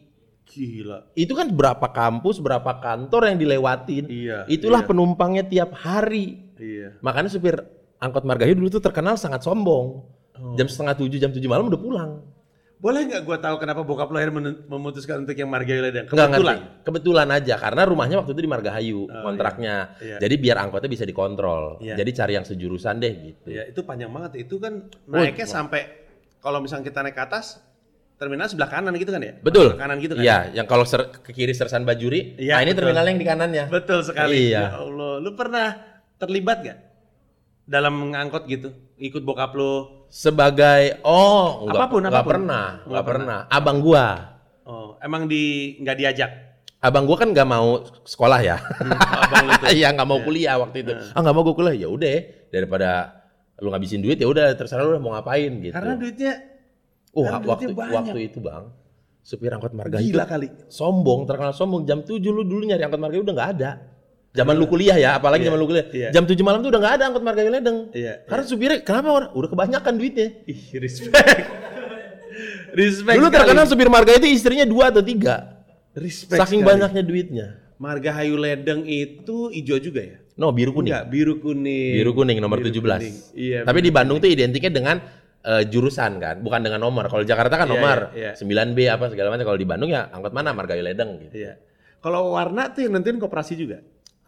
Speaker 1: Gila.
Speaker 2: Itu kan berapa kampus, berapa kantor yang dilewatin.
Speaker 1: Iya,
Speaker 2: Itulah
Speaker 1: iya.
Speaker 2: penumpangnya tiap hari.
Speaker 1: Iya.
Speaker 2: Makanya supir angkot Margahayu dulu tuh terkenal sangat sombong.
Speaker 1: Oh.
Speaker 2: Jam setengah tujuh, jam tujuh malam udah pulang.
Speaker 1: Boleh nggak gue tahu kenapa bokap lo akhirnya menen- memutuskan untuk yang Margahayu Ledeng?
Speaker 2: Nggak ngerti.
Speaker 1: Kebetulan. Oh,
Speaker 2: Kebetulan aja karena rumahnya waktu itu di Margahayu kontraknya.
Speaker 1: Iya.
Speaker 2: Jadi biar angkotnya bisa dikontrol.
Speaker 1: Iya.
Speaker 2: Jadi cari yang sejurusan deh gitu.
Speaker 1: Iya, itu panjang banget. Itu kan naiknya sampai kalau misalnya kita naik ke atas, terminal sebelah kanan gitu kan ya?
Speaker 2: Betul.
Speaker 1: Sebelah kanan gitu kan?
Speaker 2: Iya, yang kalau ser- ke kiri Sersan Bajuri,
Speaker 1: Iya,
Speaker 2: nah ini
Speaker 1: betul.
Speaker 2: terminalnya yang di kanannya.
Speaker 1: Betul sekali.
Speaker 2: Iya.
Speaker 1: Ya Allah, lu pernah terlibat gak dalam mengangkut gitu? Ikut bokap lu?
Speaker 2: Sebagai oh, nggak-
Speaker 1: Apapun,
Speaker 2: nggak
Speaker 1: apapun.
Speaker 2: pernah,
Speaker 1: Nggak
Speaker 2: nggak pernah. Abang gua.
Speaker 1: Oh, emang di nggak diajak?
Speaker 2: Abang gua kan nggak mau sekolah ya.
Speaker 1: Abang lu tuh.
Speaker 2: Iya nggak mau kuliah
Speaker 1: Iya.
Speaker 2: waktu itu. Ah nggak mau gue kuliah ya udah daripada lu ngabisin duit ya udah terserah lu mau ngapain gitu.
Speaker 1: Karena duitnya
Speaker 2: Oh,
Speaker 1: Karena
Speaker 2: waktu
Speaker 1: duitnya banyak.
Speaker 2: waktu itu bang, supir angkot Margahayu
Speaker 1: gila
Speaker 2: itu
Speaker 1: kali.
Speaker 2: sombong, terkenal sombong. Jam 7 lu dulu nyari angkot Margahayu udah nggak ada. Zaman lu kuliah ya, apalagi
Speaker 1: Iya,
Speaker 2: zaman lu kuliah.
Speaker 1: iya.
Speaker 2: Jam 7 malam tuh udah nggak ada angkot Margahayu Ledeng.
Speaker 1: Iya,
Speaker 2: Karena supirnya kenapa orang udah kebanyakan duitnya.
Speaker 1: Ih, respect. respect.
Speaker 2: Dulu
Speaker 1: sekali.
Speaker 2: terkenal supir Margahayu itu istrinya dua atau tiga.
Speaker 1: respect
Speaker 2: Saking
Speaker 1: sekali.
Speaker 2: banyaknya duitnya.
Speaker 1: Margahayu Ledeng itu hijau juga ya?
Speaker 2: No biru kuning.
Speaker 1: Enggak, biru kuning.
Speaker 2: Biru kuning nomor
Speaker 1: Biru
Speaker 2: 17.
Speaker 1: kuning. Iya.
Speaker 2: Tapi di Bandung tuh identiknya dengan eh, jurusan kan, bukan dengan nomor. Kalau Jakarta kan
Speaker 1: Iya,
Speaker 2: nomor
Speaker 1: iya, iya.
Speaker 2: 9B apa segala macam. Kalau di Bandung ya angkot mana Margahayu Ledeng gitu.
Speaker 1: Iya. Kalau warna tuh yang nentuin koperasi juga.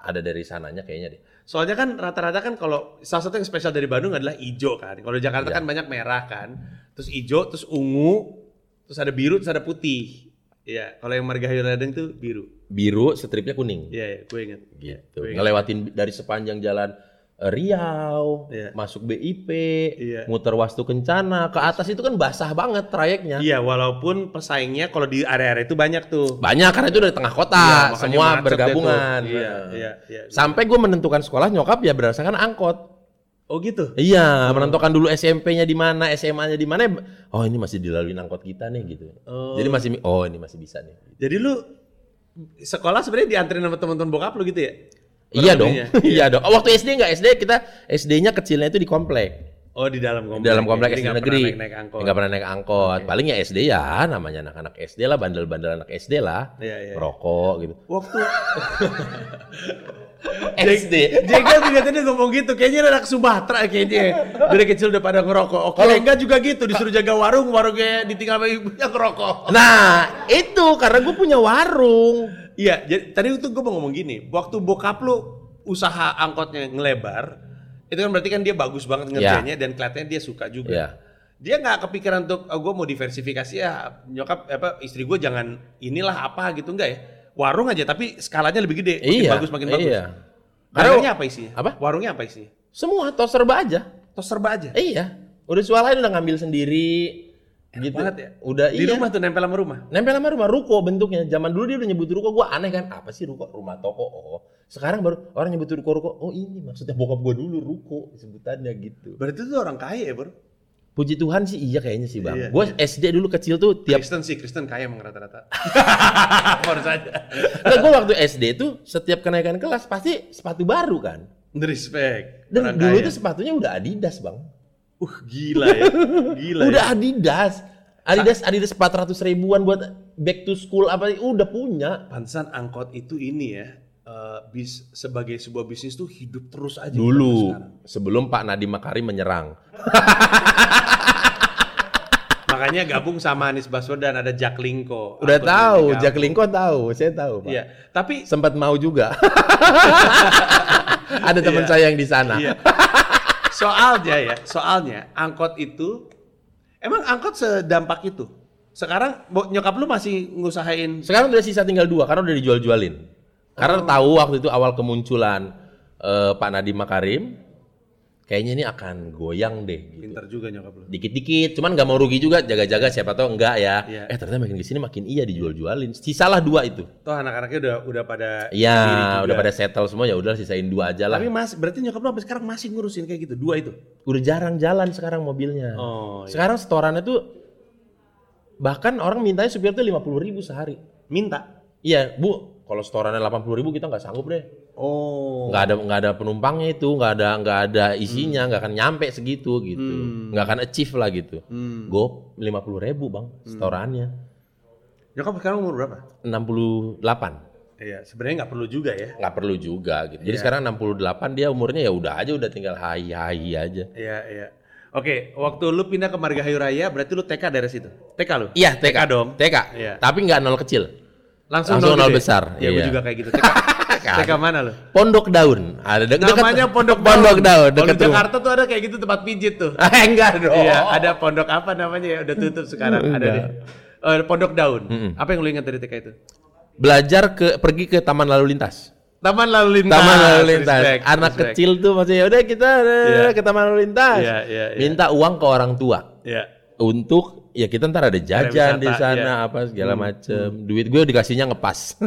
Speaker 2: Ada dari sananya kayaknya deh.
Speaker 1: Soalnya kan rata-rata kan kalau salah satu yang spesial dari Bandung adalah ijo kan. Kalau di Jakarta
Speaker 2: Iya.
Speaker 1: kan banyak merah kan. Terus ijo, terus ungu, terus ada biru, terus ada putih. Iya, kalau yang Margahayu Ledeng tuh biru.
Speaker 2: Biru stripnya kuning
Speaker 1: Iya, iya, gue inget.
Speaker 2: gitu.
Speaker 1: Gue inget.
Speaker 2: Ngelewatin dari sepanjang jalan eh, Riau,
Speaker 1: Iya.
Speaker 2: masuk BIP,
Speaker 1: Iya.
Speaker 2: muter Wastu Kencana, ke atas itu kan basah banget trayeknya.
Speaker 1: Iya, walaupun pesaingnya kalau di area-area itu banyak tuh.
Speaker 2: Banyak karena itu dari tengah
Speaker 1: Iya,
Speaker 2: kota,
Speaker 1: makanya
Speaker 2: semua
Speaker 1: macet deh
Speaker 2: bergabungan.
Speaker 1: tuh. Iya,
Speaker 2: Nah.
Speaker 1: iya, iya.
Speaker 2: Sampai gue menentukan sekolah nyokap ya berdasarkan angkot.
Speaker 1: Oh gitu.
Speaker 2: Iya, menentukan dulu SMP-nya di mana, SMA-nya di mana. Oh, ini masih dilalui angkot kita nih gitu.
Speaker 1: Oh.
Speaker 2: Jadi masih mi- oh, ini masih bisa nih.
Speaker 1: Jadi lu sekolah sebenarnya dianterin sama teman-teman bokap lu gitu ya? Kurang
Speaker 2: iya dong.
Speaker 1: lebihnya.
Speaker 2: iya dong. Oh, waktu SD enggak? SD kita SD-nya kecilnya itu di komplek.
Speaker 1: Oh, di dalam komplek.
Speaker 2: Di dalam komplek
Speaker 1: Jadi
Speaker 2: SD
Speaker 1: nggak pernah
Speaker 2: negeri.
Speaker 1: Naik-naik angkot.
Speaker 2: Nggak pernah naik angkot. Paling ya SD ya, namanya anak-anak SD lah, bandel-bandel anak SD lah.
Speaker 1: Iya, iya.
Speaker 2: Rokok gitu.
Speaker 1: Waktu
Speaker 2: SD.
Speaker 1: Jegal juga tadi ngomong gitu, kayaknya anak Sumatera kayaknya. Dari kecil udah pada ngerokok. Oke, enggak juga gitu, disuruh jaga warung, warungnya ditinggal sama ibunya ngerokok.
Speaker 2: Nah, itu karena gue punya warung.
Speaker 1: Iya, jadi tadi itu gue mau ngomong gini, waktu bokap lu usaha angkotnya ngelebar, itu kan berarti kan dia bagus banget ngerjainnya dan kelihatannya dia suka juga.
Speaker 2: Iya.
Speaker 1: Dia nggak kepikiran untuk gue mau diversifikasi ya nyokap apa istri gue jangan inilah apa gitu enggak ya warung aja tapi skalanya lebih gede makin
Speaker 2: iya.
Speaker 1: bagus makin bagus.
Speaker 2: Iya.
Speaker 1: Warungnya
Speaker 2: Karena
Speaker 1: apa isinya?
Speaker 2: Apa?
Speaker 1: Warungnya apa isinya?
Speaker 2: semua tos serba aja.
Speaker 1: Tos serba aja.
Speaker 2: Iya, udah suara lain udah ngambil sendiri gitu.
Speaker 1: banget ya.
Speaker 2: Udah
Speaker 1: Di
Speaker 2: iya.
Speaker 1: rumah tuh nempel sama rumah.
Speaker 2: Nempel sama rumah ruko bentuknya. Zaman dulu dia udah nyebut ruko, gua aneh kan. Apa sih ruko? Rumah toko. Oh. Sekarang baru orang nyebut ruko ruko. Oh, ini maksudnya bokap gua dulu ruko sebutannya gitu.
Speaker 1: Berarti tuh orang kaya ya, Bro.
Speaker 2: Puji Tuhan sih iya kayaknya sih, Bang.
Speaker 1: Iya,
Speaker 2: gua SD dulu kecil tuh tiap
Speaker 1: Kristen sih, Kristen kaya emang rata-rata. Baru saja.
Speaker 2: Nah, gua waktu SD tuh setiap kenaikan kelas pasti sepatu baru kan.
Speaker 1: Respect. orang
Speaker 2: Dan dulu
Speaker 1: kaya.
Speaker 2: tuh sepatunya udah Adidas, Bang.
Speaker 1: Uh, gila ya. Gila
Speaker 2: udah
Speaker 1: ya.
Speaker 2: Adidas. Adidas Adidas 400 ribuan buat back to school apa udah punya.
Speaker 1: Pansan ya. angkot itu ini ya. eh, bis sebagai sebuah bisnis tuh hidup terus aja gitu
Speaker 2: dulu
Speaker 1: sampai sekarang.
Speaker 2: sebelum Pak Nadiem Makarim menyerang.
Speaker 1: makanya gabung sama Anies Baswedan ada Jaklingko.
Speaker 2: Udah
Speaker 1: Aku
Speaker 2: tahu,
Speaker 1: juga
Speaker 2: Jack Lincoln tahu, saya tahu, Pak.
Speaker 1: Iya, tapi
Speaker 2: Sempat mau juga. Ada teman
Speaker 1: Iya.
Speaker 2: saya yang di sana.
Speaker 1: iya. soalnya ya, soalnya angkot itu emang angkot sedampak itu. Sekarang bo- nyokap lu masih ngusahain
Speaker 2: Sekarang udah sisa tinggal dua karena udah dijual-jualin. Karena
Speaker 1: Oh.
Speaker 2: tahu waktu itu awal kemunculan eh, Pak Nadiem Makarim, kayaknya ini akan goyang deh. gitu.
Speaker 1: pinter juga nyokap lu.
Speaker 2: Dikit-dikit, cuman nggak mau rugi juga, jaga-jaga siapa tahu enggak ya.
Speaker 1: Iya.
Speaker 2: Eh ternyata makin kesini makin iya dijual-jualin. Sisalah dua itu.
Speaker 1: Toh anak-anaknya udah udah pada sendiri
Speaker 2: Iya,
Speaker 1: juga.
Speaker 2: udah pada settle semua ya udah sisain dua aja lah.
Speaker 1: Tapi Mas, berarti nyokap lu sampai sekarang masih ngurusin kayak gitu, dua itu.
Speaker 2: Udah jarang jalan sekarang mobilnya.
Speaker 1: Oh, iya.
Speaker 2: Sekarang setorannya tuh bahkan orang mintanya supir tuh 50.000 ribu sehari.
Speaker 1: minta.
Speaker 2: Iya, Bu, kalau setorannya 80.000 ribu kita nggak sanggup deh.
Speaker 1: Oh.
Speaker 2: nggak ada nggak ada penumpangnya itu nggak ada nggak ada isinya nggak akan nyampe segitu gitu nggak akan achieve lah gitu
Speaker 1: Hmm.
Speaker 2: go lima puluh ribu bang setorannya
Speaker 1: Nyokap sekarang umur berapa?
Speaker 2: 68
Speaker 1: Iya, sebenarnya nggak perlu juga ya.
Speaker 2: nggak perlu juga gitu
Speaker 1: Iya.
Speaker 2: jadi sekarang 68 dia umurnya ya udah aja udah tinggal hai hai aja
Speaker 1: Iya, iya. Oke, waktu lu pindah ke Margahayu Raya, berarti lu TK dari situ. TK lu?
Speaker 2: iya TK,
Speaker 1: dong.
Speaker 2: TK
Speaker 1: Iya.
Speaker 2: tapi nggak nol kecil
Speaker 1: Langsung,
Speaker 2: Langsung
Speaker 1: gitu
Speaker 2: nol
Speaker 1: ya?
Speaker 2: besar,
Speaker 1: Ya, gue
Speaker 2: iya.
Speaker 1: juga kayak gitu. TK, TK mana lu?
Speaker 2: Pondok Daun ada de- deket-
Speaker 1: Namanya Pondok Daun.
Speaker 2: Pondok
Speaker 1: Kalau
Speaker 2: Daun deket
Speaker 1: di Jakarta tuh ada kayak gitu tempat pijit tuh.
Speaker 2: rumah. Eh, enggak dong
Speaker 1: Iya, ada pondok apa namanya ya? Udah tutup sekarang. ada deh.
Speaker 2: Enggak.
Speaker 1: Eh, pondok daun. Apa yang lu ingat dari TK itu?
Speaker 2: belajar ke pergi ke taman lalu lintas
Speaker 1: Taman lalu lintas.
Speaker 2: Taman lalu lintas.
Speaker 1: Nah, Respect,
Speaker 2: Anak
Speaker 1: respect.
Speaker 2: kecil tuh maksudnya udah kita eh,
Speaker 1: Iya.
Speaker 2: ke taman lalu lintas.
Speaker 1: Iya, iya, iya.
Speaker 2: Minta uang ke orang tua
Speaker 1: Iya.
Speaker 2: untuk ya kita ntar ada
Speaker 1: wisata,
Speaker 2: jajan di
Speaker 1: iya.
Speaker 2: sana apa segala macem. Duit gue dikasihnya ngepas.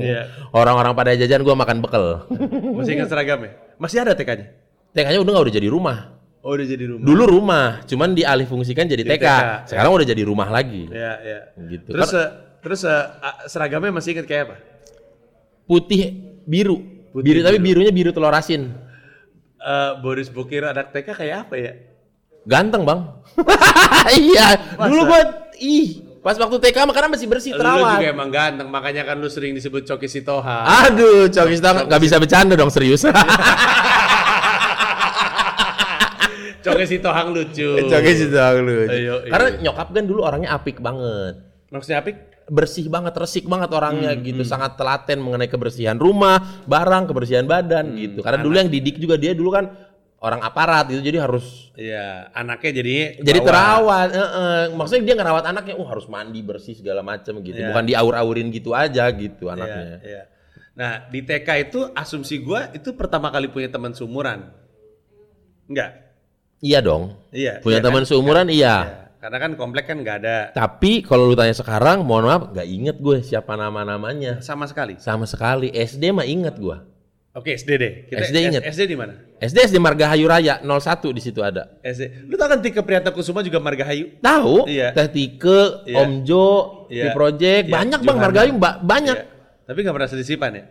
Speaker 1: Iya.
Speaker 2: Orang-orang pada jajan gue makan bekal.
Speaker 1: Masih ingat seragamnya? Masih ada TK-nya?
Speaker 2: TK-nya udah nggak udah jadi rumah.
Speaker 1: Oh, udah jadi rumah.
Speaker 2: Dulu rumah, cuman dialih fungsikan jadi
Speaker 1: Jadi
Speaker 2: TK.
Speaker 1: TK.
Speaker 2: Sekarang udah jadi rumah lagi.
Speaker 1: Iya, iya.
Speaker 2: Gitu.
Speaker 1: Terus eh, terus eh, ah, seragamnya masih ingat kayak apa?
Speaker 2: Putih biru.
Speaker 1: Putih,
Speaker 2: biru, tapi birunya biru telur asin.
Speaker 1: Eh, Boris Bokir anak TK kayak apa ya?
Speaker 2: Ganteng bang. iya. Dulu gue ih pas waktu TK mah karena masih bersih
Speaker 1: Lu
Speaker 2: terawat.
Speaker 1: juga emang ganteng, makanya kan lu sering disebut Coki Sitoha.
Speaker 2: Ah. Aduh, Coki Star nggak bisa bercanda dong serius.
Speaker 1: Coki Sitohang lucu.
Speaker 2: Coki Star lu.
Speaker 1: Gitu. Iya, iya.
Speaker 2: Karena nyokap kan dulu orangnya apik banget.
Speaker 1: Maksudnya apik?
Speaker 2: Bersih banget, resik banget
Speaker 1: Hmm,
Speaker 2: orangnya gitu. Sangat telaten mengenai kebersihan rumah, barang, kebersihan badan
Speaker 1: Hmm,
Speaker 2: gitu. Karena dulu yang didik juga dia dulu kan orang aparat gitu. Jadi harus
Speaker 1: Iya, anaknya jadi
Speaker 2: jadi
Speaker 1: bawah.
Speaker 2: terawat. eh, eh. Maksudnya dia ngerawat anaknya, oh harus mandi, bersih segala macem gitu.
Speaker 1: Iya.
Speaker 2: Bukan diaur-aurin gitu aja gitu
Speaker 1: Iya,
Speaker 2: anaknya.
Speaker 1: iya. Nah, di TK itu asumsi gua itu pertama kali punya teman seumuran. Enggak.
Speaker 2: Iya dong.
Speaker 1: Iya. iya
Speaker 2: Punya teman
Speaker 1: kan?
Speaker 2: seumuran iya.
Speaker 1: Iya. Karena kan komplek kan nggak ada
Speaker 2: Tapi kalau lu tanya sekarang, mohon maaf, nggak inget gue siapa nama-namanya.
Speaker 1: sama sekali.
Speaker 2: Sama sekali. SD mah inget gue.
Speaker 1: Oke, SD deh.
Speaker 2: SD ingat.
Speaker 1: SD di mana?
Speaker 2: SD SD Margahayu Raya 01 di situ ada.
Speaker 1: SD. Lu tau kan Tika Priyata Kusuma juga Margahayu?
Speaker 2: Tahu?
Speaker 1: Iya.
Speaker 2: Teh Tike,
Speaker 1: Iya.
Speaker 2: Om Jo,
Speaker 1: Iya.
Speaker 2: di Project,
Speaker 1: Iya,
Speaker 2: banyak bang
Speaker 1: Johanna.
Speaker 2: Margahayu, ba- banyak.
Speaker 1: Iya. Tapi nggak pernah selisipan ya?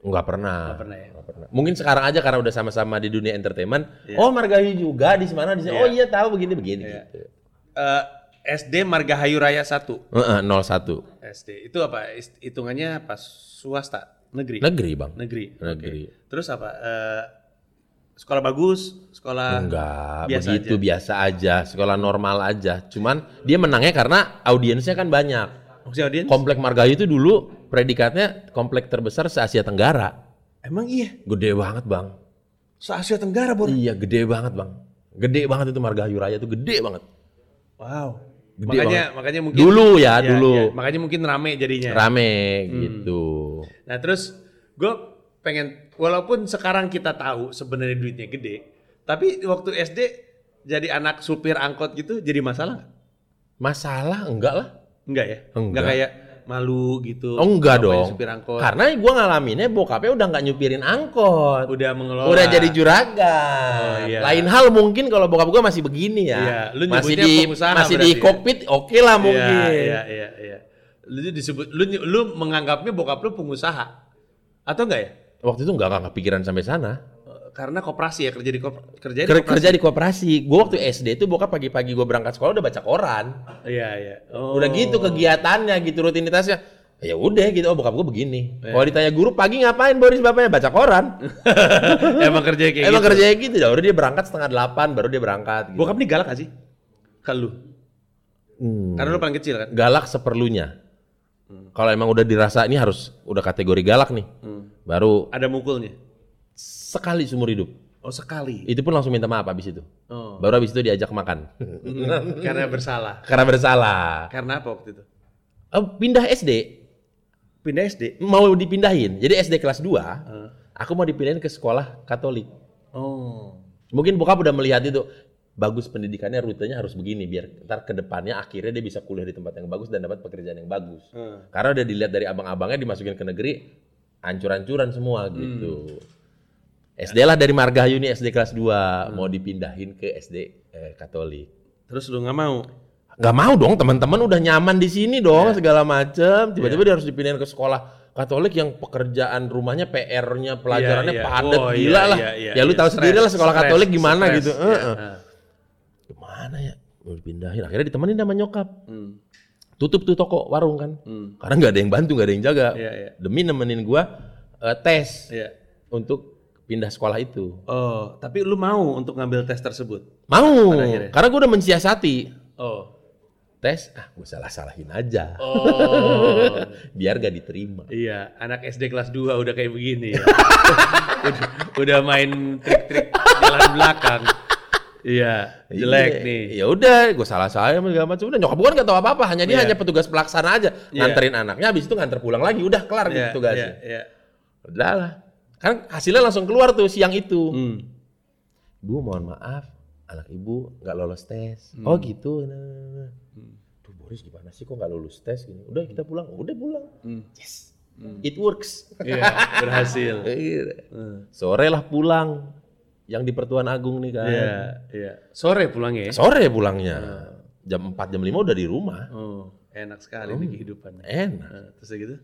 Speaker 2: Nggak pernah.
Speaker 1: Nggak pernah ya?
Speaker 2: Nggak pernah. Mungkin sekarang aja karena udah sama-sama di dunia entertainment. Oh Margahayu juga di mana di sini.
Speaker 1: Iya.
Speaker 2: Oh iya tahu begini begini.
Speaker 1: Iya.
Speaker 2: Gitu.
Speaker 1: Eh, SD Margahayu Raya 1.
Speaker 2: Heeh, 01
Speaker 1: SD. Itu apa? Ist- Hitungannya pas swasta, negeri.
Speaker 2: negeri bang.
Speaker 1: Negeri. Oke.
Speaker 2: Negeri.
Speaker 1: Terus apa? Eh, sekolah bagus, sekolah
Speaker 2: Enggak,
Speaker 1: Ah, biasa
Speaker 2: begitu
Speaker 1: aja.
Speaker 2: biasa aja, sekolah normal aja. Cuman dia menangnya karena audiensnya kan banyak.
Speaker 1: Maksudnya audiens?
Speaker 2: Komplek Margahayu itu dulu predikatnya komplek terbesar se-Asia Tenggara.
Speaker 1: Emang iya,
Speaker 2: Gede banget, Bang.
Speaker 1: se Asia Tenggara, Bor.
Speaker 2: Iya, gede banget, Bang. Gede banget itu Margahayu Raya itu gede banget.
Speaker 1: Wow.
Speaker 2: Gede
Speaker 1: makanya makanya mungkin
Speaker 2: Dulu ya,
Speaker 1: Iya,
Speaker 2: dulu.
Speaker 1: iya. Hmm. Makanya mungkin rame jadinya.
Speaker 2: Rame gitu.
Speaker 1: Nah, terus gue pengen walaupun sekarang kita tahu sebenarnya duitnya gede, tapi waktu SD jadi anak supir angkot gitu jadi masalah nggak?
Speaker 2: Masalah enggak lah.
Speaker 1: Enggak ya?
Speaker 2: Enggak.
Speaker 1: kayak malu gitu.
Speaker 2: Oh, enggak
Speaker 1: ngapain
Speaker 2: dong.
Speaker 1: Supir angkot.
Speaker 2: Karena gua ngalaminnya bokapnya udah nggak nyupirin angkot.
Speaker 1: Udah mengelola.
Speaker 2: Udah jadi
Speaker 1: Oh,
Speaker 2: juragan.
Speaker 1: iya.
Speaker 2: Lain hal mungkin kalau bokap gua masih begini ya.
Speaker 1: Iya, lu
Speaker 2: masih
Speaker 1: nyebutnya
Speaker 2: di
Speaker 1: pengusaha
Speaker 2: masih di
Speaker 1: berarti ya?
Speaker 2: kokpit oke lah mungkin.
Speaker 1: Iya, iya, iya, iya. Lu disebut lu lu menganggapnya bokap lu pengusaha. Atau enggak ya?
Speaker 2: Waktu itu nggak nggak kepikiran sampai sana.
Speaker 1: Eh, Karena koperasi ya, kerja di kop- kerja di
Speaker 2: Ker-
Speaker 1: koperasi.
Speaker 2: kerja di koperasi. Gua waktu SD itu bokap pagi-pagi gua berangkat sekolah udah baca koran.
Speaker 1: Iya, iya. Oh.
Speaker 2: Udah gitu kegiatannya gitu rutinitasnya. Ya udah gitu, oh bokap gua begini.
Speaker 1: Iya.
Speaker 2: Kalau ditanya guru pagi ngapain Boris bapaknya baca koran.
Speaker 1: Emang kerja kayak
Speaker 2: Emang Ya
Speaker 1: gitu.
Speaker 2: kerjanya gitu, baru dia berangkat setengah delapan, baru dia berangkat. Gitu.
Speaker 1: Bokap nih galak gak sih? Ke lu.
Speaker 2: Hmm.
Speaker 1: Karena Hmm. lu paling kecil kan.
Speaker 2: galak seperlunya. Kalau emang udah dirasa ini harus udah kategori galak nih.
Speaker 1: Hmm.
Speaker 2: Baru
Speaker 1: Ada mukulnya.
Speaker 2: sekali seumur hidup.
Speaker 1: Oh sekali.
Speaker 2: Itu pun langsung minta maaf habis itu.
Speaker 1: Oh. Hmm.
Speaker 2: Baru habis itu diajak makan.
Speaker 1: Karena bersalah.
Speaker 2: Karena bersalah.
Speaker 1: Karena apa waktu itu?
Speaker 2: Eh, Pindah SD,
Speaker 1: Pindah SD.
Speaker 2: mau dipindahin. Jadi SD kelas
Speaker 1: Ah.
Speaker 2: 2, aku mau dipindahin ke sekolah Katolik.
Speaker 1: Oh.
Speaker 2: Mungkin bokap udah melihat itu bagus pendidikannya rutenya harus begini biar ntar kedepannya akhirnya dia bisa kuliah di tempat yang bagus dan dapat pekerjaan yang bagus. Karena udah dilihat dari abang-abangnya dimasukin ke negeri ancur-ancuran semua gitu.
Speaker 1: Hmm.
Speaker 2: SD lah dari Margahayu nih SD kelas 2 mau dipindahin ke SD eh, Katolik.
Speaker 1: Terus lu nggak mau?
Speaker 2: Gak mau dong teman-teman udah nyaman di sini dong
Speaker 1: Iya.
Speaker 2: segala macem. Tiba-tiba dia harus dipindahin ke sekolah Katolik yang pekerjaan rumahnya PR-nya pelajarannya
Speaker 1: Iya, iya.
Speaker 2: padat
Speaker 1: Oh,
Speaker 2: gila
Speaker 1: iya,
Speaker 2: lah.
Speaker 1: iya, iya,
Speaker 2: ya lu
Speaker 1: iya.
Speaker 2: tahu
Speaker 1: Stres,
Speaker 2: sendiri lah sekolah
Speaker 1: stres,
Speaker 2: Katolik gimana
Speaker 1: stres,
Speaker 2: gitu.
Speaker 1: iya.
Speaker 2: Heeh.
Speaker 1: Ah.
Speaker 2: Gimana ya? Mau dipindahin akhirnya ditemenin sama nyokap.
Speaker 1: Hmm.
Speaker 2: Tutup tuh toko warung kan.
Speaker 1: Hmm.
Speaker 2: Karena nggak ada yang bantu, nggak ada yang jaga.
Speaker 1: Iya, iya.
Speaker 2: Demi nemenin gua eh, tes
Speaker 1: Iya.
Speaker 2: untuk pindah sekolah itu.
Speaker 1: Oh, tapi lu mau untuk ngambil tes tersebut?
Speaker 2: Mau,
Speaker 1: akhirnya.
Speaker 2: karena gua udah mensiasati
Speaker 1: Oh.
Speaker 2: tes. Ah, gua salah salahin aja.
Speaker 1: Oh.
Speaker 2: Biar gak diterima.
Speaker 1: iya, anak SD kelas 2 udah kayak begini ya. udah, udah main trik-trik jalan belakang. Iya, jelek
Speaker 2: Iya.
Speaker 1: nih.
Speaker 2: Ya udah, gue salah salah segala macam. Udah nyokap gue kan gak tahu apa-apa, hanya
Speaker 1: Iya.
Speaker 2: dia hanya petugas pelaksana aja,
Speaker 1: Iya.
Speaker 2: nganterin anaknya habis itu nganter pulang lagi, udah kelar
Speaker 1: Iya,
Speaker 2: gitu tugasnya.
Speaker 1: iya, iya.
Speaker 2: Udah lah. Kan hasilnya langsung keluar tuh siang itu.
Speaker 1: Hmm.
Speaker 2: Bu, mohon maaf, anak ibu nggak lolos tes.
Speaker 1: Hmm.
Speaker 2: Oh gitu. Nah, nah, nah. Duh, Boris gimana sih kok nggak lulus tes gini? Udah kita pulang, udah pulang.
Speaker 1: Hmm.
Speaker 2: Yes. It works.
Speaker 1: Iya, berhasil. Hmm.
Speaker 2: Sore lah pulang. Yang di Pertuan Agung nih kan.
Speaker 1: Iya, iya. Sore pulang ya?
Speaker 2: Sore pulangnya. Jam 4 jam 5 udah di rumah.
Speaker 1: Oh, enak sekali nih kehidupannya.
Speaker 2: Enak.
Speaker 1: Nah, terus gitu?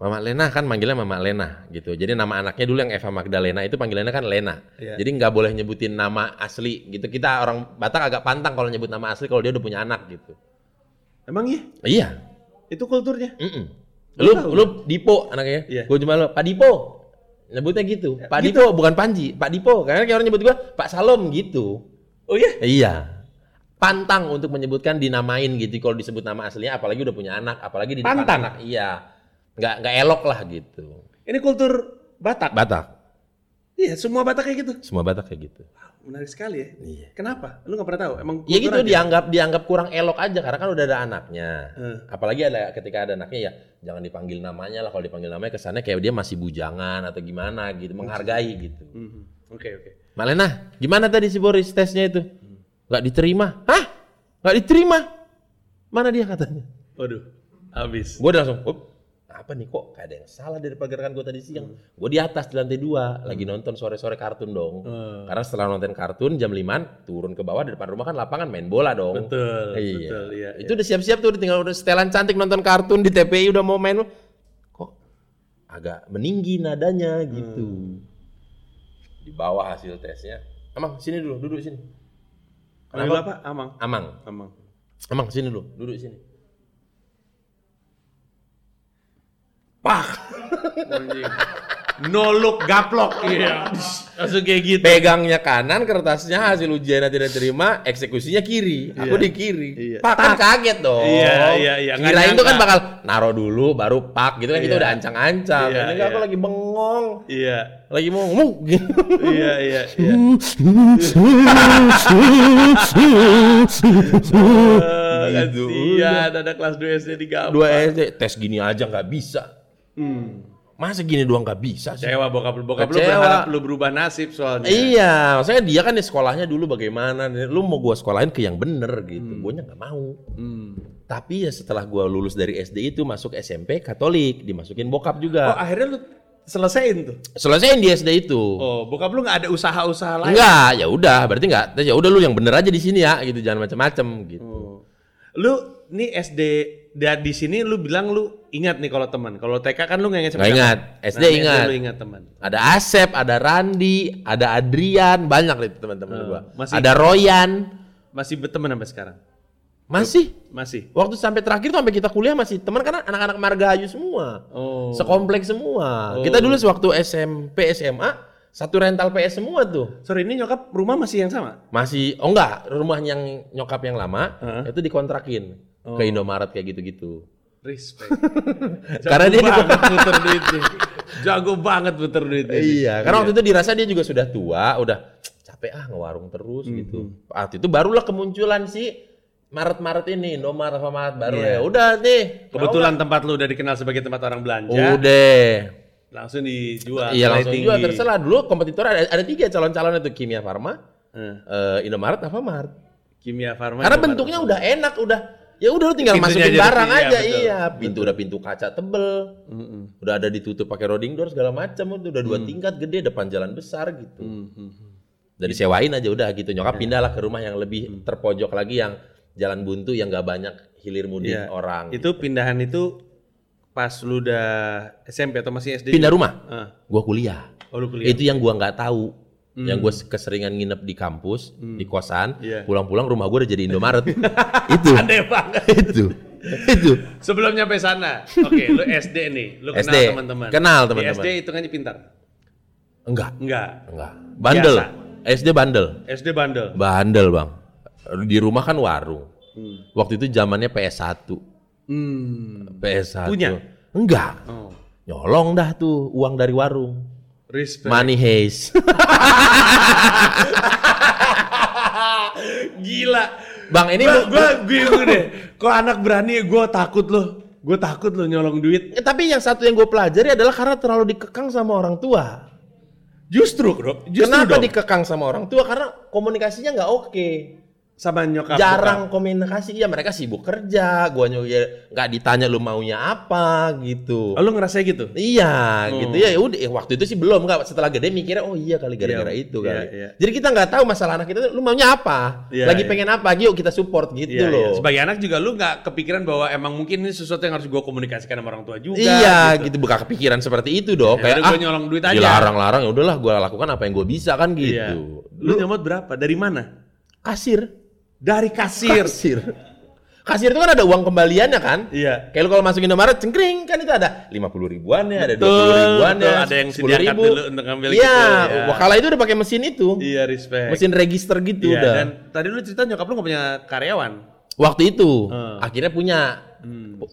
Speaker 2: Mama Lena kan manggilnya Mama Lena gitu. Jadi nama anaknya dulu yang Eva Magdalena itu panggilannya kan Lena.
Speaker 1: Iya.
Speaker 2: Jadi nggak boleh nyebutin nama asli gitu. Kita orang Batak agak pantang kalau nyebut nama asli kalau dia udah punya anak gitu.
Speaker 1: Emang iya?
Speaker 2: Iya.
Speaker 1: Itu kulturnya?
Speaker 2: Mm-mm. Lu lu Dipo anaknya.
Speaker 1: Iya.
Speaker 2: Gue cuma lu Pak Dipo. Nyebutnya gitu. Pak Dipo bukan Panji, Pak Dipo. Karena kayak orang nyebut gua Pak Salom gitu.
Speaker 1: Oh iya?
Speaker 2: Iya. Pantang untuk menyebutkan dinamain gitu kalau disebut nama aslinya apalagi udah punya anak, apalagi di depan
Speaker 1: Pantang?
Speaker 2: anak. Iya. Nggak nggak elok lah gitu.
Speaker 1: Ini kultur Batak?
Speaker 2: Batak.
Speaker 1: Iya, semua Batak kayak gitu.
Speaker 2: Semua Batak kayak gitu.
Speaker 1: Menarik sekali ya.
Speaker 2: Iya.
Speaker 1: Kenapa? Lu gak pernah tahu? Emang
Speaker 2: Ya gitu
Speaker 1: kultur aja?
Speaker 2: dianggap dianggap kurang elok aja karena kan udah ada anaknya.
Speaker 1: Eh.
Speaker 2: Apalagi ada ketika ada anaknya ya jangan dipanggil namanya lah kalau dipanggil namanya kesannya kayak dia masih bujangan atau gimana gitu menghargai gitu.
Speaker 1: Mhm. Oke oke.
Speaker 2: Malena, gimana tadi si Boris tesnya itu? Gak diterima? Hah? Gak diterima? Mana dia katanya?
Speaker 1: Waduh, habis.
Speaker 2: Gue langsung, "Up, apa nih kok? Gak ada yang salah dari pergerakan gue tadi siang. Gue di atas di lantai dua, lagi nonton sore-sore kartun dong.
Speaker 1: Eh.
Speaker 2: Karena setelah nonton kartun jam 5 turun ke bawah di depan rumah kan lapangan main bola dong.
Speaker 1: Betul,
Speaker 2: Iya.
Speaker 1: betul, iya.
Speaker 2: Itu udah siap-siap tuh udah tinggal udah setelan cantik nonton kartun di TPI udah mau main. Kok agak meninggi nadanya gitu. Di bawah hasil tesnya. Amang sini dulu, duduk sini.
Speaker 1: Panggil apa? Amang.
Speaker 2: Amang,
Speaker 1: Amang.
Speaker 2: Amang sini dulu, duduk sini. Pak,
Speaker 1: no look gaplok. Iya. Langsung kayak gitu.
Speaker 2: pegangnya kanan, kertasnya hasil ujiannya tidak terima, eksekusinya kiri. Aku
Speaker 1: Iya.
Speaker 2: di kiri.
Speaker 1: Iya.
Speaker 2: Pak kan kaget dong.
Speaker 1: Iya, iya, iya. Nggak
Speaker 2: Kirain tuh kan
Speaker 1: nyangka.
Speaker 2: bakal naro dulu baru pak gitu kan kita
Speaker 1: Iya.
Speaker 2: udah ancang-ancang.
Speaker 1: Iya,
Speaker 2: Ini aku
Speaker 1: iya.
Speaker 2: lagi bengong,
Speaker 1: Iya,
Speaker 2: lagi mau ngomong gitu.
Speaker 1: iya, iya, iya. Eh,
Speaker 2: Gitu.
Speaker 1: Kasihan ada kelas 2 SD di
Speaker 2: Dua
Speaker 1: gaplok.
Speaker 2: SD tes gini aja nggak bisa.
Speaker 1: Hmm.
Speaker 2: Masa gini doang nggak bisa sih?
Speaker 1: Kecewa bokap lu. Bokap lu
Speaker 2: Kecewa.
Speaker 1: berharap lu berubah nasib soalnya.
Speaker 2: Iya, maksudnya dia kan di sekolahnya dulu bagaimana? Lu mau gua sekolahin ke yang bener gitu, Gua nya nggak mau.
Speaker 1: Hmm.
Speaker 2: Tapi ya setelah gua lulus dari SD itu masuk SMP Katolik, dimasukin bokap
Speaker 1: Oh,
Speaker 2: juga.
Speaker 1: akhirnya lu selesaiin tuh.
Speaker 2: Selesaiin di SD itu.
Speaker 1: Oh, bokap lu nggak ada usaha-usaha lain.
Speaker 2: Enggak, ya udah, berarti enggak. Terus ya udah lu yang bener aja di sini ya, gitu jangan macam-macam gitu.
Speaker 1: Oh. Lu nih SD dan di sini lu bilang lu ingat nih kalau teman. Kalau TK kan lu nggak ingat sama
Speaker 2: Nggak
Speaker 1: teman.
Speaker 2: ingat.
Speaker 1: Nah,
Speaker 2: SD
Speaker 1: di
Speaker 2: ingat.
Speaker 1: Lu ingat teman.
Speaker 2: Ada Asep, ada Randi, ada Adrian, banyak deh teman-teman
Speaker 1: Oh,
Speaker 2: gua.
Speaker 1: masih-
Speaker 2: Ada Royan.
Speaker 1: Masih berteman sampai sekarang.
Speaker 2: Masih
Speaker 1: Masih.
Speaker 2: waktu sampai terakhir tuh sampai kita kuliah masih teman karena anak-anak Margahayu semua.
Speaker 1: Oh.
Speaker 2: Sekompleks semua.
Speaker 1: Oh.
Speaker 2: Kita dulu sewaktu SMP, SMA satu rental PS semua tuh.
Speaker 1: Sorry, ini nyokap rumah masih yang sama?
Speaker 2: Masih oh enggak, rumah yang nyokap yang lama
Speaker 1: Heeh.
Speaker 2: itu dikontrakin
Speaker 1: Oh.
Speaker 2: ke Indomaret kayak gitu-gitu.
Speaker 1: Respect.
Speaker 2: Karena dia
Speaker 1: banget puter duitnya. Jago banget puter duitnya.
Speaker 2: Iya, karena waktu itu dirasa dia juga sudah tua, udah "Cek, capek ah ngewarung terus gitu. Waktu itu barulah kemunculan si Maret-Maret ini, Indomaret sama Maret baru
Speaker 1: Iya.
Speaker 2: ya. Udah deh,
Speaker 1: Kebetulan tempat lu udah dikenal sebagai tempat orang belanja,
Speaker 2: udah.
Speaker 1: langsung dijual.
Speaker 2: Iya
Speaker 1: nilai
Speaker 2: langsung
Speaker 1: tinggi.
Speaker 2: jual terserah dulu kompetitor ada, ada tiga calon-calon itu Kimia Farma,
Speaker 1: Eh,
Speaker 2: eh, Indomaret, Alfamart.
Speaker 1: kimia Farma.
Speaker 2: Karena
Speaker 1: Indomaret.
Speaker 2: bentuknya udah enak, udah ya udah lu tinggal
Speaker 1: Pintunya
Speaker 2: masukin
Speaker 1: aja
Speaker 2: barang
Speaker 1: udah-
Speaker 2: aja,
Speaker 1: iya, betul.
Speaker 2: iya. Pintu udah pintu kaca tebel,
Speaker 1: Mm-mm.
Speaker 2: udah ada ditutup pakai roding door segala macam, itu udah
Speaker 1: Hmm.
Speaker 2: dua tingkat gede, depan jalan besar gitu.
Speaker 1: Mm-mm.
Speaker 2: Udah disewain aja udah gitu. Nyokap
Speaker 1: Iya.
Speaker 2: pindahlah ke rumah yang
Speaker 1: Hmm.
Speaker 2: lebih terpojok lagi yang jalan buntu yang nggak banyak hilir mudik
Speaker 1: Iya.
Speaker 2: orang.
Speaker 1: Itu pindahan itu pas lu udah SMP atau masih SD?
Speaker 2: Pindah rumah,
Speaker 1: Ah,
Speaker 2: gua kuliah.
Speaker 1: oh, lu kuliah. Hmm.
Speaker 2: Itu yang gua nggak tahu. Yang gue keseringan nginep di kampus, di kosan,
Speaker 1: Iya.
Speaker 2: pulang-pulang rumah gue udah jadi Indomaret. itu,
Speaker 1: Aneh banget.
Speaker 2: itu, itu.
Speaker 1: Sebelum nyampe sana, oke, lu SD nih, lu kenal
Speaker 2: SD.
Speaker 1: teman-teman.
Speaker 2: Kenal
Speaker 1: Di
Speaker 2: teman-teman.
Speaker 1: SD hitungannya pintar.
Speaker 2: Enggak,
Speaker 1: Enggak.
Speaker 2: enggak. Bandel. SD bandel.
Speaker 1: SD bandel.
Speaker 2: Bandel, Bang. Di rumah kan warung. Waktu itu zamannya PS1.
Speaker 1: Hmm.
Speaker 2: PS1.
Speaker 1: Punya?
Speaker 2: Enggak.
Speaker 1: Oh.
Speaker 2: Nyolong dah tuh uang dari warung.
Speaker 1: Respect.
Speaker 2: Money heist.
Speaker 1: Gila.
Speaker 2: Bang, ini
Speaker 1: gua,
Speaker 2: bu-
Speaker 1: gua bingung deh. Kok anak berani gua takut loh. Gua takut loh nyolong duit.
Speaker 2: Eh, tapi yang satu yang gue pelajari adalah karena terlalu dikekang sama orang tua.
Speaker 1: Justru, Bro. Justru
Speaker 2: Kenapa
Speaker 1: dong.
Speaker 2: dikekang sama orang tua? Karena komunikasinya nggak oke.
Speaker 1: sama nyokap.
Speaker 2: Jarang komunikasi. Ya mereka sibuk kerja. Gua juga nggak ditanya lu maunya apa gitu.
Speaker 1: Oh, lu ngerasa gitu?
Speaker 2: Iya,
Speaker 1: Hmm.
Speaker 2: gitu ya. Udah, eh, waktu itu sih belum nggak. Setelah gede mikirnya, oh iya kali gara-gara
Speaker 1: Iya,
Speaker 2: itu kali.
Speaker 1: iya, iya.
Speaker 2: Jadi kita nggak tahu masalah anak kita. Lu maunya apa?
Speaker 1: Iya, iya.
Speaker 2: Lagi pengen apa? Yuk kita support
Speaker 1: Iya,
Speaker 2: gitu loh.
Speaker 1: iya. Sebagai anak juga lu nggak kepikiran bahwa emang mungkin ini sesuatu yang harus gua komunikasikan sama orang tua juga.
Speaker 2: Iya, gitu. buka kepikiran seperti itu dong.
Speaker 1: Ya,
Speaker 2: Kayak
Speaker 1: udah
Speaker 2: ah,
Speaker 1: gua nyolong duit aja.
Speaker 2: dilarang-larang ya udahlah gua lakukan apa yang gua bisa kan gitu.
Speaker 1: Iya. Lu nyomot berapa? Dari mana?
Speaker 2: Kasir.
Speaker 1: Dari kasir.
Speaker 2: Kasir. Kasir itu kan ada uang kembaliannya kan?
Speaker 1: Iya.
Speaker 2: Kayak lu kalau masuk Indomaret cengkring kan itu ada 50 ribuannya, ada
Speaker 1: Betul,
Speaker 2: 20 ribuannya,
Speaker 1: betul. Ada yang sediakan dulu untuk ngambil
Speaker 2: iya,
Speaker 1: gitu, ya.
Speaker 2: Wah, kala itu udah pakai mesin itu.
Speaker 1: Iya, respect.
Speaker 2: Mesin register gitu
Speaker 1: Iya,
Speaker 2: udah.
Speaker 1: dan tadi lu cerita nyokap lu gak punya karyawan.
Speaker 2: Waktu itu
Speaker 1: Hmm.
Speaker 2: akhirnya punya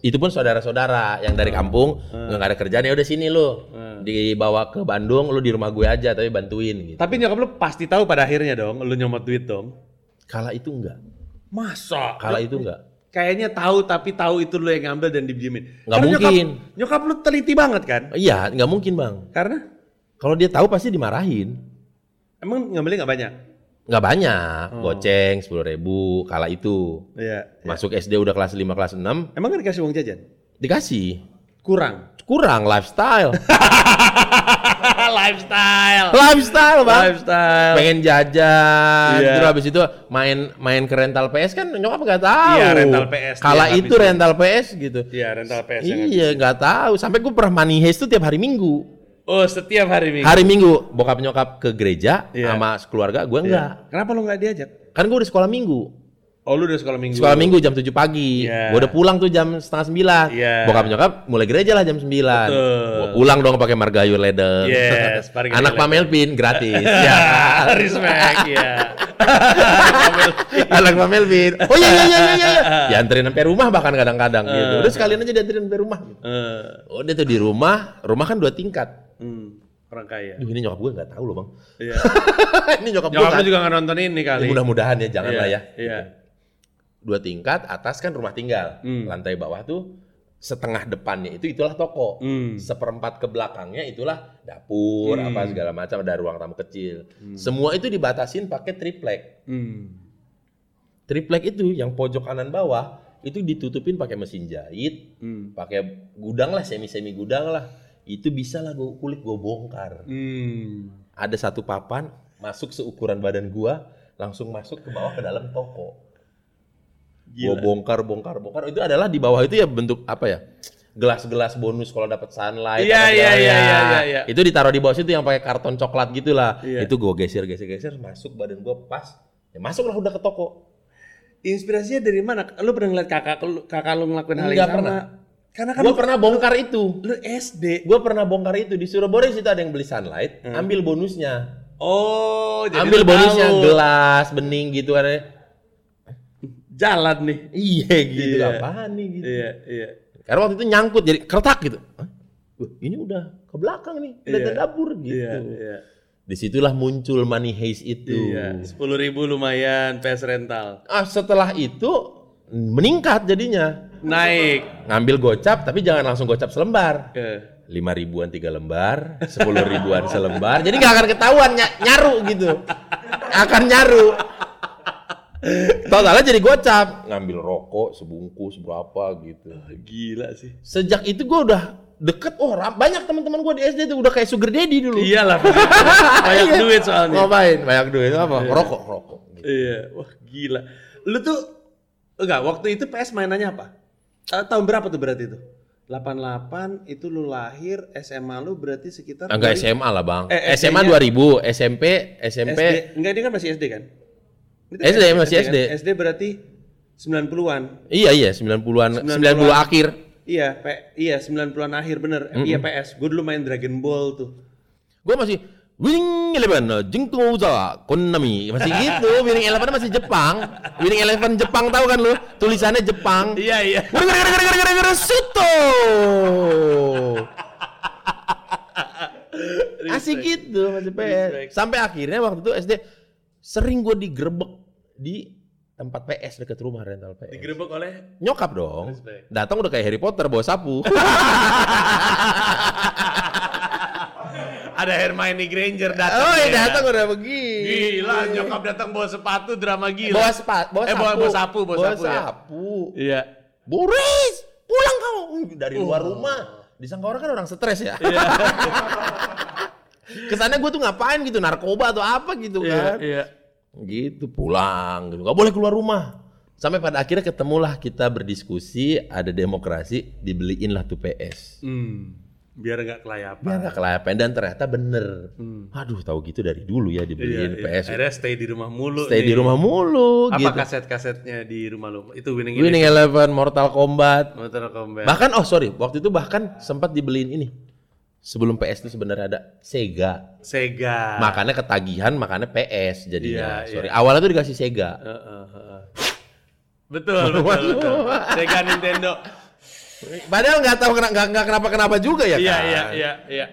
Speaker 2: itu pun saudara-saudara yang dari kampung nggak ada kerjaan ya udah sini lu dibawa ke Bandung lu di rumah gue aja tapi bantuin gitu.
Speaker 1: Tapi nyokap lu pasti tahu pada akhirnya dong, lu nyomot duit dong.
Speaker 2: Kala itu enggak.
Speaker 1: Masa?
Speaker 2: Kala itu enggak.
Speaker 1: Kayaknya tahu tapi tahu itu lu yang ngambil dan dibiemin.
Speaker 2: Nggak
Speaker 1: Karena
Speaker 2: mungkin.
Speaker 1: Nyokap, nyokap lu teliti banget kan?
Speaker 2: Iya, nggak mungkin bang.
Speaker 1: Karena
Speaker 2: Kalau dia tahu pasti dimarahin.
Speaker 1: emang ngambilnya nggak banyak.
Speaker 2: Nggak banyak,
Speaker 1: Oh.
Speaker 2: goceng sepuluh ribu kala itu.
Speaker 1: Iya.
Speaker 2: Masuk SD udah kelas 5, kelas 6,
Speaker 1: Emang kan dikasih uang jajan?
Speaker 2: dikasih.
Speaker 1: Kurang.
Speaker 2: Kurang lifestyle.
Speaker 1: Lifestyle.
Speaker 2: lifestyle bang.
Speaker 1: Lifestyle.
Speaker 2: Pengen jajan,
Speaker 1: Iya.
Speaker 2: terus habis itu main main ke rental PS kan nyokap nggak tahu.
Speaker 1: Iya, rental PS dia
Speaker 2: Kala itu
Speaker 1: habisin.
Speaker 2: rental PS gitu.
Speaker 1: Iya, rental PS. yang ngambil.
Speaker 2: Iya, nggak tahu. Sampai gue pernah money heist tuh tiap hari Minggu.
Speaker 1: Oh, setiap hari minggu.
Speaker 2: Hari Minggu bokap nyokap ke gereja
Speaker 1: Iya.
Speaker 2: sama keluarga gue enggak.
Speaker 1: Kenapa lu nggak diajak?
Speaker 2: Kan gue udah sekolah Minggu.
Speaker 1: Iya. Oh, lu udah sekolah minggu.
Speaker 2: Sekolah minggu jam 7 pagi.
Speaker 1: Iya.
Speaker 2: Gua udah pulang tuh jam setengah sembilan.
Speaker 1: Iya.
Speaker 2: Bokap nyokap mulai gereja lah jam 9.
Speaker 1: Betul.
Speaker 2: Gua pulang dong pakai margayur leden.
Speaker 1: Yes, margayur
Speaker 2: Anak
Speaker 1: leden.
Speaker 2: Pak Melvin gratis. ya.
Speaker 1: Ya, respect ya.
Speaker 2: Anak Pak Melvin. Oh iya iya iya iya iya. Dianterin sampai rumah bahkan kadang-kadang gitu. Udah sekalian aja dianterin sampai rumah.
Speaker 1: Eh,
Speaker 2: Udah tuh di rumah, rumah kan dua tingkat.
Speaker 1: hmm, orang kaya.
Speaker 2: Duh, ini nyokap gue nggak tahu loh bang.
Speaker 1: Iya.
Speaker 2: ini nyokap,
Speaker 1: Nyokap lu
Speaker 2: gue.
Speaker 1: juga nggak nonton ini kali.
Speaker 2: Mudah-mudahan ya, jangan
Speaker 1: Iya,
Speaker 2: lah ya.
Speaker 1: Iya.
Speaker 2: Dua tingkat, atas kan rumah tinggal.
Speaker 1: Hmm.
Speaker 2: Lantai bawah tuh setengah depannya itu itulah toko.
Speaker 1: Hmm.
Speaker 2: seperempat ke belakangnya itulah dapur
Speaker 1: Hmm.
Speaker 2: apa segala macam ada ruang tamu kecil semua itu dibatasin pakai triplek
Speaker 1: Hmm.
Speaker 2: triplek itu yang pojok kanan bawah itu ditutupin pakai mesin jahit
Speaker 1: Hmm.
Speaker 2: pakai gudang lah semi semi gudang lah itu bisa lah gua, kulit gue bongkar
Speaker 1: Hmm.
Speaker 2: ada satu papan masuk seukuran badan gua langsung masuk ke bawah ke dalam toko gue
Speaker 1: Gila.
Speaker 2: bongkar bongkar bongkar itu adalah di bawah itu ya bentuk apa ya gelas-gelas bonus kalau dapat sunlight
Speaker 1: Iya,
Speaker 2: apa
Speaker 1: iya,
Speaker 2: segala
Speaker 1: iya,
Speaker 2: ya.
Speaker 1: iya, iya.
Speaker 2: itu ditaruh di bawah situ yang pakai karton coklat gitulah
Speaker 1: Iya.
Speaker 2: itu gue geser geser geser masuk badan gue pas ya masuklah udah ke toko
Speaker 1: Inspirasinya dari mana? Lu pernah ngeliat kakak lu, kakak lu ngelakuin hal yang
Speaker 2: Nggak
Speaker 1: sama?
Speaker 2: pernah.
Speaker 4: Karena kan
Speaker 2: Gue pernah bongkar itu.
Speaker 4: lu SD.
Speaker 2: Gue pernah bongkar itu di Surabaya situ ada yang beli sunlight, ambil bonusnya,
Speaker 1: Oh, Hmm. jadi
Speaker 2: ambil
Speaker 1: lu
Speaker 2: bonusnya
Speaker 1: tahu.
Speaker 2: gelas bening gitu kan?
Speaker 1: Jalan nih.
Speaker 2: Iya gitu
Speaker 1: Iya.
Speaker 2: apaan nih gitu.
Speaker 1: Iya, iya.
Speaker 2: Karena waktu itu nyangkut jadi kertak gitu. Hah? Wah, ini udah ke belakang nih, udah ke
Speaker 1: Iya.
Speaker 2: dapur gitu.
Speaker 1: Iya, iya.
Speaker 2: Disitulah muncul money haze itu.
Speaker 1: Iya, 10.000 lumayan PS rental.
Speaker 2: Ah setelah itu meningkat jadinya.
Speaker 1: Naik.
Speaker 2: Ngambil gocap tapi jangan langsung gocap selembar.
Speaker 1: Eh.
Speaker 2: Lima ribuan tiga lembar, sepuluh ribuan selembar. Jadi nggak akan ketahuan ny- nyaru gitu. Akan nyaru. Totalnya jadi gocap. Ngambil rokok sebungkus berapa gitu.
Speaker 1: Gila sih.
Speaker 2: Sejak itu gue udah deket. Oh ram- banyak teman-teman gue di SD tuh udah kayak sugar daddy dulu.
Speaker 1: Iyalah, banyak
Speaker 2: Iya.
Speaker 1: duit soalnya.
Speaker 2: Ngapain? Banyak duit apa? Rokok, rokok.
Speaker 1: Iya, wah gila. Lu tuh enggak waktu itu PS mainannya apa? Eh, tahun berapa tuh berarti itu? 88 itu lu lahir, SMA lu berarti sekitar Kan
Speaker 2: Enggak
Speaker 1: dari-
Speaker 2: SMA lah bang.
Speaker 1: Eh,
Speaker 2: SMA
Speaker 1: SD-nya
Speaker 2: 2000, SMP, SMP.
Speaker 1: SD. Enggak, ini kan masih SD kan? Ini kan
Speaker 2: SD, masih
Speaker 1: kan?
Speaker 2: SD.
Speaker 1: SD berarti 90-an.
Speaker 2: Iya iya 90-an, 90,
Speaker 1: 90-an.
Speaker 2: akhir.
Speaker 1: Iya, P iya 90-an akhir bener. Iya PS. Gue dulu main Dragon Ball tuh.
Speaker 2: Gue masih Winning Eleven, Jengkouza, Konami masih gitu. Winning Eleven masih Jepang. Winning Eleven Jepang tahu kan lu? Tulisannya Jepang.
Speaker 1: Iya, iya.
Speaker 2: Gara-gara Suto. Asik gitu masih PS. Sampai akhirnya waktu itu SD sering gue digerebek di tempat PS deket rumah rental PS.
Speaker 1: eh, Digerebek oleh
Speaker 2: Nyokap dong.
Speaker 1: Respect.
Speaker 2: Datang udah kayak Harry Potter bawa sapu.
Speaker 1: ada Hermione Granger datang.
Speaker 2: oh, ya
Speaker 1: ya.
Speaker 2: datang udah begini.
Speaker 1: Gila, nyokap datang bawa sepatu drama gila.
Speaker 2: Bawa sepat, bawa
Speaker 1: Eh,
Speaker 2: sapu.
Speaker 1: bawa- bawa sapu, bawa sapu, ya.
Speaker 2: sapu. Kan?
Speaker 1: Iya.
Speaker 2: Boris, pulang kau Uh, dari luar
Speaker 1: Oh.
Speaker 2: rumah. Di Sangkawara kan orang stres ya.
Speaker 1: Iya.
Speaker 2: Kesannya gue tuh ngapain gitu, narkoba atau apa gitu
Speaker 1: Iya,
Speaker 2: kan.
Speaker 1: iya.
Speaker 2: Gitu pulang, gitu. Gak boleh keluar rumah. Sampai pada akhirnya ketemulah kita berdiskusi, ada demokrasi, dibeliin lah tuh PS.
Speaker 1: Hmm. Biar nggak kelayapan.
Speaker 2: Biar nggak kelayapan dan ternyata bener. Aduh tahu gitu dari dulu ya
Speaker 1: Iya,
Speaker 2: dibeliin
Speaker 1: Hmm. iya.
Speaker 2: PS.
Speaker 1: Akhirnya stay di rumah mulu.
Speaker 2: Stay di
Speaker 1: nih.
Speaker 2: rumah mulu
Speaker 1: Apa
Speaker 2: gitu.
Speaker 1: kaset-kasetnya di rumah lu? Itu winning
Speaker 2: Winning Eleven, Mortal Kombat.
Speaker 1: Motor combat.
Speaker 2: Bahkan oh sorry waktu itu bahkan sempat dibeliin ini. Sebelum PS itu sebenarnya ada Sega.
Speaker 1: Sega.
Speaker 2: Makanya ketagihan, makanya PS
Speaker 1: Ah.
Speaker 2: jadinya.
Speaker 1: Iya,
Speaker 2: sorry. Awalnya tuh dikasih Sega.
Speaker 1: Heeh, heeh. Betul, betul, betul. Sega Nintendo.
Speaker 2: Padahal nggak tahu kena- nggak nggak kenapa kenapa juga ya
Speaker 1: Iya,
Speaker 2: kan.
Speaker 1: iya, iya, iya.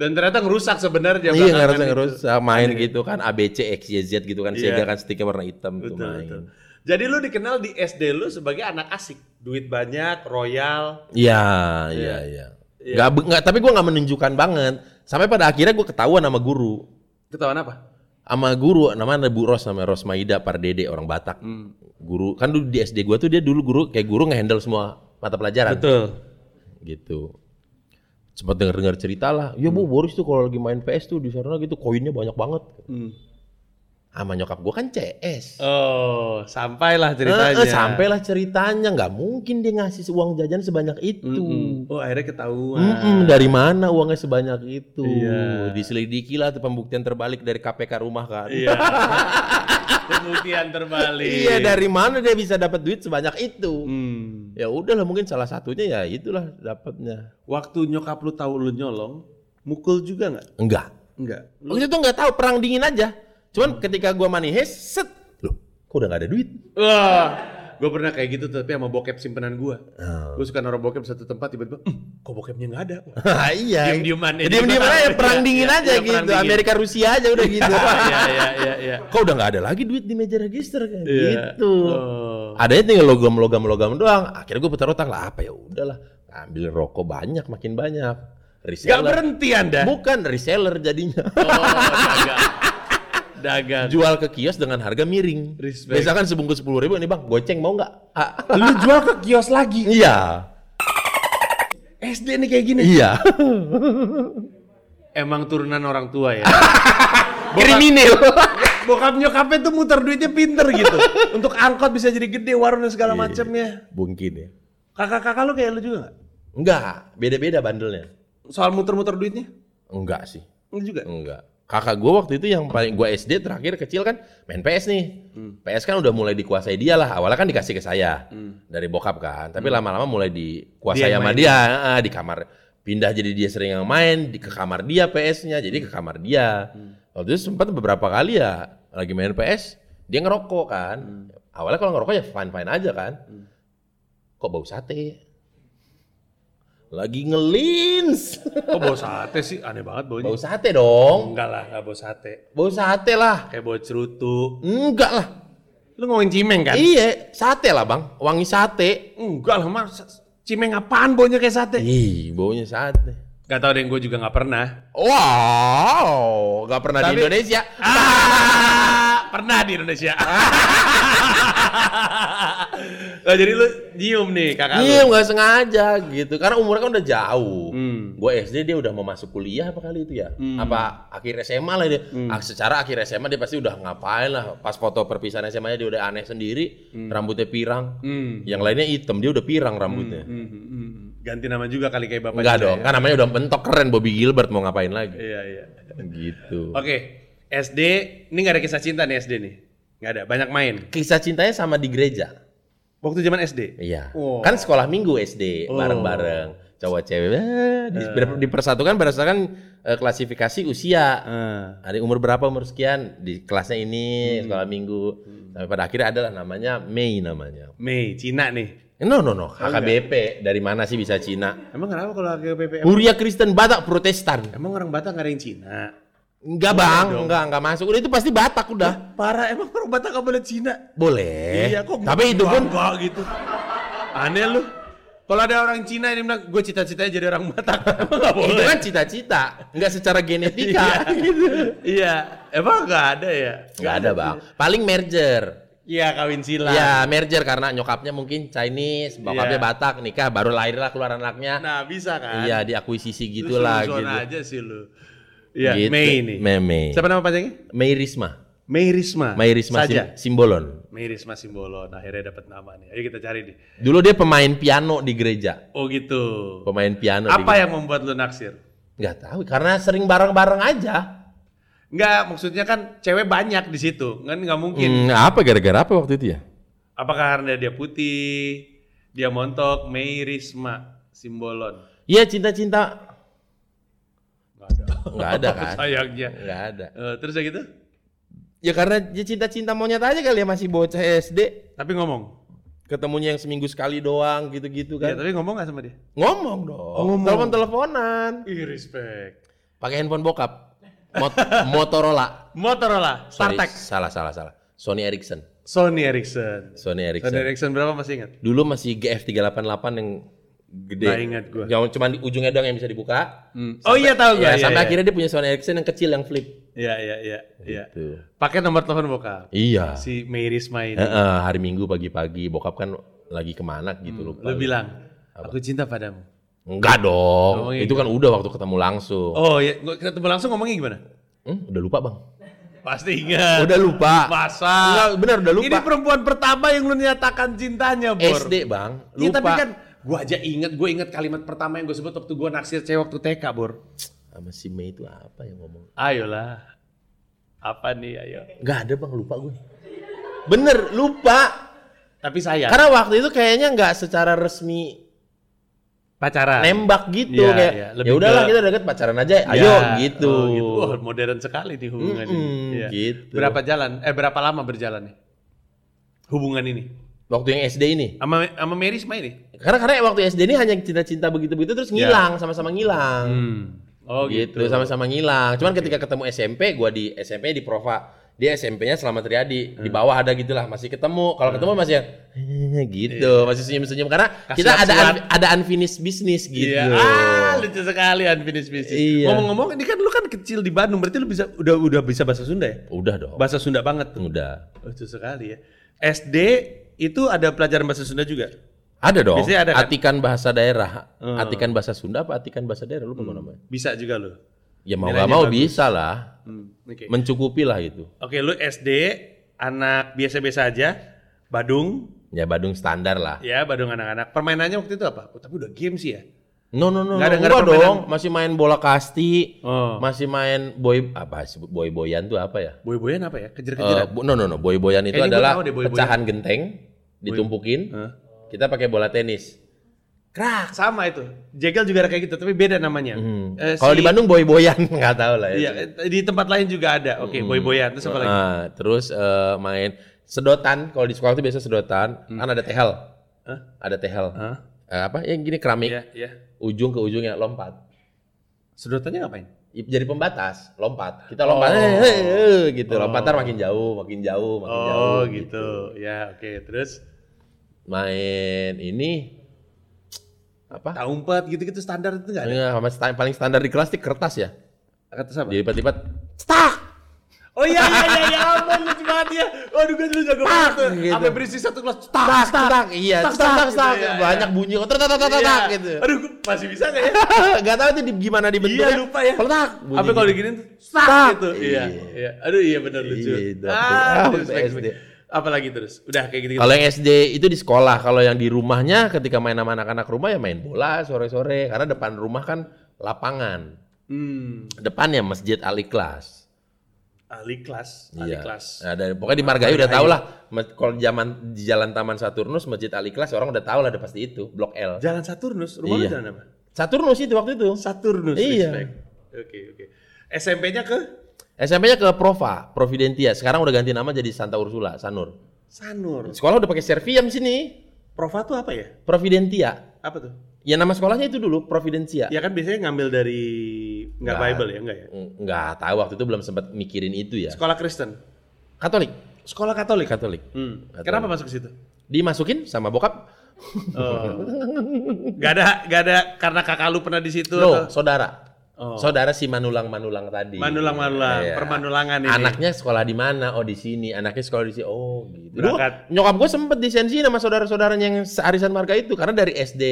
Speaker 1: Dan ternyata ngerusak sebenarnya
Speaker 2: Iya
Speaker 1: belakangan
Speaker 2: nggak harus
Speaker 1: itu.
Speaker 2: ngerus main gitu kan ABC XYZ gitu kan
Speaker 1: Iya.
Speaker 2: Sega kan sticknya warna hitam tuh
Speaker 1: Betul,
Speaker 2: main.
Speaker 1: betul. Jadi lu dikenal di SD lu sebagai anak asik, duit banyak, royal.
Speaker 2: Iya, iya, iya. Nggak, be- nggak, tapi gua nggak menunjukkan banget. Sampai pada akhirnya gua ketahuan sama guru.
Speaker 1: Ketahuan apa?
Speaker 2: Sama guru, namanya Bu Ros, namanya Ros Maida Pardede, orang Batak. Guru, kan dulu di SD gua tuh dia dulu guru, kayak guru ngehandle semua mata
Speaker 1: Kan.
Speaker 2: pelajaran.
Speaker 1: Betul.
Speaker 2: Gitu. Sempat denger-denger cerita lah, ya
Speaker 1: Hmm.
Speaker 2: bu Boris tuh kalau lagi main PS tuh di sana gitu koinnya banyak banget.
Speaker 1: Hmm.
Speaker 2: Sama nyokap gua kan CS.
Speaker 1: Oh, sampailah
Speaker 2: Eh,
Speaker 1: ceritanya.
Speaker 2: eh, sampailah ceritanya, nggak mungkin dia ngasih uang jajan sebanyak itu.
Speaker 1: Mm-mm. Oh, akhirnya ketahuan.
Speaker 2: Mm-mm, dari mana uangnya sebanyak itu?
Speaker 1: Iya.
Speaker 2: Diselidikilah tuh pembuktian terbalik dari KPK rumah kan.
Speaker 1: Iya. Kemudian terbalik.
Speaker 2: Iya, dari mana dia bisa dapat duit sebanyak itu?
Speaker 1: Hmm.
Speaker 2: Ya udahlah mungkin salah satunya ya itulah dapatnya.
Speaker 1: Waktu nyokap lu tahu lu nyolong, mukul juga nggak?
Speaker 2: Enggak.
Speaker 1: Enggak. Mm. Lu-
Speaker 2: Waktu itu nggak tahu perang dingin aja. Cuman ketika gua manihis, set. Loh, kok udah nggak ada duit?
Speaker 1: Wah, gue pernah kayak gitu tapi sama bokep simpenan gue.
Speaker 2: Oh.
Speaker 1: Gue suka naruh bokep satu tempat tiba-tiba, "Hmm, kok bokepnya nggak ada? Wah,
Speaker 2: iya.
Speaker 1: Diem-dieman ya.
Speaker 2: Diem-dieman aja perang
Speaker 1: Iya,
Speaker 2: dingin
Speaker 1: iya,
Speaker 2: aja
Speaker 1: iya, perang
Speaker 2: gitu.
Speaker 1: dingin.
Speaker 2: Amerika Rusia aja udah gitu.
Speaker 1: Iya, iya, iya, iya.
Speaker 2: Kok udah nggak ada lagi duit di meja register kayak
Speaker 1: Iya.
Speaker 2: gitu.
Speaker 1: Oh.
Speaker 2: adanya tinggal logam logam logam doang akhirnya gue putar otak lah apa ya udahlah ambil rokok banyak makin banyak
Speaker 1: Gak
Speaker 2: reseller
Speaker 1: berhenti
Speaker 4: ya?
Speaker 1: Anda.
Speaker 2: bukan reseller jadinya
Speaker 1: Oh, dagang.
Speaker 4: Kan.
Speaker 1: dagang.
Speaker 2: jual ke kios dengan harga miring
Speaker 1: Respect.
Speaker 2: misalkan sebungkus sepuluh ribu nih bang goceng mau nggak Ah,
Speaker 4: Lu jual ke kios lagi.
Speaker 2: iya
Speaker 1: SD nih kayak gini.
Speaker 2: iya
Speaker 1: Emang turunan orang tua ya.
Speaker 2: kriminal
Speaker 1: Bokap nyokapnya tuh muter duitnya pinter gitu. Untuk angkot bisa jadi gede warung dan segala macamnya.
Speaker 2: mungkin ya
Speaker 1: Kakak-kakak lu kayak lu juga gak?
Speaker 2: enggak beda beda bandelnya
Speaker 1: Soal muter-muter duitnya?
Speaker 2: enggak sih
Speaker 1: Lu juga?
Speaker 2: enggak kakak gue waktu itu yang paling gue SD terakhir kecil kan main PS nih PS kan udah mulai dikuasai dia lah awalnya kan dikasih ke saya dari bokap kan tapi lama-lama mulai dikuasai
Speaker 1: Dia yang
Speaker 2: sama
Speaker 1: main.
Speaker 2: dia ah, di kamar pindah jadi dia sering yang main di ke kamar dia PS-nya jadi ke kamar dia waktu itu sempat beberapa kali ya lagi main PS dia ngerokok kan awalnya kalau ngerokok ya fine fine aja kan kok bau sate lagi ngelins
Speaker 1: Kok Oh, bau sate sih? Aneh banget baunya.
Speaker 2: bau sate dong
Speaker 1: Enggak lah, enggak bau sate.
Speaker 2: bau sate lah
Speaker 1: Kayak bau cerutu.
Speaker 2: enggak lah
Speaker 1: Lu ngomongin cimeng kan?
Speaker 2: iya sate lah bang wangi sate
Speaker 1: Enggak lah, mas. Cimeng apaan baunya kayak sate?
Speaker 2: ih baunya sate
Speaker 1: Gak tau Iya. deh, gue juga gak pernah.
Speaker 2: wow nggak pernah di
Speaker 1: Tapi-
Speaker 2: Indonesia
Speaker 1: Ah, pernah di Indonesia. Nah, jadi lu nyium nih kakak
Speaker 2: Iya
Speaker 1: lu.
Speaker 2: nggak sengaja gitu karena umurnya kan udah jauh.
Speaker 1: Hmm.
Speaker 2: Gue SD dia udah mau masuk kuliah apa kali itu ya? Apa akhir SMA lah dia.
Speaker 1: Hmm.
Speaker 2: Ah, Secara akhir SMA dia pasti udah ngapain lah. Pas foto perpisahan SMA-nya dia udah aneh sendiri, rambutnya pirang.
Speaker 1: Hmm.
Speaker 2: Yang lainnya hitam, dia udah pirang rambutnya.
Speaker 1: Hmm, hmm, hmm. Ganti nama juga kali kayak bapak.
Speaker 2: Enggak
Speaker 1: kita
Speaker 2: dong,
Speaker 1: ya.
Speaker 2: kan namanya udah mentok keren Bobby Gilbert mau ngapain lagi?
Speaker 1: Iya, iya. Oh,
Speaker 2: Gitu.
Speaker 1: Oke, SD. Ini gak ada kisah cinta nih SD nih. Gak ada, banyak main.
Speaker 2: Kisah cintanya sama di gereja.
Speaker 1: Waktu zaman Oh. SD.
Speaker 2: Iya.
Speaker 1: Wow.
Speaker 2: Kan sekolah minggu SD
Speaker 1: Oh.
Speaker 2: bareng-bareng cowok cewek eh, di- dipersatukan berdasarkan eh, klasifikasi usia.
Speaker 1: Ah.
Speaker 2: Ada umur berapa umur sekian di kelasnya
Speaker 1: Hmm.
Speaker 2: ini sekolah minggu. Sampai pada akhirnya adalah namanya Mei namanya.
Speaker 1: Mei, Cina nih.
Speaker 2: Eh, No no no HKBP dari mana sih bisa Cina?
Speaker 1: Emang kenapa kalau HKBP?
Speaker 2: Huria Kristen Batak Protestan.
Speaker 1: Emang orang Batak gak ada yang Cina?
Speaker 2: Enggak bang, enggak enggak masuk. Udah itu pasti Batak udah.
Speaker 1: Parah, emang orang Batak gak boleh Cina?
Speaker 2: Boleh.
Speaker 1: Iya, kok
Speaker 2: Eh, Tapi itu pun
Speaker 1: enggak gitu. Aneh lu. Kalau ada orang Cina yang bilang, gue cita-citanya jadi orang Batak. Emang gak
Speaker 2: itu
Speaker 1: boleh?
Speaker 2: kan cita-cita, enggak secara genetika.
Speaker 1: iya. Emang gak ada ya?
Speaker 2: Enggak Gitu. ada bang. Paling merger.
Speaker 1: Iya, kawin silang.
Speaker 2: Ya merger karena nyokapnya mungkin Chinese, bapaknya
Speaker 1: Iya.
Speaker 2: Batak, nikah baru lahirlah keluar anaknya.
Speaker 1: Nah, bisa kan?
Speaker 2: Iya diakuisisi
Speaker 1: Lu
Speaker 2: gitulah
Speaker 1: suruh-suruan
Speaker 2: gitu.
Speaker 1: aja sih lu. Iya,
Speaker 2: Gitu.
Speaker 1: Mei nih.
Speaker 2: Mei, Mei.
Speaker 1: Siapa nama panjangnya?
Speaker 2: Mei Risma.
Speaker 1: Mei Risma.
Speaker 2: Mei Risma
Speaker 1: Saja.
Speaker 2: Sim- Simbolon.
Speaker 1: Mei Risma Simbolon. Akhirnya dapat nama nih. Ayo kita cari nih.
Speaker 2: Dulu dia pemain piano di gereja.
Speaker 1: Oh gitu.
Speaker 2: Pemain piano
Speaker 1: Apa ya?
Speaker 2: di gereja.
Speaker 1: yang membuat lu naksir?
Speaker 2: Nggak tahu karena sering bareng-bareng aja.
Speaker 1: Enggak, maksudnya kan cewek banyak di situ. Kan nggak mungkin.
Speaker 2: Hmm, apa gara-gara apa waktu itu ya?
Speaker 1: Apakah karena dia putih, dia montok, Mei Risma Simbolon?
Speaker 2: Iya cinta-cinta
Speaker 1: Nggak ada.
Speaker 2: nggak ada kan?
Speaker 1: Sayangnya.
Speaker 2: Nggak ada.
Speaker 1: Eh, terus ya gitu?
Speaker 2: Ya karena dia cinta-cinta monyet aja kali ya masih bocah SD.
Speaker 1: Tapi ngomong.
Speaker 2: Ketemunya yang seminggu sekali doang gitu-gitu
Speaker 1: Iya,
Speaker 2: kan.
Speaker 1: tapi ngomong nggak sama dia?
Speaker 2: Ngomong dong.
Speaker 1: ngomong.
Speaker 2: Telepon-teleponan.
Speaker 1: Ih, respect.
Speaker 2: pakai handphone bokap Mot- Motorola
Speaker 1: Motorola,
Speaker 2: Sorry,
Speaker 1: StarTech,
Speaker 2: salah salah salah Sony Ericsson
Speaker 1: Sony Ericsson.
Speaker 2: Sony
Speaker 1: Sony
Speaker 2: Ericsson
Speaker 1: Ericsson berapa masih ingat?
Speaker 2: dulu masih GF388 yang gede
Speaker 1: Nggak Nah, ingat gua.
Speaker 2: Yang cuman di ujungnya doang yang bisa dibuka
Speaker 1: Oh iya tahu gue.
Speaker 2: ya, sampai akhirnya dia punya Sony Ericsson yang kecil yang flip
Speaker 1: Iya iya iya. iya.
Speaker 2: Tuh.
Speaker 1: Pakai nomor telepon bokap.
Speaker 2: Gitu. iya
Speaker 1: Si Mei Risma ini.
Speaker 2: Heeh, hari Minggu pagi-pagi bokap kan lagi kemana gitu lupa
Speaker 1: Lu bilang, aku cinta padamu.
Speaker 2: enggak dong
Speaker 1: Ngomongnya
Speaker 2: itu kan udah waktu ketemu langsung
Speaker 1: Oh iya, gua ketemu langsung ngomongnya gimana?
Speaker 2: Hmm, udah lupa bang
Speaker 1: Pasti ingat.
Speaker 2: udah lupa
Speaker 1: Eh, Masa?
Speaker 2: Enggak, bener udah lupa
Speaker 1: Ini perempuan pertama yang lu nyatakan cintanya, Bor.
Speaker 2: SD bang lupa
Speaker 1: Iya, tapi kan gua aja inget, gua inget kalimat pertama yang gue sebut waktu gua naksir cewek waktu TK, Bor.
Speaker 2: sama si Mei itu apa yang ngomong
Speaker 1: Ayolah. Apa nih, ayo.
Speaker 2: Gak ada bang, lupa gue. Bener, lupa.
Speaker 1: Tapi sayang,
Speaker 2: Karena waktu itu kayaknya nggak secara resmi
Speaker 1: pacaran.
Speaker 2: nembak gitu
Speaker 1: Iya,
Speaker 2: kayak
Speaker 1: iya,
Speaker 2: ya
Speaker 1: Ya. lebih
Speaker 2: udahlah
Speaker 1: ke-
Speaker 2: kita deket pacaran aja ayo
Speaker 1: Ya,
Speaker 2: gitu,
Speaker 1: oh, gitu. Wah, modern sekali nih hubungan
Speaker 2: Mm-mm,
Speaker 1: ini. Iya.
Speaker 2: gitu.
Speaker 1: Berapa jalan? Eh berapa lama berjalan nih? Hubungan ini.
Speaker 2: waktu yang SD ini
Speaker 1: Sama sama Mary Risma ini?
Speaker 2: karena karena waktu SD ini hanya cinta-cinta begitu-begitu terus
Speaker 1: Ya.
Speaker 2: ngilang sama-sama ngilang
Speaker 1: Oh gitu.
Speaker 2: gitu sama-sama ngilang cuman ketika ketemu SMP gua di SMP di Prova dia SMP-nya Selamat Riyadi
Speaker 1: Hmm.
Speaker 2: di bawah ada gitulah masih ketemu kalau ketemu masih yang gitu
Speaker 1: Iya.
Speaker 2: masih senyum-senyum karena kita ada
Speaker 1: Kasiat-siat.
Speaker 2: ada unfinished business gitu
Speaker 1: Iya. Ah, lucu sekali unfinished business.
Speaker 2: Iya.
Speaker 1: Ngomong-ngomong ini kan lu kan kecil di Bandung, berarti lu bisa udah udah bisa bahasa Sunda ya?
Speaker 2: Udah dong.
Speaker 1: Bahasa Sunda banget tuh.
Speaker 2: Udah.
Speaker 1: Lucu sekali ya. SD itu ada pelajaran bahasa Sunda juga.
Speaker 2: Ada dong.
Speaker 1: Biasanya ada kan? Hmm.
Speaker 2: Atikan bahasa daerah. Atikan bahasa Sunda apa atikan bahasa daerah lupa gua namanya.
Speaker 1: Bisa juga lu.
Speaker 2: Ya mau
Speaker 1: Hmm. Nilainya
Speaker 2: nggak mau
Speaker 1: bagus.
Speaker 2: bisa lah.
Speaker 1: Hmm, Oke.
Speaker 2: Mencukupi lah itu.
Speaker 1: Oke, lu SD anak biasa-biasa aja, Badung,
Speaker 2: Ya Badung standar lah.
Speaker 1: ya Badung anak-anak. Permainannya waktu itu apa? Oh, tapi udah game sih ya.
Speaker 2: No no
Speaker 1: Nggak ada-
Speaker 2: no, no.
Speaker 1: nggak ada
Speaker 2: Enggak
Speaker 1: permainan.
Speaker 2: dong, masih main bola kasti,
Speaker 1: Oh.
Speaker 2: masih main boy apa sih boy boyan tuh apa ya?
Speaker 1: Boy-boyan apa ya? Kejar-kejaran.
Speaker 2: Eh, bu- no no no, boy boyan itu
Speaker 1: Eh, ini gua
Speaker 2: adalah
Speaker 1: tahu deh, boy-boyan. Eh.
Speaker 2: pecahan genteng ditumpukin.
Speaker 1: Hah?
Speaker 2: Kita pakai bola tenis.
Speaker 1: Krak sama itu. Jekel juga ada kayak gitu, tapi beda namanya.
Speaker 2: Hmm.
Speaker 1: Eh, si-
Speaker 2: Kalau di Bandung boy boyan nggak tahu lah ya.
Speaker 1: Iya, eh, di tempat lain juga ada. Oke, boy-boyan. Terus apa lagi?
Speaker 2: Ah, terus eh, main sedotan. Kalau di sekolah tuh biasa sedotan. Kan ada tehel.
Speaker 1: Hmm. Hah?
Speaker 2: Ada tehel.
Speaker 1: Hah?
Speaker 2: Eh, apa? Yang gini keramik.
Speaker 1: Iya, iya.
Speaker 2: Ujung ke ujungnya lompat.
Speaker 1: Sedotannya ngapain?
Speaker 2: I- Jadi pembatas, lompat. Kita lompat,
Speaker 1: Oh.
Speaker 2: eh, eh, eh, gitu.
Speaker 1: Oh.
Speaker 2: Lompat ntar makin jauh, makin jauh, makin jauh.
Speaker 1: Oh, gitu. Ya, oke. Terus
Speaker 2: Main ini apa?
Speaker 1: taumpet gitu-gitu standar itu enggak ada.
Speaker 2: Enggak, sama sta- paling standar di kelas sih kertas ya.
Speaker 1: Kata sama.
Speaker 2: Dilipat-lipat. Stak.
Speaker 1: Oh iya iya iya ya ampun lucu banget ya. Waduh gue dulu jago banget. tuh.
Speaker 2: gitu.
Speaker 1: Sampai berisi satu kelas tak
Speaker 2: Tak, tak, iya,
Speaker 1: tak, Iya.
Speaker 2: tak, tak,
Speaker 1: gitu,
Speaker 2: tak,
Speaker 1: ya,
Speaker 2: banyak bunyi, tak, tak, tak, tak, tak, gitu.
Speaker 1: Aduh gue masih bisa enggak ya?
Speaker 2: Gak tahu itu di, gimana dibentuknya.
Speaker 1: Iya, lupa ya.
Speaker 2: Peletak.
Speaker 1: Apa kalau
Speaker 2: gitu.
Speaker 1: diginiin tuh tak gitu. Iya. Iya. Aduh iya benar lucu.
Speaker 2: Iya, itu.
Speaker 1: Ah,
Speaker 2: Ah,
Speaker 1: respect,
Speaker 2: SD.
Speaker 1: respect. Apalagi terus. Udah kayak gitu-gitu.
Speaker 2: Kalau yang SD itu di sekolah, kalau yang di rumahnya ketika main sama anak-anak rumah ya main bola sore-sore karena depan rumah kan lapangan.
Speaker 1: Hmm,
Speaker 2: Depannya Masjid Al Ikhlas.
Speaker 1: ahli kelas,
Speaker 2: Iya.
Speaker 1: ahli kelas.
Speaker 2: Ada Nah, pokoknya di Margayu udah tau lah. Mas- Kalau zaman di Jalan Taman Saturnus Masjid Al Ikhlas orang udah tau lah udah pasti itu, Blok L.
Speaker 1: Jalan Saturnus, rumah lu
Speaker 2: Iya.
Speaker 1: jalan apa?
Speaker 2: Saturnus itu waktu itu.
Speaker 1: Saturnus.
Speaker 2: Iya.
Speaker 1: respect. Oke, oke. SMP-nya ke
Speaker 2: SMP-nya ke Prova, Providentia. Sekarang udah ganti nama jadi Santa Ursula, Sanur.
Speaker 1: Sanur.
Speaker 2: Sekolah udah pakai Serviam sini,
Speaker 1: Prova tuh apa ya?
Speaker 2: Providentia.
Speaker 1: Apa tuh?
Speaker 2: Ya nama sekolahnya itu dulu Providentia.
Speaker 1: Ya kan biasanya ngambil dari nggak
Speaker 2: Nggak.
Speaker 1: Bible ya, enggak ya?
Speaker 2: nggak tahu waktu itu belum sempat mikirin itu ya.
Speaker 1: Sekolah Kristen.
Speaker 2: Katolik,
Speaker 1: Sekolah Katolik.
Speaker 2: Katolik.
Speaker 1: Hmm.
Speaker 2: Katolik.
Speaker 1: Kenapa masuk ke situ?
Speaker 2: Dimasukin sama bokap.
Speaker 1: Gak ada, gak ada karena kakak lu pernah di situ.
Speaker 2: Loh,
Speaker 1: atau-
Speaker 2: saudara.
Speaker 1: Oh.
Speaker 2: Saudara si manulang-manulang tadi. Iya.
Speaker 1: Manulang-manulang, permanulangan ini.
Speaker 2: Anaknya sekolah di mana? Oh, di sini. Anaknya sekolah di sini. Oh, gitu. Dulu
Speaker 1: Berangkat.
Speaker 2: nyokap gue sempet disensi sama saudara-saudaranya yang searisan marga itu karena dari SD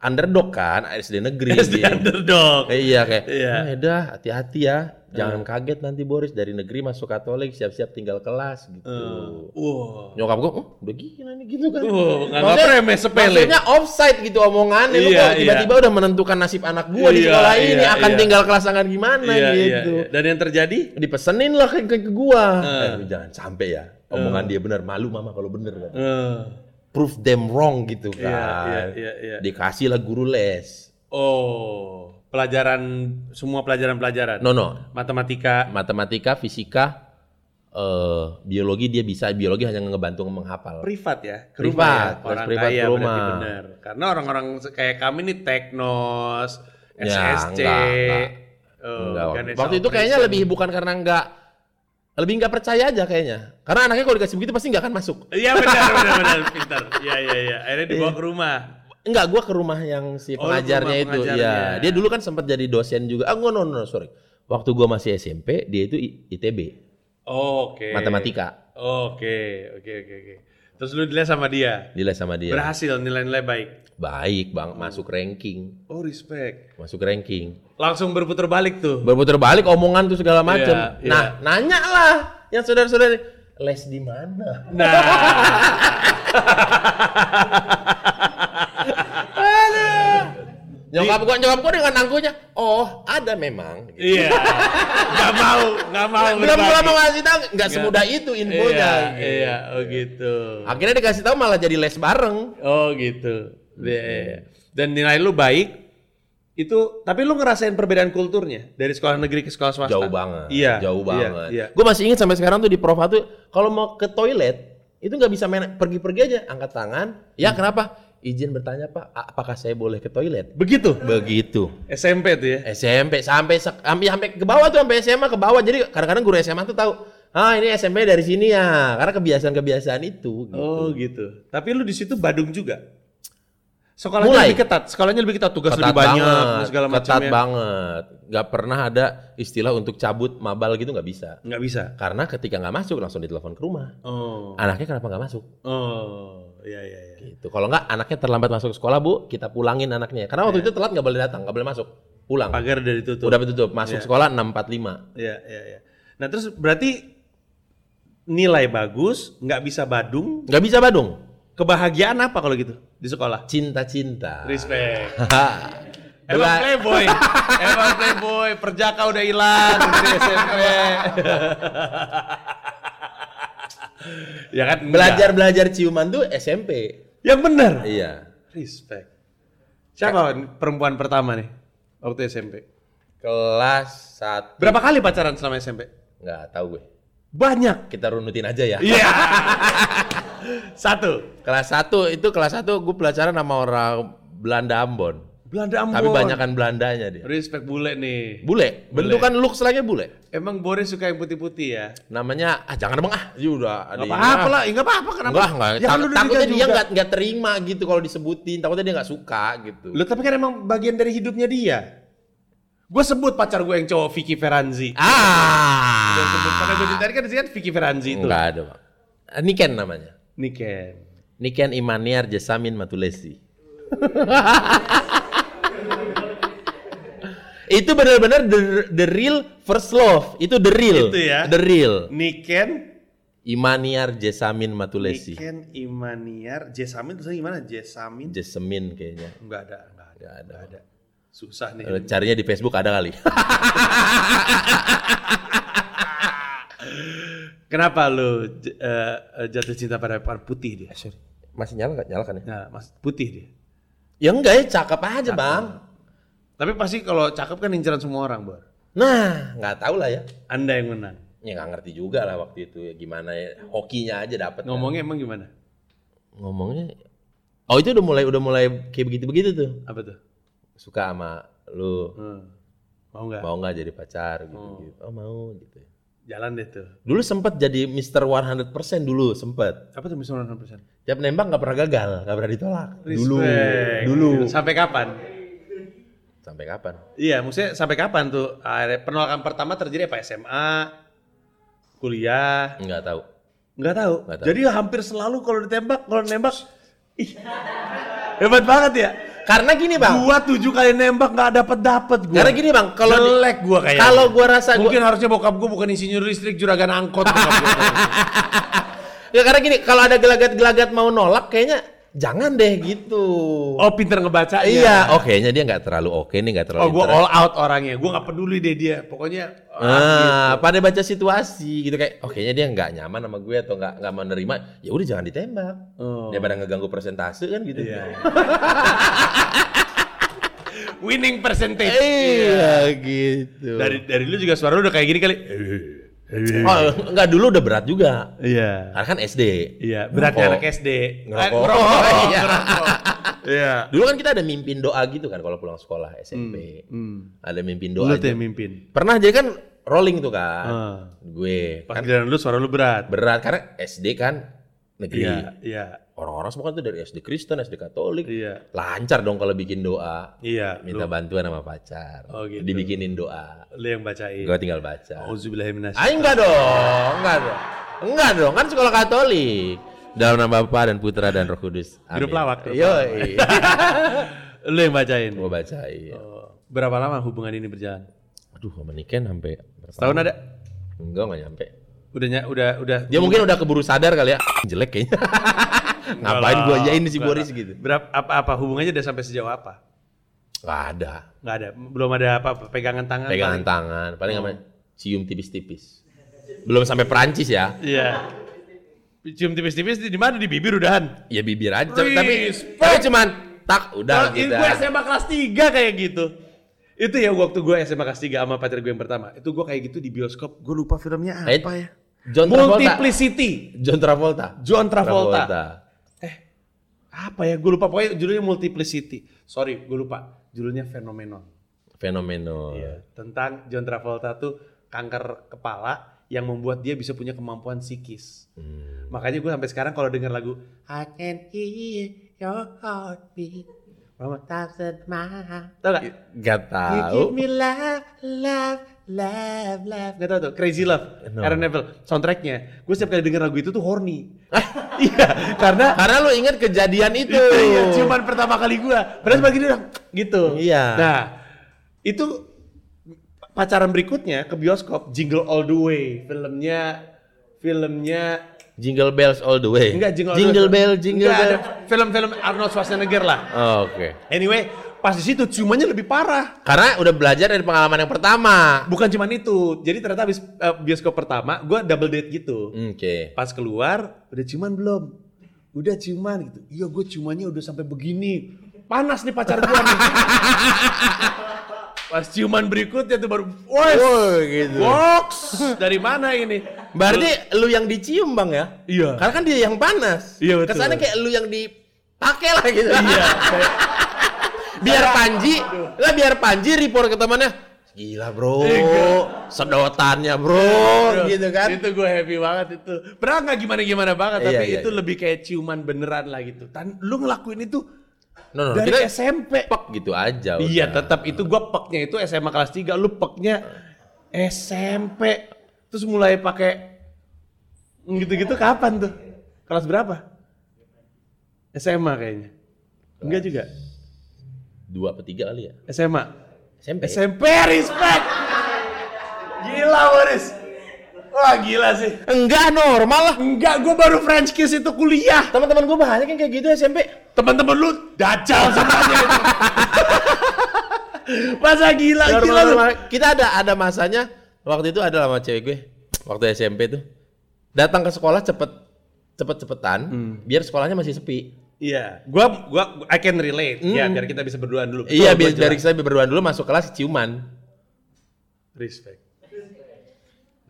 Speaker 2: underdog kan, SD negeri.
Speaker 1: SD
Speaker 2: dia.
Speaker 1: underdog.
Speaker 2: Eh, iya kayak,
Speaker 1: Iya. Ah.
Speaker 2: "Ah, Edah, hati-hati ya, jangan kaget nanti Boris dari negeri masuk Katolik, siap-siap tinggal kelas gitu.
Speaker 1: Ah. Wow.
Speaker 2: Nyokap gue, oh, udah gila nih gitu kan.
Speaker 1: Oh, nganggap
Speaker 2: Maksudnya-
Speaker 1: remeh, sepele.
Speaker 2: Maksudnya offside gitu omongannya. Lu
Speaker 1: Iya,
Speaker 2: kok
Speaker 1: iya.
Speaker 2: tiba-tiba udah menentukan nasib anak gue di
Speaker 1: Iya,
Speaker 2: sekolah
Speaker 1: iya,
Speaker 2: ini. Akan
Speaker 1: iya.
Speaker 2: tinggal kelas angan gimana
Speaker 1: Iya, iya,
Speaker 2: gitu.
Speaker 1: iya. Dan yang terjadi?
Speaker 2: Dipesenin lah ke, ke, ke gue.
Speaker 1: Eh.
Speaker 2: jangan sampai ya. Omongan dia benar. Malu mama kalau bener. Kan.
Speaker 1: Eh,
Speaker 2: Prove them wrong gitu kan.
Speaker 1: Iya, iya, iya, iya.
Speaker 2: Dikasih lah guru les.
Speaker 1: Oh, pelajaran semua pelajaran-pelajaran.
Speaker 2: No, no.
Speaker 1: Matematika.
Speaker 2: Matematika, fisika, eh biologi dia bisa. Biologi hanya ngebantu menghafal.
Speaker 1: privat ya ke
Speaker 2: Privat,
Speaker 1: rumah ya,
Speaker 2: kelas
Speaker 1: orang
Speaker 2: privat
Speaker 1: kaya
Speaker 2: ke
Speaker 1: berarti
Speaker 2: rumah.
Speaker 1: benar karena orang-orang se- kayak kami nih teknos
Speaker 2: Ya,
Speaker 1: SSC
Speaker 2: enggak, enggak.
Speaker 1: eh,
Speaker 2: Enggak, waktu-
Speaker 1: organisasi
Speaker 2: waktu itu kayaknya
Speaker 1: operation.
Speaker 2: lebih bukan karena nggak lebih nggak percaya aja kayaknya. Karena anaknya kalau dikasih begitu pasti nggak akan masuk.
Speaker 1: iya benar benar benar pintar iya iya iya akhirnya dibawa ke rumah
Speaker 2: Enggak, gua ke rumah yang si
Speaker 1: Oh, lu ke
Speaker 2: pengajarnya
Speaker 1: rumah
Speaker 2: itu.
Speaker 1: pengajarnya.
Speaker 2: Iya, dia dulu kan sempat jadi dosen juga. Ah, no, no, no, sorry. Waktu gua masih SMP, dia itu I- ITB,
Speaker 1: Oh, oke
Speaker 2: matematika.
Speaker 1: oke oke oke oke terus lu dilihat sama dia
Speaker 2: Dilihat sama dia.
Speaker 1: berhasil nilai-nilai baik
Speaker 2: Baik, Bang, masuk ranking.
Speaker 1: oh respect
Speaker 2: Masuk ranking.
Speaker 1: langsung berputar balik tuh
Speaker 2: Berputar balik omongan tuh segala macam.
Speaker 1: Iya,
Speaker 2: Nah, nanya lah yang saudara-saudara les di mana?
Speaker 1: nah
Speaker 2: Nyokap gua, nyokap gua dengan angkuhnya, "Oh, ada memang."
Speaker 1: iya nggak mau nggak mau
Speaker 2: belum
Speaker 1: berbagi.
Speaker 2: belum mau ngasih tahu nggak semudah itu infonya
Speaker 1: iya
Speaker 2: gitu.
Speaker 1: iya oh gitu
Speaker 2: akhirnya dikasih tahu malah jadi les bareng
Speaker 1: Oh gitu. Iya, iya, iya. Dan nilai lu baik itu tapi lu ngerasain perbedaan kulturnya dari sekolah negeri ke sekolah swasta.
Speaker 2: jauh banget
Speaker 1: Iya.
Speaker 2: jauh
Speaker 1: iya,
Speaker 2: banget
Speaker 1: Iya.
Speaker 2: gue masih ingat sampai sekarang tuh di Prova tuh kalau mau ke toilet itu nggak bisa main pergi-pergi aja angkat tangan ya
Speaker 1: Hmm.
Speaker 2: kenapa izin bertanya pak a- apakah saya boleh ke toilet
Speaker 1: Begitu
Speaker 2: begitu
Speaker 1: SMP tuh ya.
Speaker 2: SMP sampai sek- sampai sampai ke bawah tuh sampai SMA ke bawah jadi kadang-kadang guru SMA tuh tahu ah ini SMP dari sini ya karena kebiasaan-kebiasaan itu gitu.
Speaker 1: Oh gitu. Tapi lu di situ Badung juga. Sekolahnya
Speaker 2: Mulai.
Speaker 1: lebih ketat, sekolahnya lebih ketat, tugas
Speaker 2: ketat
Speaker 1: lebih banyak,
Speaker 2: banget,
Speaker 1: segala
Speaker 2: ketat
Speaker 1: macamnya.
Speaker 2: banget. Gak pernah ada istilah untuk cabut mabal gitu nggak bisa.
Speaker 1: Nggak bisa.
Speaker 2: Karena ketika nggak masuk langsung ditelepon ke rumah.
Speaker 1: Oh.
Speaker 2: Anaknya kenapa nggak masuk?
Speaker 1: Oh, iya iya iya.
Speaker 2: Gitu. Kalau nggak anaknya terlambat masuk sekolah bu, kita pulangin anaknya. Karena waktu itu telat nggak boleh datang, nggak boleh masuk. Pulang.
Speaker 1: Pagar dari tutup.
Speaker 2: Udah Iya. tutup. Iya. Masuk sekolah 6.45.
Speaker 1: Iya iya iya. Nah, terus berarti nilai bagus, nggak bisa Badung,
Speaker 2: Nggak bisa Badung.
Speaker 1: kebahagiaan apa kalau gitu di sekolah?
Speaker 2: Cinta-cinta.
Speaker 1: Respect. Emang
Speaker 2: Bela-
Speaker 1: playboy, emang playboy, perjaka udah hilang di SMP. ya kan
Speaker 2: Belajar belajar ciuman tuh SMP.
Speaker 1: Yang benar.
Speaker 2: Iya.
Speaker 1: Respect. Siapa perempuan pertama nih waktu SMP?
Speaker 2: Kelas satu
Speaker 1: Berapa kali pacaran selama SMP?
Speaker 2: nggak tahu gue.
Speaker 1: Banyak.
Speaker 2: Kita runutin aja ya.
Speaker 1: Iya. Satu.
Speaker 2: Kelas satu itu kelas satu gue pelajaran sama orang Belanda Ambon.
Speaker 1: Belanda Ambon.
Speaker 2: Tapi kan? banyakan Belandanya dia.
Speaker 1: Respect bule nih.
Speaker 2: Bule. Bentukan look lagi bule.
Speaker 1: Emang Boris suka yang putih-putih ya?
Speaker 2: Namanya ah jangan bang ah. Ya udah
Speaker 1: Gak
Speaker 2: ada yang-
Speaker 1: apa-apa lah, gak apa-apa kenapa?
Speaker 2: Enggak, enggak.
Speaker 1: Ya kan lu
Speaker 2: Tak-
Speaker 1: udah
Speaker 2: takutnya
Speaker 1: nikah
Speaker 2: dia
Speaker 1: juga.
Speaker 2: nggak nggak terima gitu kalau disebutin. Takutnya dia nggak suka gitu.
Speaker 1: Lu tapi kan emang bagian dari hidupnya dia. Gue sebut pacar gue yang cowok Vicky Ferranzi.
Speaker 2: Ah.
Speaker 1: Gua sebut karena gue tadi kan di sini kan Vicky Ferranzi itu.
Speaker 2: Enggak ada bang. Ah, Niken namanya.
Speaker 1: Niken.
Speaker 2: Niken Imaniar Jasamin Matulesi. itu benar-benar the, the real first love. Itu the real.
Speaker 1: Itu ya.
Speaker 2: The real.
Speaker 1: Niken.
Speaker 2: Imaniar Jasamin Matulesi.
Speaker 1: Niken Imaniar. Jesamin tulisannya gimana? Jesamin?
Speaker 2: Jasamin kayaknya.
Speaker 1: Enggak ada, enggak ada.
Speaker 2: Gak ada.
Speaker 1: Enggak ada. Susah nih.
Speaker 2: Eh, Carinya di Facebook ada kali.
Speaker 1: Kenapa lu j- eh, eh, jatuh cinta pada pada putih dia?
Speaker 2: Masih nyala nggak? Nyalakan ya?
Speaker 1: Nah, mas putih dia.
Speaker 2: Ya enggak ya, cakep aja bang.
Speaker 1: Tapi pasti kalau cakep kan inceran semua orang, Bor.
Speaker 2: Nah, nggak tahu lah ya.
Speaker 1: Anda yang menang.
Speaker 2: Ya nggak ngerti juga lah waktu itu ya gimana ya hokinya aja dapat.
Speaker 1: Ngomongnya emang gimana?
Speaker 2: Ngomongnya. Oh itu udah mulai udah mulai kayak begitu begitu tuh.
Speaker 1: Apa tuh?
Speaker 2: Suka sama lu.
Speaker 1: Hmm. Mau nggak?
Speaker 2: mau nggak jadi pacar gitu
Speaker 1: Hmm.
Speaker 2: gitu oh mau gitu
Speaker 1: Jalan deh tuh.
Speaker 2: dulu sempat jadi Mister 100% dulu sempat
Speaker 1: Apa tuh misalnya 100%?
Speaker 2: tiap nembak nggak pernah gagal nggak pernah ditolak dulu
Speaker 1: Respect.
Speaker 2: dulu
Speaker 1: Sampai kapan?
Speaker 2: sampai kapan
Speaker 1: Iya, maksudnya sampai kapan tuh? Akhirnya Penolakan pertama terjadi apa? SMA, kuliah,
Speaker 2: nggak tahu
Speaker 1: nggak tahu.
Speaker 2: Nggak tahu.
Speaker 1: Jadi hampir selalu kalau ditembak, kalau nembak, ih, hebat banget ya.
Speaker 2: karena gini bang
Speaker 1: Gua tujuh kali nembak nggak dapet dapet gua.
Speaker 2: karena gini bang kalau di-
Speaker 1: jelek gua kayaknya.
Speaker 2: kalau gua rasa gua,
Speaker 1: Mungkin harusnya bokap gua bukan insinyur listrik, juragan angkot. bokap gua.
Speaker 2: ya, karena gini kalau ada gelagat-gelagat mau nolak kayaknya jangan deh gitu
Speaker 1: oh, pinter ngebaca.
Speaker 2: iya oh kayaknya dia nggak terlalu oke nih nggak terlalu
Speaker 1: Oh, gua
Speaker 2: interest.
Speaker 1: all out orangnya. Gua nggak peduli deh dia. Pokoknya
Speaker 2: Ah, pada baca situasi gitu kayak, oh kayaknya dia nggak nyaman sama gue atau nggak nggak menerima, ya udah jangan ditembak.
Speaker 1: Oh.
Speaker 2: Daripada ngeganggu presentase kan gitu.
Speaker 1: winning percentage.
Speaker 2: Iya gitu.
Speaker 1: Dari dari lu juga suara lu udah kayak gini kali.
Speaker 2: oh, enggak dulu udah berat juga.
Speaker 1: Iya.
Speaker 2: Karena kan Oh. SD.
Speaker 1: Iya, beratnya anak
Speaker 2: Ngerokok.
Speaker 1: SD.
Speaker 2: Ngerokok.
Speaker 1: Eh, ngerokok,
Speaker 2: Iya.
Speaker 1: ngerokok. Iya.
Speaker 2: Dulu kan kita ada mimpin doa gitu kan kalau pulang sekolah SMP.
Speaker 1: Hmm.
Speaker 2: Ada mimpin
Speaker 1: Lu
Speaker 2: doa.
Speaker 1: tuh yang mimpin.
Speaker 2: Pernah jadi kan rolling tuh kan.
Speaker 1: Ah.
Speaker 2: Gue
Speaker 1: Pas
Speaker 2: kan
Speaker 1: giliran lu suara lu berat.
Speaker 2: berat karena SD kan negeri.
Speaker 1: Iya, iya,
Speaker 2: Orang-orang semua kan tuh dari SD Kristen, SD Katolik.
Speaker 1: iya.
Speaker 2: Lancar dong kalau bikin doa.
Speaker 1: Iya,
Speaker 2: Minta bantuan sama pacar.
Speaker 1: Oh, gitu. Iya. Oh,
Speaker 2: Dibikinin doa.
Speaker 1: lu yang bacain.
Speaker 2: Gue tinggal baca.
Speaker 1: Auzubillahiminasyaitonir.
Speaker 2: Ah enggak dong, enggak dong. Enggak dong, kan sekolah Katolik. Dalam nama Bapa dan Putra dan Roh Kudus.
Speaker 1: Grup lawak, grup
Speaker 2: Yo,
Speaker 1: Lu yang bacain.
Speaker 2: gua baca iya.
Speaker 1: Oh. Berapa lama hubungan ini berjalan?
Speaker 2: Aduh, sama Niken sampai berapa?
Speaker 1: Setahun ada?
Speaker 2: Enggak, enggak nyampe.
Speaker 1: Udah nya- udah udah
Speaker 2: Dia mungkin udah keburu sadar kali ya. Jelek kayaknya. Ngapain gua ajain si
Speaker 1: Enggak
Speaker 2: Boris
Speaker 1: lah.
Speaker 2: gitu?
Speaker 1: Berapa apa apa hubungannya udah sampai sejauh apa?
Speaker 2: Enggak ada.
Speaker 1: Nggak ada, belum ada apa-apa pegangan tangan. paling.
Speaker 2: Pegangan tangan,
Speaker 1: Oh.
Speaker 2: paling sama cium tipis-tipis. Belum sampai Perancis ya.
Speaker 1: Iya. Cium tipis-tipis di di mana di bibir udahan.
Speaker 2: Ya bibir aja tapi
Speaker 1: Respect.
Speaker 2: tapi cuman tak udah
Speaker 1: Kalau
Speaker 2: gitu.
Speaker 1: gue SMA kelas 3 kayak gitu. Itu ya waktu gue SMA kelas 3 sama pacar gue yang pertama. Itu gue kayak gitu di bioskop. Gue lupa filmnya apa
Speaker 2: Eh,
Speaker 1: ya.
Speaker 2: John Travolta.
Speaker 1: Multiplicity.
Speaker 2: John Travolta.
Speaker 1: John Travolta. Eh, Apa ya? Gue lupa pokoknya judulnya Multiplicity. Sorry, gue lupa. Judulnya Phenomenon.
Speaker 2: Fenomeno.
Speaker 1: Iya. Tentang John Travolta tuh kanker kepala yang membuat dia bisa punya kemampuan psikis.
Speaker 2: Hmm.
Speaker 1: Makanya gue sampai sekarang kalau denger lagu I can hear your heartbeat from a thousand miles. Tau gak?
Speaker 2: Gak
Speaker 1: You give
Speaker 2: tahu.
Speaker 1: me love, love, love, love. Gak tau tuh, Crazy Love,
Speaker 2: No.
Speaker 1: Aaron Neville. Soundtracknya, gue setiap kali denger lagu itu tuh horny. iya, karena
Speaker 2: Karena lu ingat kejadian itu.
Speaker 1: itu ya ciuman pertama kali gua. Padahal sebagai dia bilang, gitu.
Speaker 2: Iya.
Speaker 1: Nah, itu pacaran berikutnya ke bioskop Jingle All the Way, filmnya filmnya
Speaker 2: Jingle bells all the way.
Speaker 1: enggak Jingle All the Way.
Speaker 2: bell, jingle
Speaker 1: Enggak,
Speaker 2: bell.
Speaker 1: ada Film-film Arnold Schwarzenegger lah.
Speaker 2: Oh, Oke.
Speaker 1: Anyway, pas di situ ciumannya lebih parah.
Speaker 2: Karena udah belajar dari pengalaman yang pertama.
Speaker 1: Bukan cuman itu. Jadi ternyata habis eh, bioskop pertama gua double date gitu.
Speaker 2: Oke.
Speaker 1: Pas keluar udah ciuman belum? Udah ciuman gitu. Iya gue ciumannya udah sampai begini. Panas nih pacar gua nih. Pas ciuman berikutnya tuh baru, woi,
Speaker 2: Wow, gitu.
Speaker 1: box dari mana ini?
Speaker 2: Berarti lu yang dicium bang ya?
Speaker 1: Iya.
Speaker 2: Karena kan dia yang panas.
Speaker 1: Iya, betul.
Speaker 2: Kesannya kayak lu yang dipakai lah gitu.
Speaker 1: Iya, kayak
Speaker 2: biar Panji, lah biar Panji report ke temannya. Gila bro, sedotannya bro, gitu kan.
Speaker 1: Itu gue happy banget itu. Padahal nggak gimana-gimana banget,
Speaker 2: Iya,
Speaker 1: tapi
Speaker 2: iya,
Speaker 1: itu
Speaker 2: iya.
Speaker 1: lebih kayak ciuman beneran lah gitu. Tan, lu ngelakuin itu
Speaker 2: No, no, no,
Speaker 1: dari
Speaker 2: Nah, kita
Speaker 1: SMP.
Speaker 2: pek gitu aja. udah.
Speaker 1: Iya, tetap itu gue peknya itu SMA kelas 3, lu peknya SMP. Terus mulai pakai gitu-gitu kapan tuh? Kelas berapa? SMA kayaknya. Enggak juga.
Speaker 2: Dua apa tiga kali ya?
Speaker 1: SMA.
Speaker 2: SMP.
Speaker 1: SMP respect. Gila Boris. Wah gila sih.
Speaker 2: Enggak normal lah.
Speaker 1: Enggak, gue baru French kiss itu kuliah.
Speaker 2: Teman-teman gue bahannya kan kayak gitu SMP.
Speaker 1: Teman-teman lu dajal semuanya. itu. Masa gila, gila
Speaker 2: Normal,
Speaker 1: lu.
Speaker 2: normal. Kita ada ada masanya. Waktu itu ada sama cewek gue. Waktu SMP tuh datang ke sekolah cepet cepet cepetan.
Speaker 1: Hmm.
Speaker 2: Biar sekolahnya masih sepi.
Speaker 1: Iya, gua gua I can relate. Ya, biar kita bisa berduaan dulu. Betul,
Speaker 2: Hmm. iya,
Speaker 1: gua
Speaker 2: biar
Speaker 1: jelas.
Speaker 2: dari saya berdua dulu masuk kelas ciuman.
Speaker 1: respect.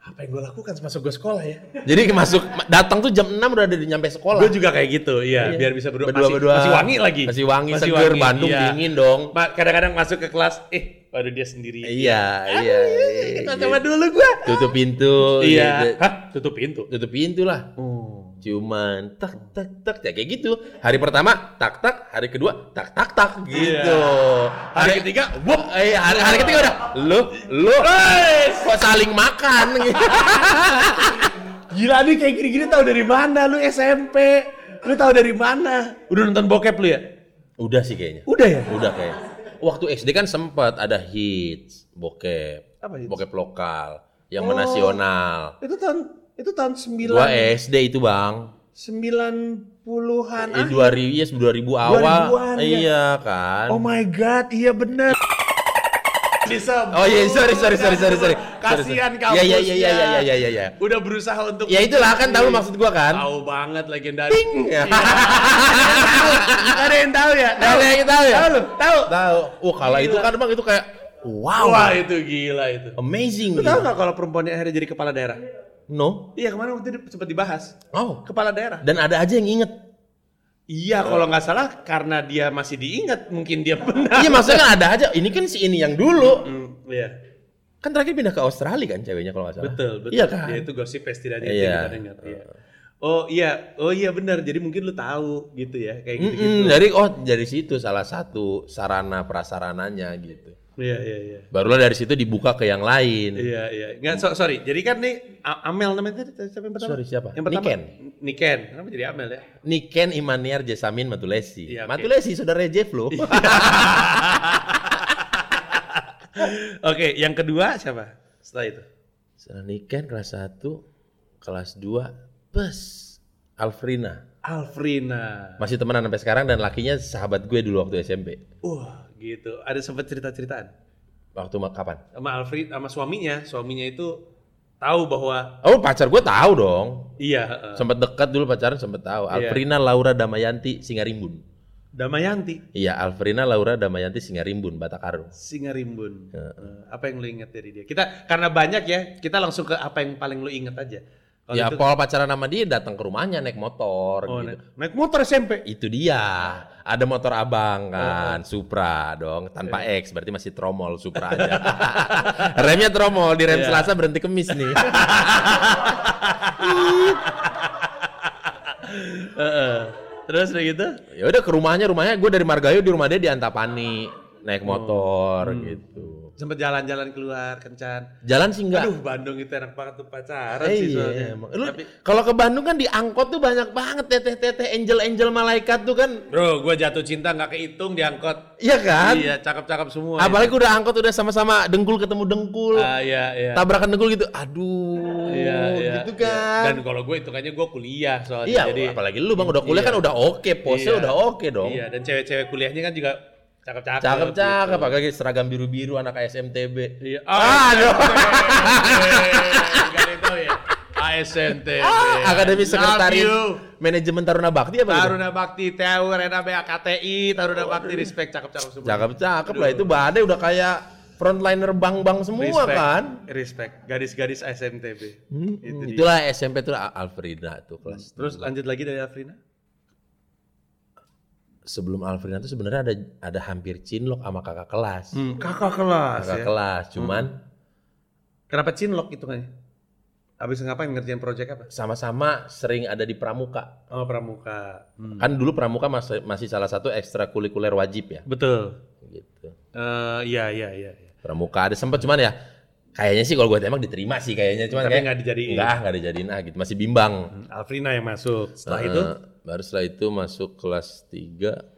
Speaker 1: Apa yang gue lakukan masuk gue sekolah ya?
Speaker 2: Jadi masuk datang tuh jam 6 udah ada di nyampe sekolah.
Speaker 1: Gue juga kayak gitu, iya,
Speaker 2: Iya.
Speaker 1: biar bisa berdua,
Speaker 2: Berdua-
Speaker 1: masih,
Speaker 2: berdua.
Speaker 1: masih wangi lagi. iya.
Speaker 2: Masih wangi, seger, Bandung dingin dong.
Speaker 1: Ma- Kadang-kadang masuk ke kelas, eh baru dia sendiri.
Speaker 2: Iya, iya.
Speaker 1: Kita
Speaker 2: iya.
Speaker 1: sama dulu gua.
Speaker 2: Tutup pintu.
Speaker 1: Iya.
Speaker 2: gitu.
Speaker 1: Hah, tutup pintu.
Speaker 2: Tutup pintu lah. Hmm. Ciuman tak tak tak ya kayak gitu. Hari pertama tak tak, hari kedua tak tak tak gitu.
Speaker 1: Iya. Hari ketiga, wup.
Speaker 2: Eh, hari, hari ketiga udah lu lu kok saling makan gitu.
Speaker 1: Gila nih kayak gini-gini tahu dari mana lu SMP? Lu tahu dari mana? Udah nonton bokep lu ya?
Speaker 2: Udah sih kayaknya.
Speaker 1: Udah ya?
Speaker 2: Udah kayak. Waktu SD kan sempat ada hits bokep.
Speaker 1: Apa hits?
Speaker 2: Bokep lokal yang
Speaker 1: Oh.
Speaker 2: menasional.
Speaker 1: Itu tahun itu tahun 9
Speaker 2: Gua eh. SD itu, Bang.
Speaker 1: 90-an
Speaker 2: Eh, 2000 ya 2000 awal.
Speaker 1: 2000-an, ya.
Speaker 2: Iya kan.
Speaker 1: Oh my god, iya bener. Bisa.
Speaker 2: Oh iya, sorry sorry sorry sorry sorry.
Speaker 1: Kasihan
Speaker 2: Sorry, sorry.
Speaker 1: kampusnya.
Speaker 2: Iya iya iya iya iya iya iya.
Speaker 1: Udah berusaha untuk
Speaker 2: Ya itulah kan tahu maksud gua kan.
Speaker 1: Tahu banget legendaris.
Speaker 2: Ting.
Speaker 1: Iya. Gak ada yang tahu ya?
Speaker 2: Tahu yang kita tahu ya?
Speaker 1: Tahu lu? Tahu. Iya.
Speaker 2: Tahu. Oh, kalau itu kan Bang itu kayak wow.
Speaker 1: Wah, itu gila itu.
Speaker 2: Amazing.
Speaker 1: Lu tahu
Speaker 2: gitu.
Speaker 1: nggak kalau perempuannya akhirnya jadi kepala daerah?
Speaker 2: No.
Speaker 1: Iya, kemarin waktu itu sempat dibahas.
Speaker 2: Oh.
Speaker 1: Kepala daerah.
Speaker 2: Dan ada aja yang inget.
Speaker 1: Iya, kalau nggak salah karena dia masih diingat mungkin dia benar.
Speaker 2: Iya maksudnya kan ada aja. Ini kan si ini yang dulu.
Speaker 1: Hmm, iya,
Speaker 2: Kan terakhir pindah ke Australia kan ceweknya kalau nggak salah.
Speaker 1: betul, betul.
Speaker 2: Iya kan.
Speaker 1: Dia itu gosip ya, setidaknya
Speaker 2: Iya.
Speaker 1: dia kita dengar, Iya. Oh iya, oh iya benar. Jadi mungkin lu tahu gitu ya, kayak
Speaker 2: Mm-mm,
Speaker 1: gitu-gitu.
Speaker 2: dari oh dari situ salah satu sarana prasarananya gitu.
Speaker 1: Iya, iya, iya.
Speaker 2: Barulah dari situ dibuka ke yang lain.
Speaker 1: Iya, iya. Nggak, so- sorry. Jadi kan nih A- Amel namanya tadi tadi siapa yang pertama?
Speaker 2: Sorry, siapa?
Speaker 1: Yang pertama.
Speaker 2: Niken.
Speaker 1: Niken. Kenapa jadi Amel ya?
Speaker 2: Niken Imaniar Jesamin Matulesi.
Speaker 1: Iya, oke. Iya.
Speaker 2: Matulesi saudara Jeff lo.
Speaker 1: Oke, yang kedua siapa? Setelah itu.
Speaker 2: Saudara Niken kelas 1, kelas 2, bes. Alfrina.
Speaker 1: Alfrina.
Speaker 2: Masih temenan sampai sekarang dan lakinya sahabat gue dulu waktu SMP.
Speaker 1: Wah, gitu. Ada sempat cerita-ceritaan
Speaker 2: Waktu ma- kapan?
Speaker 1: sama Alfrina sama suaminya. Suaminya itu tahu bahwa
Speaker 2: Oh, pacar gue tahu dong.
Speaker 1: iya, heeh.
Speaker 2: Sempet dekat dulu pacaran sempet tahu.
Speaker 1: Iya.
Speaker 2: Alfrina Laura Damayanti Singarimbun.
Speaker 1: Damayanti
Speaker 2: Iya, Alfrina Laura Damayanti Singarimbun, Batakaru.
Speaker 1: Singarimbun.
Speaker 2: Ya.
Speaker 1: Eh, Apa yang lu ingat dari dia? Kita karena banyak ya, kita langsung ke apa yang paling lu ingat aja. Kalau
Speaker 2: ya,
Speaker 1: itu-
Speaker 2: Paul pacaran sama dia datang ke rumahnya naik motor
Speaker 1: oh,
Speaker 2: gitu.
Speaker 1: naik, naik motor SMP.
Speaker 2: Itu dia. Ada motor
Speaker 1: Oh,
Speaker 2: abang kan, Supra dong, tanpa
Speaker 1: Iya.
Speaker 2: X berarti masih tromol Supra aja. Remnya tromol, di rem
Speaker 1: Iya.
Speaker 2: Selasa berhenti kemis nih.
Speaker 1: Heeh. Terus udah gitu?
Speaker 2: ya udah ke rumahnya, rumahnya gue dari Margayo di rumah dia di Antapani naik
Speaker 1: Oh.
Speaker 2: motor
Speaker 1: Hmm.
Speaker 2: gitu.
Speaker 1: Sempet jalan-jalan keluar kencan.
Speaker 2: Jalan sih enggak.
Speaker 1: Aduh, Bandung itu enak banget tuh pacaran
Speaker 2: Eh,
Speaker 1: sih
Speaker 2: iya,
Speaker 1: soalnya.
Speaker 2: emang. Lu
Speaker 1: Tapi
Speaker 2: kalau ke Bandung kan di angkot tuh banyak banget teteh-teteh angel-angel malaikat tuh kan.
Speaker 1: Bro, gua jatuh cinta nggak kehitung diangkot.
Speaker 2: Iya kan?
Speaker 1: Iya, cakep-cakep semua.
Speaker 2: Apalagi udah angkot udah sama-sama dengkul ketemu dengkul.
Speaker 1: Ah, iya, iya.
Speaker 2: tabrakan dengkul gitu. Aduh, gitu
Speaker 1: iya.
Speaker 2: kan.
Speaker 1: Dan kalau gue itu kayaknya gue kuliah soalnya.
Speaker 2: Iya,
Speaker 1: jadi,
Speaker 2: apalagi lu Bang udah kuliah
Speaker 1: Iya.
Speaker 2: kan udah oke, pose
Speaker 1: Iya.
Speaker 2: udah oke dong.
Speaker 1: Iya, dan cewek-cewek kuliahnya kan juga Cakep-cakep. gitu.
Speaker 2: Cakep-cakep, apalagi seragam biru-biru anak ASMTB.
Speaker 1: Iya.
Speaker 2: Ah, Aduh.
Speaker 1: Gak ada yang tahu ya. ASNTB.
Speaker 2: Ah, Akademi
Speaker 1: Iya, Love
Speaker 2: Sekretaris
Speaker 1: you.
Speaker 2: Manajemen Taruna Bakti apa gitu?
Speaker 1: Taruna Bakti TU Rena BAKTI Taruna Bakti respect cakep-cakep semua.
Speaker 2: Oh, Cakep-cakep lah itu badai udah kayak frontliner bank-bank
Speaker 1: respect,
Speaker 2: semua kan.
Speaker 1: Respect. Gadis-gadis SMTB.
Speaker 2: Hmm,
Speaker 1: Itu dia. Hmm.
Speaker 2: itulah SMP tuh Al- Alfrina tuh kelas.
Speaker 1: Terus lanjut lagi dari Afrina.
Speaker 2: Sebelum Alfrina tuh sebenarnya ada ada hampir cinlok sama kakak kelas.
Speaker 1: kakak Hmm. kelas
Speaker 2: Hmm.
Speaker 1: ya? Hmm.
Speaker 2: kakak kelas, cuman
Speaker 1: Kenapa cinlok itu kan? Habis ngapain ngerjain project apa?
Speaker 2: sama-sama sering ada di pramuka.
Speaker 1: Oh, pramuka. Hmm.
Speaker 2: Kan dulu pramuka masih, masih salah satu ekstrakurikuler wajib ya.
Speaker 1: Betul.
Speaker 2: Gitu.
Speaker 1: Eh iya, iya, iya. iya.
Speaker 2: Pramuka ada sempat cuman ya kayaknya sih kalau gue tembak diterima sih kayaknya cuman
Speaker 1: Tapi
Speaker 2: kayak
Speaker 1: nggak dijadiin.
Speaker 2: enggak enggak dijadiin ah gitu masih bimbang.
Speaker 1: Alfrina yang masuk. Setelah itu
Speaker 2: Eh, baru setelah itu masuk kelas 3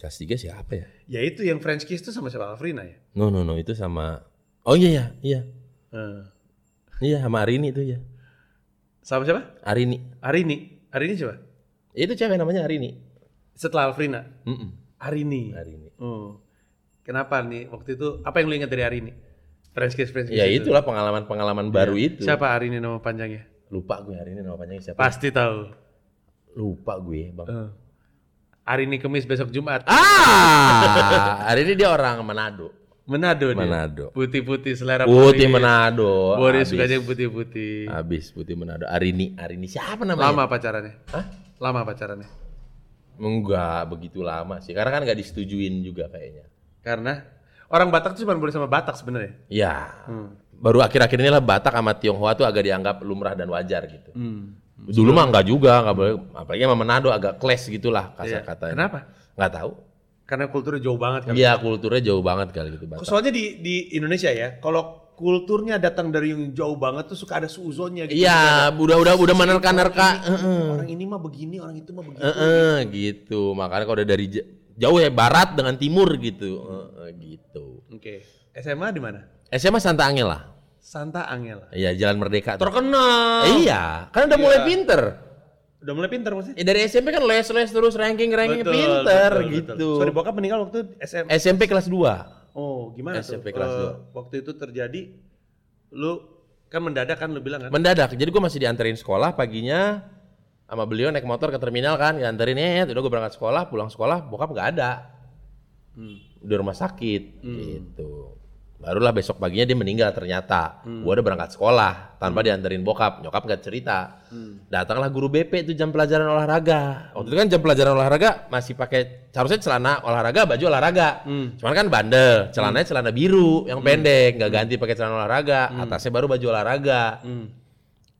Speaker 2: kelas 3 siapa ya
Speaker 1: ya itu yang French kiss itu sama siapa Alfrina ya?
Speaker 2: no no no itu sama oh iya iya iya
Speaker 1: Eh,
Speaker 2: iya sama Arini itu ya
Speaker 1: sama siapa?
Speaker 2: Arini
Speaker 1: Arini. Arini siapa?
Speaker 2: Ya, itu cewek namanya Arini
Speaker 1: Setelah Alfrina.
Speaker 2: Mm-mm.
Speaker 1: Arini.
Speaker 2: Arini
Speaker 1: Oh. Kenapa nih waktu itu apa yang lu ingat dari Arini? French kiss French kiss.
Speaker 2: ya itulah pengalaman pengalaman
Speaker 1: Iya.
Speaker 2: baru itu
Speaker 1: Siapa Arini nama panjangnya?
Speaker 2: lupa gue Arini nama panjangnya siapa
Speaker 1: Pasti tahu.
Speaker 2: lupa gue bang
Speaker 1: Eh. Arini Kemis besok Jumat.
Speaker 2: ah Arini dia orang Manado
Speaker 1: Manado dia.
Speaker 2: Manado.
Speaker 1: Putih-putih selera
Speaker 2: putih
Speaker 1: Boris.
Speaker 2: Manado Ah,
Speaker 1: Boris
Speaker 2: Abis-
Speaker 1: sukanya yang putih-putih.
Speaker 2: abis putih Manado Arini Arini siapa namanya
Speaker 1: Lama pacarannya?
Speaker 2: ya? Hah?
Speaker 1: Lama pacarannya?
Speaker 2: Enggak begitu lama sih, karena kan nggak disetujuin juga kayaknya.
Speaker 1: Karena orang Batak tuh cuma boleh sama Batak sebenarnya. Hmm.
Speaker 2: Ya, baru akhir-akhir ini lah Batak sama Tionghoa tuh agak dianggap lumrah dan wajar gitu. Dulu mah enggak juga, nggak boleh. Apalagi sama Manado agak clash gitulah
Speaker 1: Iya.
Speaker 2: kasar katanya.
Speaker 1: Kenapa?
Speaker 2: Nggak tahu.
Speaker 1: Karena kulturnya jauh banget kan.
Speaker 2: Iya kulturnya jauh banget kali gitu Batak.
Speaker 1: Soalnya di di Indonesia ya, kalau kulturnya datang dari yang jauh banget tuh suka ada suuzonnya gitu.
Speaker 2: Iya, udah-udah udah menerka-nerka. Heeh.
Speaker 1: Orang ini mah begini, orang itu mah begitu.
Speaker 2: Heeh, gitu. Makanya kalau udah dari j- jauh ya barat dengan timur gitu. Heeh, gitu.
Speaker 1: Oke. SMA di mana?
Speaker 2: SMA Santa Angela.
Speaker 1: Santa Angela.
Speaker 2: Iya, Jalan Merdeka. tuh.
Speaker 1: Terkenal.
Speaker 2: Iya, kan udah mulai pinter.
Speaker 1: Udah mulai pintar maksudnya?
Speaker 2: Ya, dari SMP kan les-les terus ranking-ranking
Speaker 1: Betul,
Speaker 2: pinter
Speaker 1: betul,
Speaker 2: gitu. Eh,
Speaker 1: betul. Sorry, bokap meninggal waktu SMA.
Speaker 2: SMP kelas 2.
Speaker 1: Oh, gimana
Speaker 2: SMP
Speaker 1: tuh?
Speaker 2: kelas
Speaker 1: Eh,
Speaker 2: dua.
Speaker 1: waktu itu terjadi lu kan mendadak kan lu bilang kan?
Speaker 2: Mendadak. Jadi gua masih dianterin sekolah paginya sama beliau naik motor ke terminal kan, dianterin ya, udah gua berangkat sekolah, pulang sekolah bokap nggak ada.
Speaker 1: Hmm.
Speaker 2: Udah rumah sakit gitu. Barulah besok paginya dia meninggal ternyata. Gua udah berangkat sekolah tanpa dianterin bokap, nyokap nggak cerita. Datanglah guru BP itu jam pelajaran olahraga. Waktu itu kan jam pelajaran olahraga masih pakai harusnya celana olahraga, baju olahraga.
Speaker 1: Hmm.
Speaker 2: Cuman kan bandel, celananya celana biru yang pendek, nggak ganti pakai celana olahraga, atasnya baru baju olahraga.
Speaker 1: Hmm.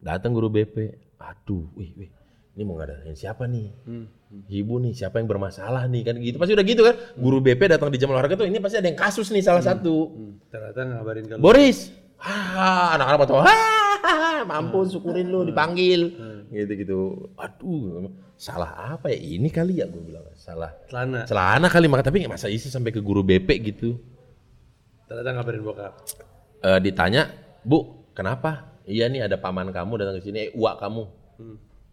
Speaker 2: Datang guru BP. Aduh, wih, wih. Ini mau ngadain siapa nih?
Speaker 1: Hmm.
Speaker 2: Ibu nih, siapa yang bermasalah nih? Kan gitu. Pasti udah gitu kan. Guru BP datang di jam olahraga tuh ini pasti ada yang kasus nih salah satu.
Speaker 1: Hmm. Ternyata ngabarin kalau
Speaker 2: Boris. Ah, anak-anak pada tahu. Ah, mampus syukurin lu dipanggil. Gitu-gitu. Aduh, salah apa ya ini kali ya gue bilang. Salah
Speaker 1: celana.
Speaker 2: celana kali maka tapi masa isi sampai ke guru BP gitu.
Speaker 1: Ternyata ngabarin bokap.
Speaker 2: Eh, ditanya, Bu, kenapa? Iya nih ada paman kamu datang ke sini, eh, uak kamu.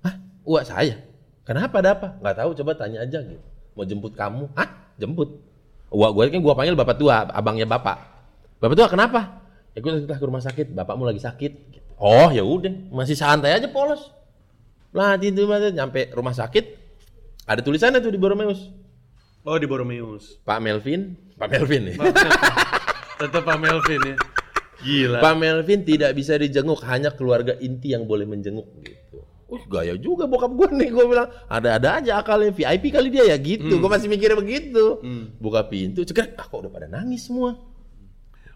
Speaker 2: Hah? Uak saya? Kenapa ada apa? Nggak tahu, coba tanya aja gitu. Mau jemput kamu? Hah? Jemput? Uak gue kan gue panggil bapak tua, abangnya bapak. Bapak tua kenapa? Ya gue ke rumah sakit, bapakmu lagi sakit. Gitu. Oh ya udah, masih santai aja polos. Lah tidur masa nyampe rumah sakit, ada tulisannya tuh di Borromeus.
Speaker 1: Oh, di Borromeus.
Speaker 2: Pak Melvin, Pak Melvin nih.
Speaker 1: Tetap Pak Melvin ya. Gila.
Speaker 2: Pak Melvin tidak bisa dijenguk, hanya keluarga inti yang boleh menjenguk gitu. Uh, gaya juga bokap gue nih, gue bilang ada-ada aja akalnya VIP kali dia ya gitu. Gue masih mikirnya begitu. Buka pintu, cekrek, ah kok udah pada nangis semua.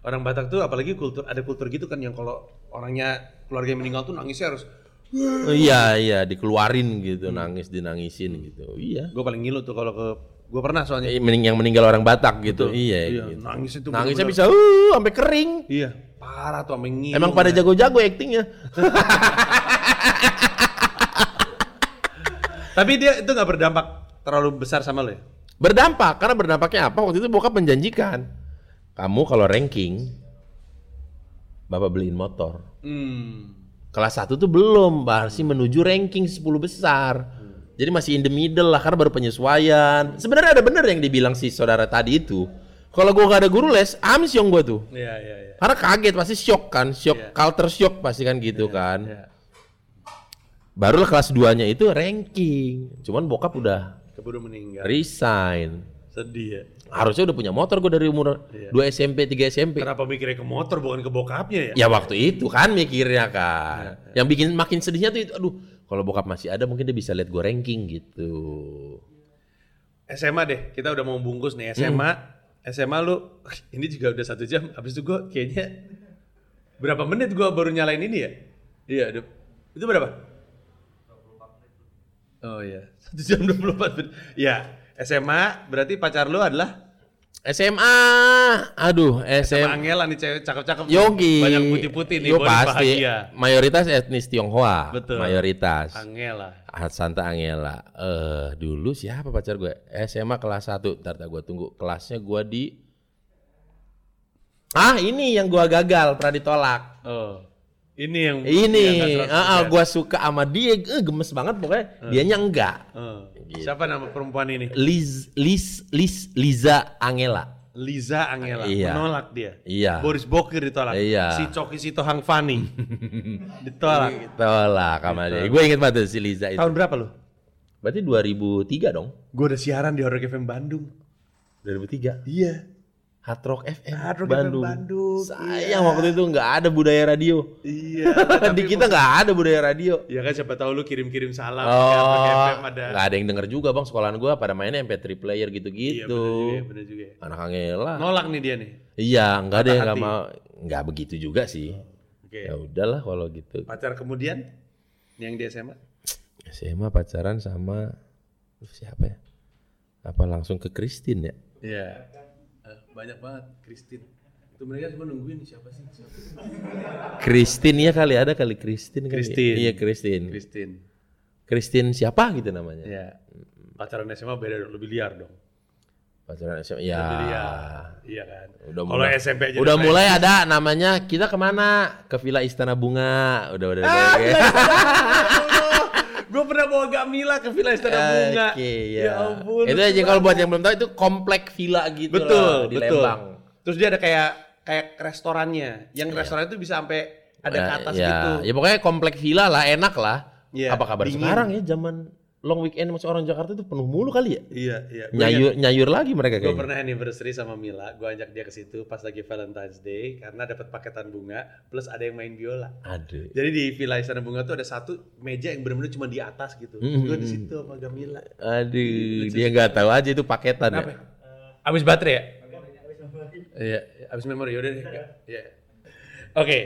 Speaker 1: Orang Batak tuh apalagi kultur ada kultur gitu kan yang kalau orangnya keluarga yang meninggal tuh nangisnya harus
Speaker 2: Oh, iya iya, dikeluarin gitu, nangis dinangisin gitu. Iya.
Speaker 1: gue paling ngilu tuh kalau ke gue pernah soalnya
Speaker 2: Eh, mening- Yang meninggal orang Batak gitu. Iya.
Speaker 1: iya,
Speaker 2: gitu.
Speaker 1: nangis itu
Speaker 2: Nangisnya
Speaker 1: bener-bener-
Speaker 2: bisa uh sampai kering.
Speaker 1: iya parah tuh sampe ngilu
Speaker 2: Emang pada
Speaker 1: Nah.
Speaker 2: jago-jago aktingnya.
Speaker 1: tapi dia itu nggak berdampak terlalu besar sama lo ya
Speaker 2: Berdampak karena berdampaknya apa? Waktu itu bokap menjanjikan, kamu kalau ranking Bapak beliin motor.
Speaker 1: hmm.
Speaker 2: Kelas 1 tuh belum, masih menuju ranking 10 besar. Jadi masih in the middle lah karena baru penyesuaian. Sebenarnya ada bener yang dibilang si saudara tadi itu. Kalau gua gak ada guru les, amis yang gua tuh.
Speaker 1: Iya, iya, iya.
Speaker 2: Karena kaget pasti shock kan, shock
Speaker 1: Iya.
Speaker 2: culture shock pasti kan gitu kan.
Speaker 1: Iya.
Speaker 2: Barulah kelas 2-nya itu ranking. Cuman bokap udah
Speaker 1: Keburu meninggal.
Speaker 2: resign.
Speaker 1: Sedih ya.
Speaker 2: Harusnya udah punya motor gua dari umur
Speaker 1: Iya.
Speaker 2: 2 SMP, 3 SMP.
Speaker 1: Kenapa mikirnya ke motor bukan ke bokapnya ya?
Speaker 2: Ya waktu itu kan
Speaker 1: Iya,
Speaker 2: mikirnya kan. Yang bikin makin sedihnya tuh itu aduh, kalau bokap masih ada mungkin dia bisa lihat gue ranking gitu.
Speaker 1: SMA deh, kita udah mau bungkus nih SMA.
Speaker 2: Hmm.
Speaker 1: SMA lu, ini juga udah satu jam. Habis itu gue kayaknya berapa menit gue baru nyalain ini ya? Iya, udah- itu berapa? Oh iya, satu jam 24 menit. Ya, SMA berarti pacar lu adalah
Speaker 2: SMA, aduh SMA.
Speaker 1: Angela nih cewek cakep-cakep.
Speaker 2: Yogi.
Speaker 1: Banyak putih-putih nih,
Speaker 2: Yo,
Speaker 1: body
Speaker 2: pasti.
Speaker 1: bahagia.
Speaker 2: Mayoritas etnis Tionghoa.
Speaker 1: Betul.
Speaker 2: Mayoritas.
Speaker 1: Angela.
Speaker 2: Ah, Santa Angela. Eh, dulu siapa pacar gue? SMA kelas 1. Ntar dah gue tunggu kelasnya gue di Ah, ini yang gua gagal, pernah ditolak.
Speaker 1: Oh. Ini yang
Speaker 2: Ini,
Speaker 1: yang nggak
Speaker 2: ah, ah,
Speaker 1: 100%.
Speaker 2: gua suka sama dia, eh, gemes banget pokoknya.
Speaker 1: Hmm.
Speaker 2: Dianya enggak.
Speaker 1: Oh.
Speaker 2: Gitu.
Speaker 1: Siapa nama perempuan ini?
Speaker 2: Liz, Liz, Liz, Liza Angela.
Speaker 1: Liza Angela
Speaker 2: Iya.
Speaker 1: menolak dia.
Speaker 2: Iya.
Speaker 1: Boris Bokir ditolak.
Speaker 2: Iya.
Speaker 1: Si Coki Sito Hang Fani ditolak.
Speaker 2: Gitu Tolak sama dia.
Speaker 1: Gitu.
Speaker 2: Gue inget banget tuh si Liza itu.
Speaker 1: Tahun berapa lu?
Speaker 2: Berarti 2003 dong.
Speaker 1: Gue udah siaran di Horror FM Bandung.
Speaker 2: 2003.
Speaker 1: Iya.
Speaker 2: Hard Rock FM
Speaker 1: Hard Rock
Speaker 2: Bandung.
Speaker 1: FM Bandung,
Speaker 2: Sayang waktu itu nggak ada budaya radio.
Speaker 1: Iya.
Speaker 2: Di kita nggak ada budaya radio.
Speaker 1: Ya kan siapa tahu lu kirim-kirim salam ke Hard Rock
Speaker 2: Oh,
Speaker 1: FM ada.
Speaker 2: nggak ada yang denger juga bang. Sekolahan gua pada mainnya MP3
Speaker 1: Iya,
Speaker 2: player
Speaker 1: bener
Speaker 2: gitu.
Speaker 1: juga, ya,
Speaker 2: gitu-gitu.
Speaker 1: bener juga. ya.
Speaker 2: Anak Angela.
Speaker 1: Nolak nih dia nih.
Speaker 2: Iya, nggak ada yang nggak
Speaker 1: hati. Oh.
Speaker 2: mau. Nggak begitu juga sih.
Speaker 1: Oke.
Speaker 2: Ya udahlah kalau gitu.
Speaker 1: Pacar kemudian yang di SMA.
Speaker 2: SMA pacaran sama Aduh, siapa ya? Apa langsung ke Christine ya?
Speaker 1: Iya. Eh, banyak banget Christine. Itu mereka cuma nungguin siapa sih? Siapa?
Speaker 2: Christine ya kali ada kali Christine kali.
Speaker 1: Christine.
Speaker 2: Iya Christine.
Speaker 1: Christine.
Speaker 2: Christine siapa gitu namanya?
Speaker 1: Iya. Pacaran SMA beda dong, lebih liar dong.
Speaker 2: Pacaran SMA. Ya.
Speaker 1: Jadi ya, iya kan.
Speaker 2: Udah
Speaker 1: Kalau
Speaker 2: mulai-
Speaker 1: SMP aja udah
Speaker 2: Udah mulai ada namanya kita kemana? Ke Villa Istana Bunga. Udah udah.
Speaker 1: Ah,
Speaker 2: udah, oke.
Speaker 1: Gue pernah bawa Gamila ke Villa Istana Bunga.
Speaker 2: Oke, ya.
Speaker 1: Ya ampun.
Speaker 2: Itu aja kalau buat yang belum tahu itu komplek villa gitu
Speaker 1: betul,
Speaker 2: lah, di
Speaker 1: betul.
Speaker 2: Lembang. Iya.
Speaker 1: Terus dia ada kayak kayak restorannya. Yang restoran itu bisa sampai ada ke
Speaker 2: Nah,
Speaker 1: atas
Speaker 2: ya.
Speaker 1: gitu.
Speaker 2: Ya pokoknya komplek villa lah, enak lah.
Speaker 1: Iya,
Speaker 2: Apa kabar
Speaker 1: dingin.
Speaker 2: sekarang ya zaman long weekend masih orang Jakarta itu penuh mulu kali ya?
Speaker 1: Iya, iya.
Speaker 2: Nyayur nyayur lagi mereka
Speaker 1: Gue
Speaker 2: kayaknya.
Speaker 1: pernah anniversary sama Mila, gue ajak dia ke situ pas lagi Valentine's Day karena dapat paketan bunga plus ada yang main biola.
Speaker 2: Aduh.
Speaker 1: Jadi di Villa Istana Bunga tuh ada satu meja yang benar-benar cuma di atas gitu.
Speaker 2: Mm.
Speaker 1: Gue di situ sama Gamila.
Speaker 2: Aduh, dia nggak tahu aja itu paketan ya.
Speaker 1: Abis baterai ya? Iya, abis memori udah deh. Iya. Oke,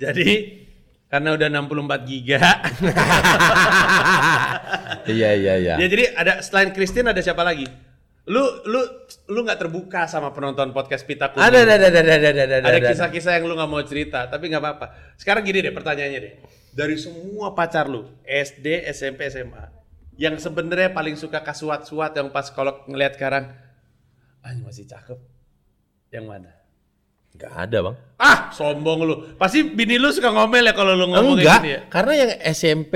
Speaker 1: jadi karena udah 64 giga.
Speaker 2: Iya iya iya.
Speaker 1: ya jadi ada selain Christine ada siapa lagi? Lu lu lu nggak terbuka sama penonton podcast Pita Kuning.
Speaker 2: Ada ada ada ada ada ada ada.
Speaker 1: Ada
Speaker 2: ada.
Speaker 1: kisah-kisah yang lu nggak mau cerita, tapi nggak apa-apa. Sekarang gini deh pertanyaannya deh. Dari semua pacar lu, SD, SMP, SMA, yang sebenarnya paling suka kasuat-suat yang pas kalau ngelihat sekarang, anjing masih cakep. Yang mana?
Speaker 2: Nggak ada bang.
Speaker 1: Ah, sombong lu. Pasti bini lu suka ngomel ya kalau lu ngomong
Speaker 2: Oh,
Speaker 1: kayak
Speaker 2: Enggak,
Speaker 1: gini ya.
Speaker 2: karena yang SMP,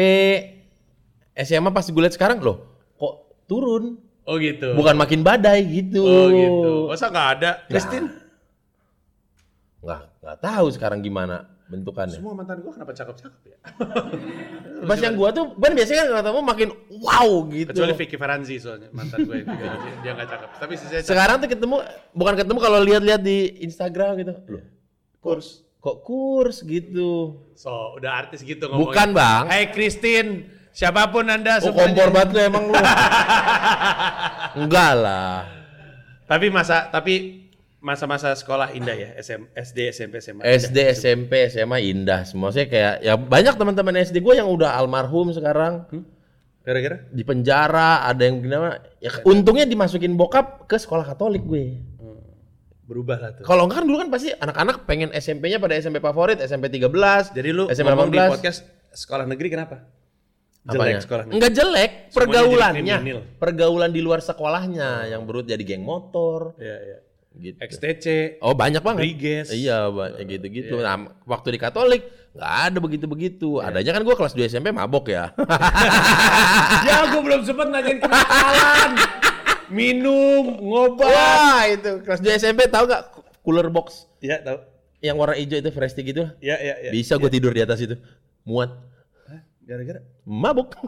Speaker 2: SMA pas gue lihat sekarang loh, kok turun?
Speaker 1: Oh gitu.
Speaker 2: Bukan makin badai gitu.
Speaker 1: Oh gitu. Masa nggak ada? Christine,
Speaker 2: Nggak nggak tahu sekarang gimana bentukannya.
Speaker 1: semua mantan gua kenapa cakep-cakep ya?
Speaker 2: Pas yang gua tuh, kan biasanya kan ketemu makin wow gitu.
Speaker 1: Kecuali Vicky Ferranzi soalnya mantan gue itu dia- dia nggak cakep. Tapi sisanya cakep.
Speaker 2: Sekarang tuh ketemu, bukan ketemu kalau lihat-lihat di Instagram gitu. Loh,
Speaker 1: Kurs.
Speaker 2: kok kurs gitu.
Speaker 1: So, udah artis gitu ngomongnya.
Speaker 2: Bukan bang.
Speaker 1: Hai Christine, siapapun Anda
Speaker 2: Oh
Speaker 1: semuanya.
Speaker 2: kompor banget lu emang lu. Enggak lah.
Speaker 1: Tapi masa tapi masa-masa sekolah indah ya, SM, SD, SMP, SMA.
Speaker 2: SD,
Speaker 1: Indah.
Speaker 2: SMP, SMA indah semua. Saya kayak ya banyak teman-teman SD gue yang udah almarhum sekarang
Speaker 1: Gara-gara?
Speaker 2: di penjara, ada yang gimana. Ya, untungnya dimasukin bokap ke sekolah Katolik gue.
Speaker 1: Berubah lah tuh.
Speaker 2: Kalau enggak kan dulu kan pasti anak-anak pengen SMP-nya pada SMP favorit, SMP 13.
Speaker 1: Jadi lu
Speaker 2: SMP
Speaker 1: ngomong
Speaker 2: 18.
Speaker 1: di podcast sekolah negeri kenapa? Jelek
Speaker 2: Apanya?
Speaker 1: sekolah negeri.
Speaker 2: Enggak jelek,
Speaker 1: jadi
Speaker 2: pergaulannya.
Speaker 1: kriminal.
Speaker 2: Pergaulan di luar sekolahnya yang berut jadi geng motor.
Speaker 1: Iya, iya.
Speaker 2: gitu.
Speaker 1: XTC,
Speaker 2: Oh banyak banget.
Speaker 1: Briges.
Speaker 2: Iya, ba- gitu-gitu.
Speaker 1: Iya.
Speaker 2: Nah, waktu di Katolik nggak ada begitu-begitu. Adanya kan gue kelas 2 SMP mabok ya.
Speaker 1: Ya gue belum sempet nanyain kenakalan. Minum, ngobat.
Speaker 2: Wah, itu kelas 2 SMP tahu nggak cooler box
Speaker 1: Ya tahu.
Speaker 2: yang warna hijau itu fresh tea gitu lah.
Speaker 1: Ya ya ya.
Speaker 2: Bisa gue tidur di atas itu. Muat.
Speaker 1: Gara-gara
Speaker 2: Mabuk.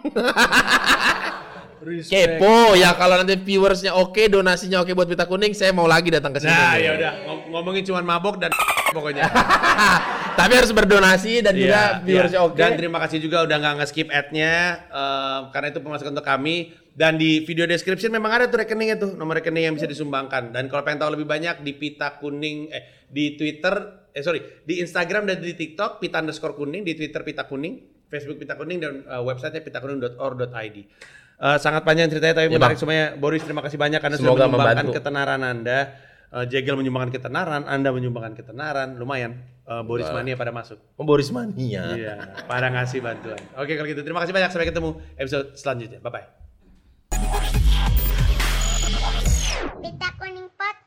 Speaker 1: respect.
Speaker 2: Kepo ya kalau nanti viewersnya oke, donasinya oke buat pita kuning, saya mau lagi datang ke sini.
Speaker 1: Nah, ya udah Ngom- ngomongin cuman mabok dan pokoknya.
Speaker 2: Tapi harus berdonasi dan
Speaker 1: Iya,
Speaker 2: juga viewersnya
Speaker 1: iya.
Speaker 2: oke.
Speaker 1: Dan terima kasih juga udah nggak nge-skip ad-nya eh, karena itu pemasukan untuk kami dan di video description memang ada tuh rekeningnya tuh nomor rekening yang bisa disumbangkan dan kalau pengen tahu lebih banyak di pita kuning eh di Twitter eh sorry di Instagram dan di TikTok pita underscore kuning di Twitter pita kuning Facebook pita kuning dan eh, websitenya pitakuning.or.id Eh, sangat panjang ceritanya tapi
Speaker 2: Iya,
Speaker 1: menarik
Speaker 2: Bang.
Speaker 1: semuanya Boris terima kasih banyak karena
Speaker 2: Semoga
Speaker 1: sudah menyumbangkan
Speaker 2: membantu.
Speaker 1: ketenaran Anda Eh, Jegel menyumbangkan ketenaran Anda menyumbangkan ketenaran lumayan eh, Boris mania pada masuk
Speaker 2: Oh, Boris Mania.
Speaker 1: Iya, para ngasih bantuan. Oke kalau gitu, terima kasih banyak. Sampai ketemu episode selanjutnya. Bye-bye.
Speaker 5: Pita Kuning Podcast.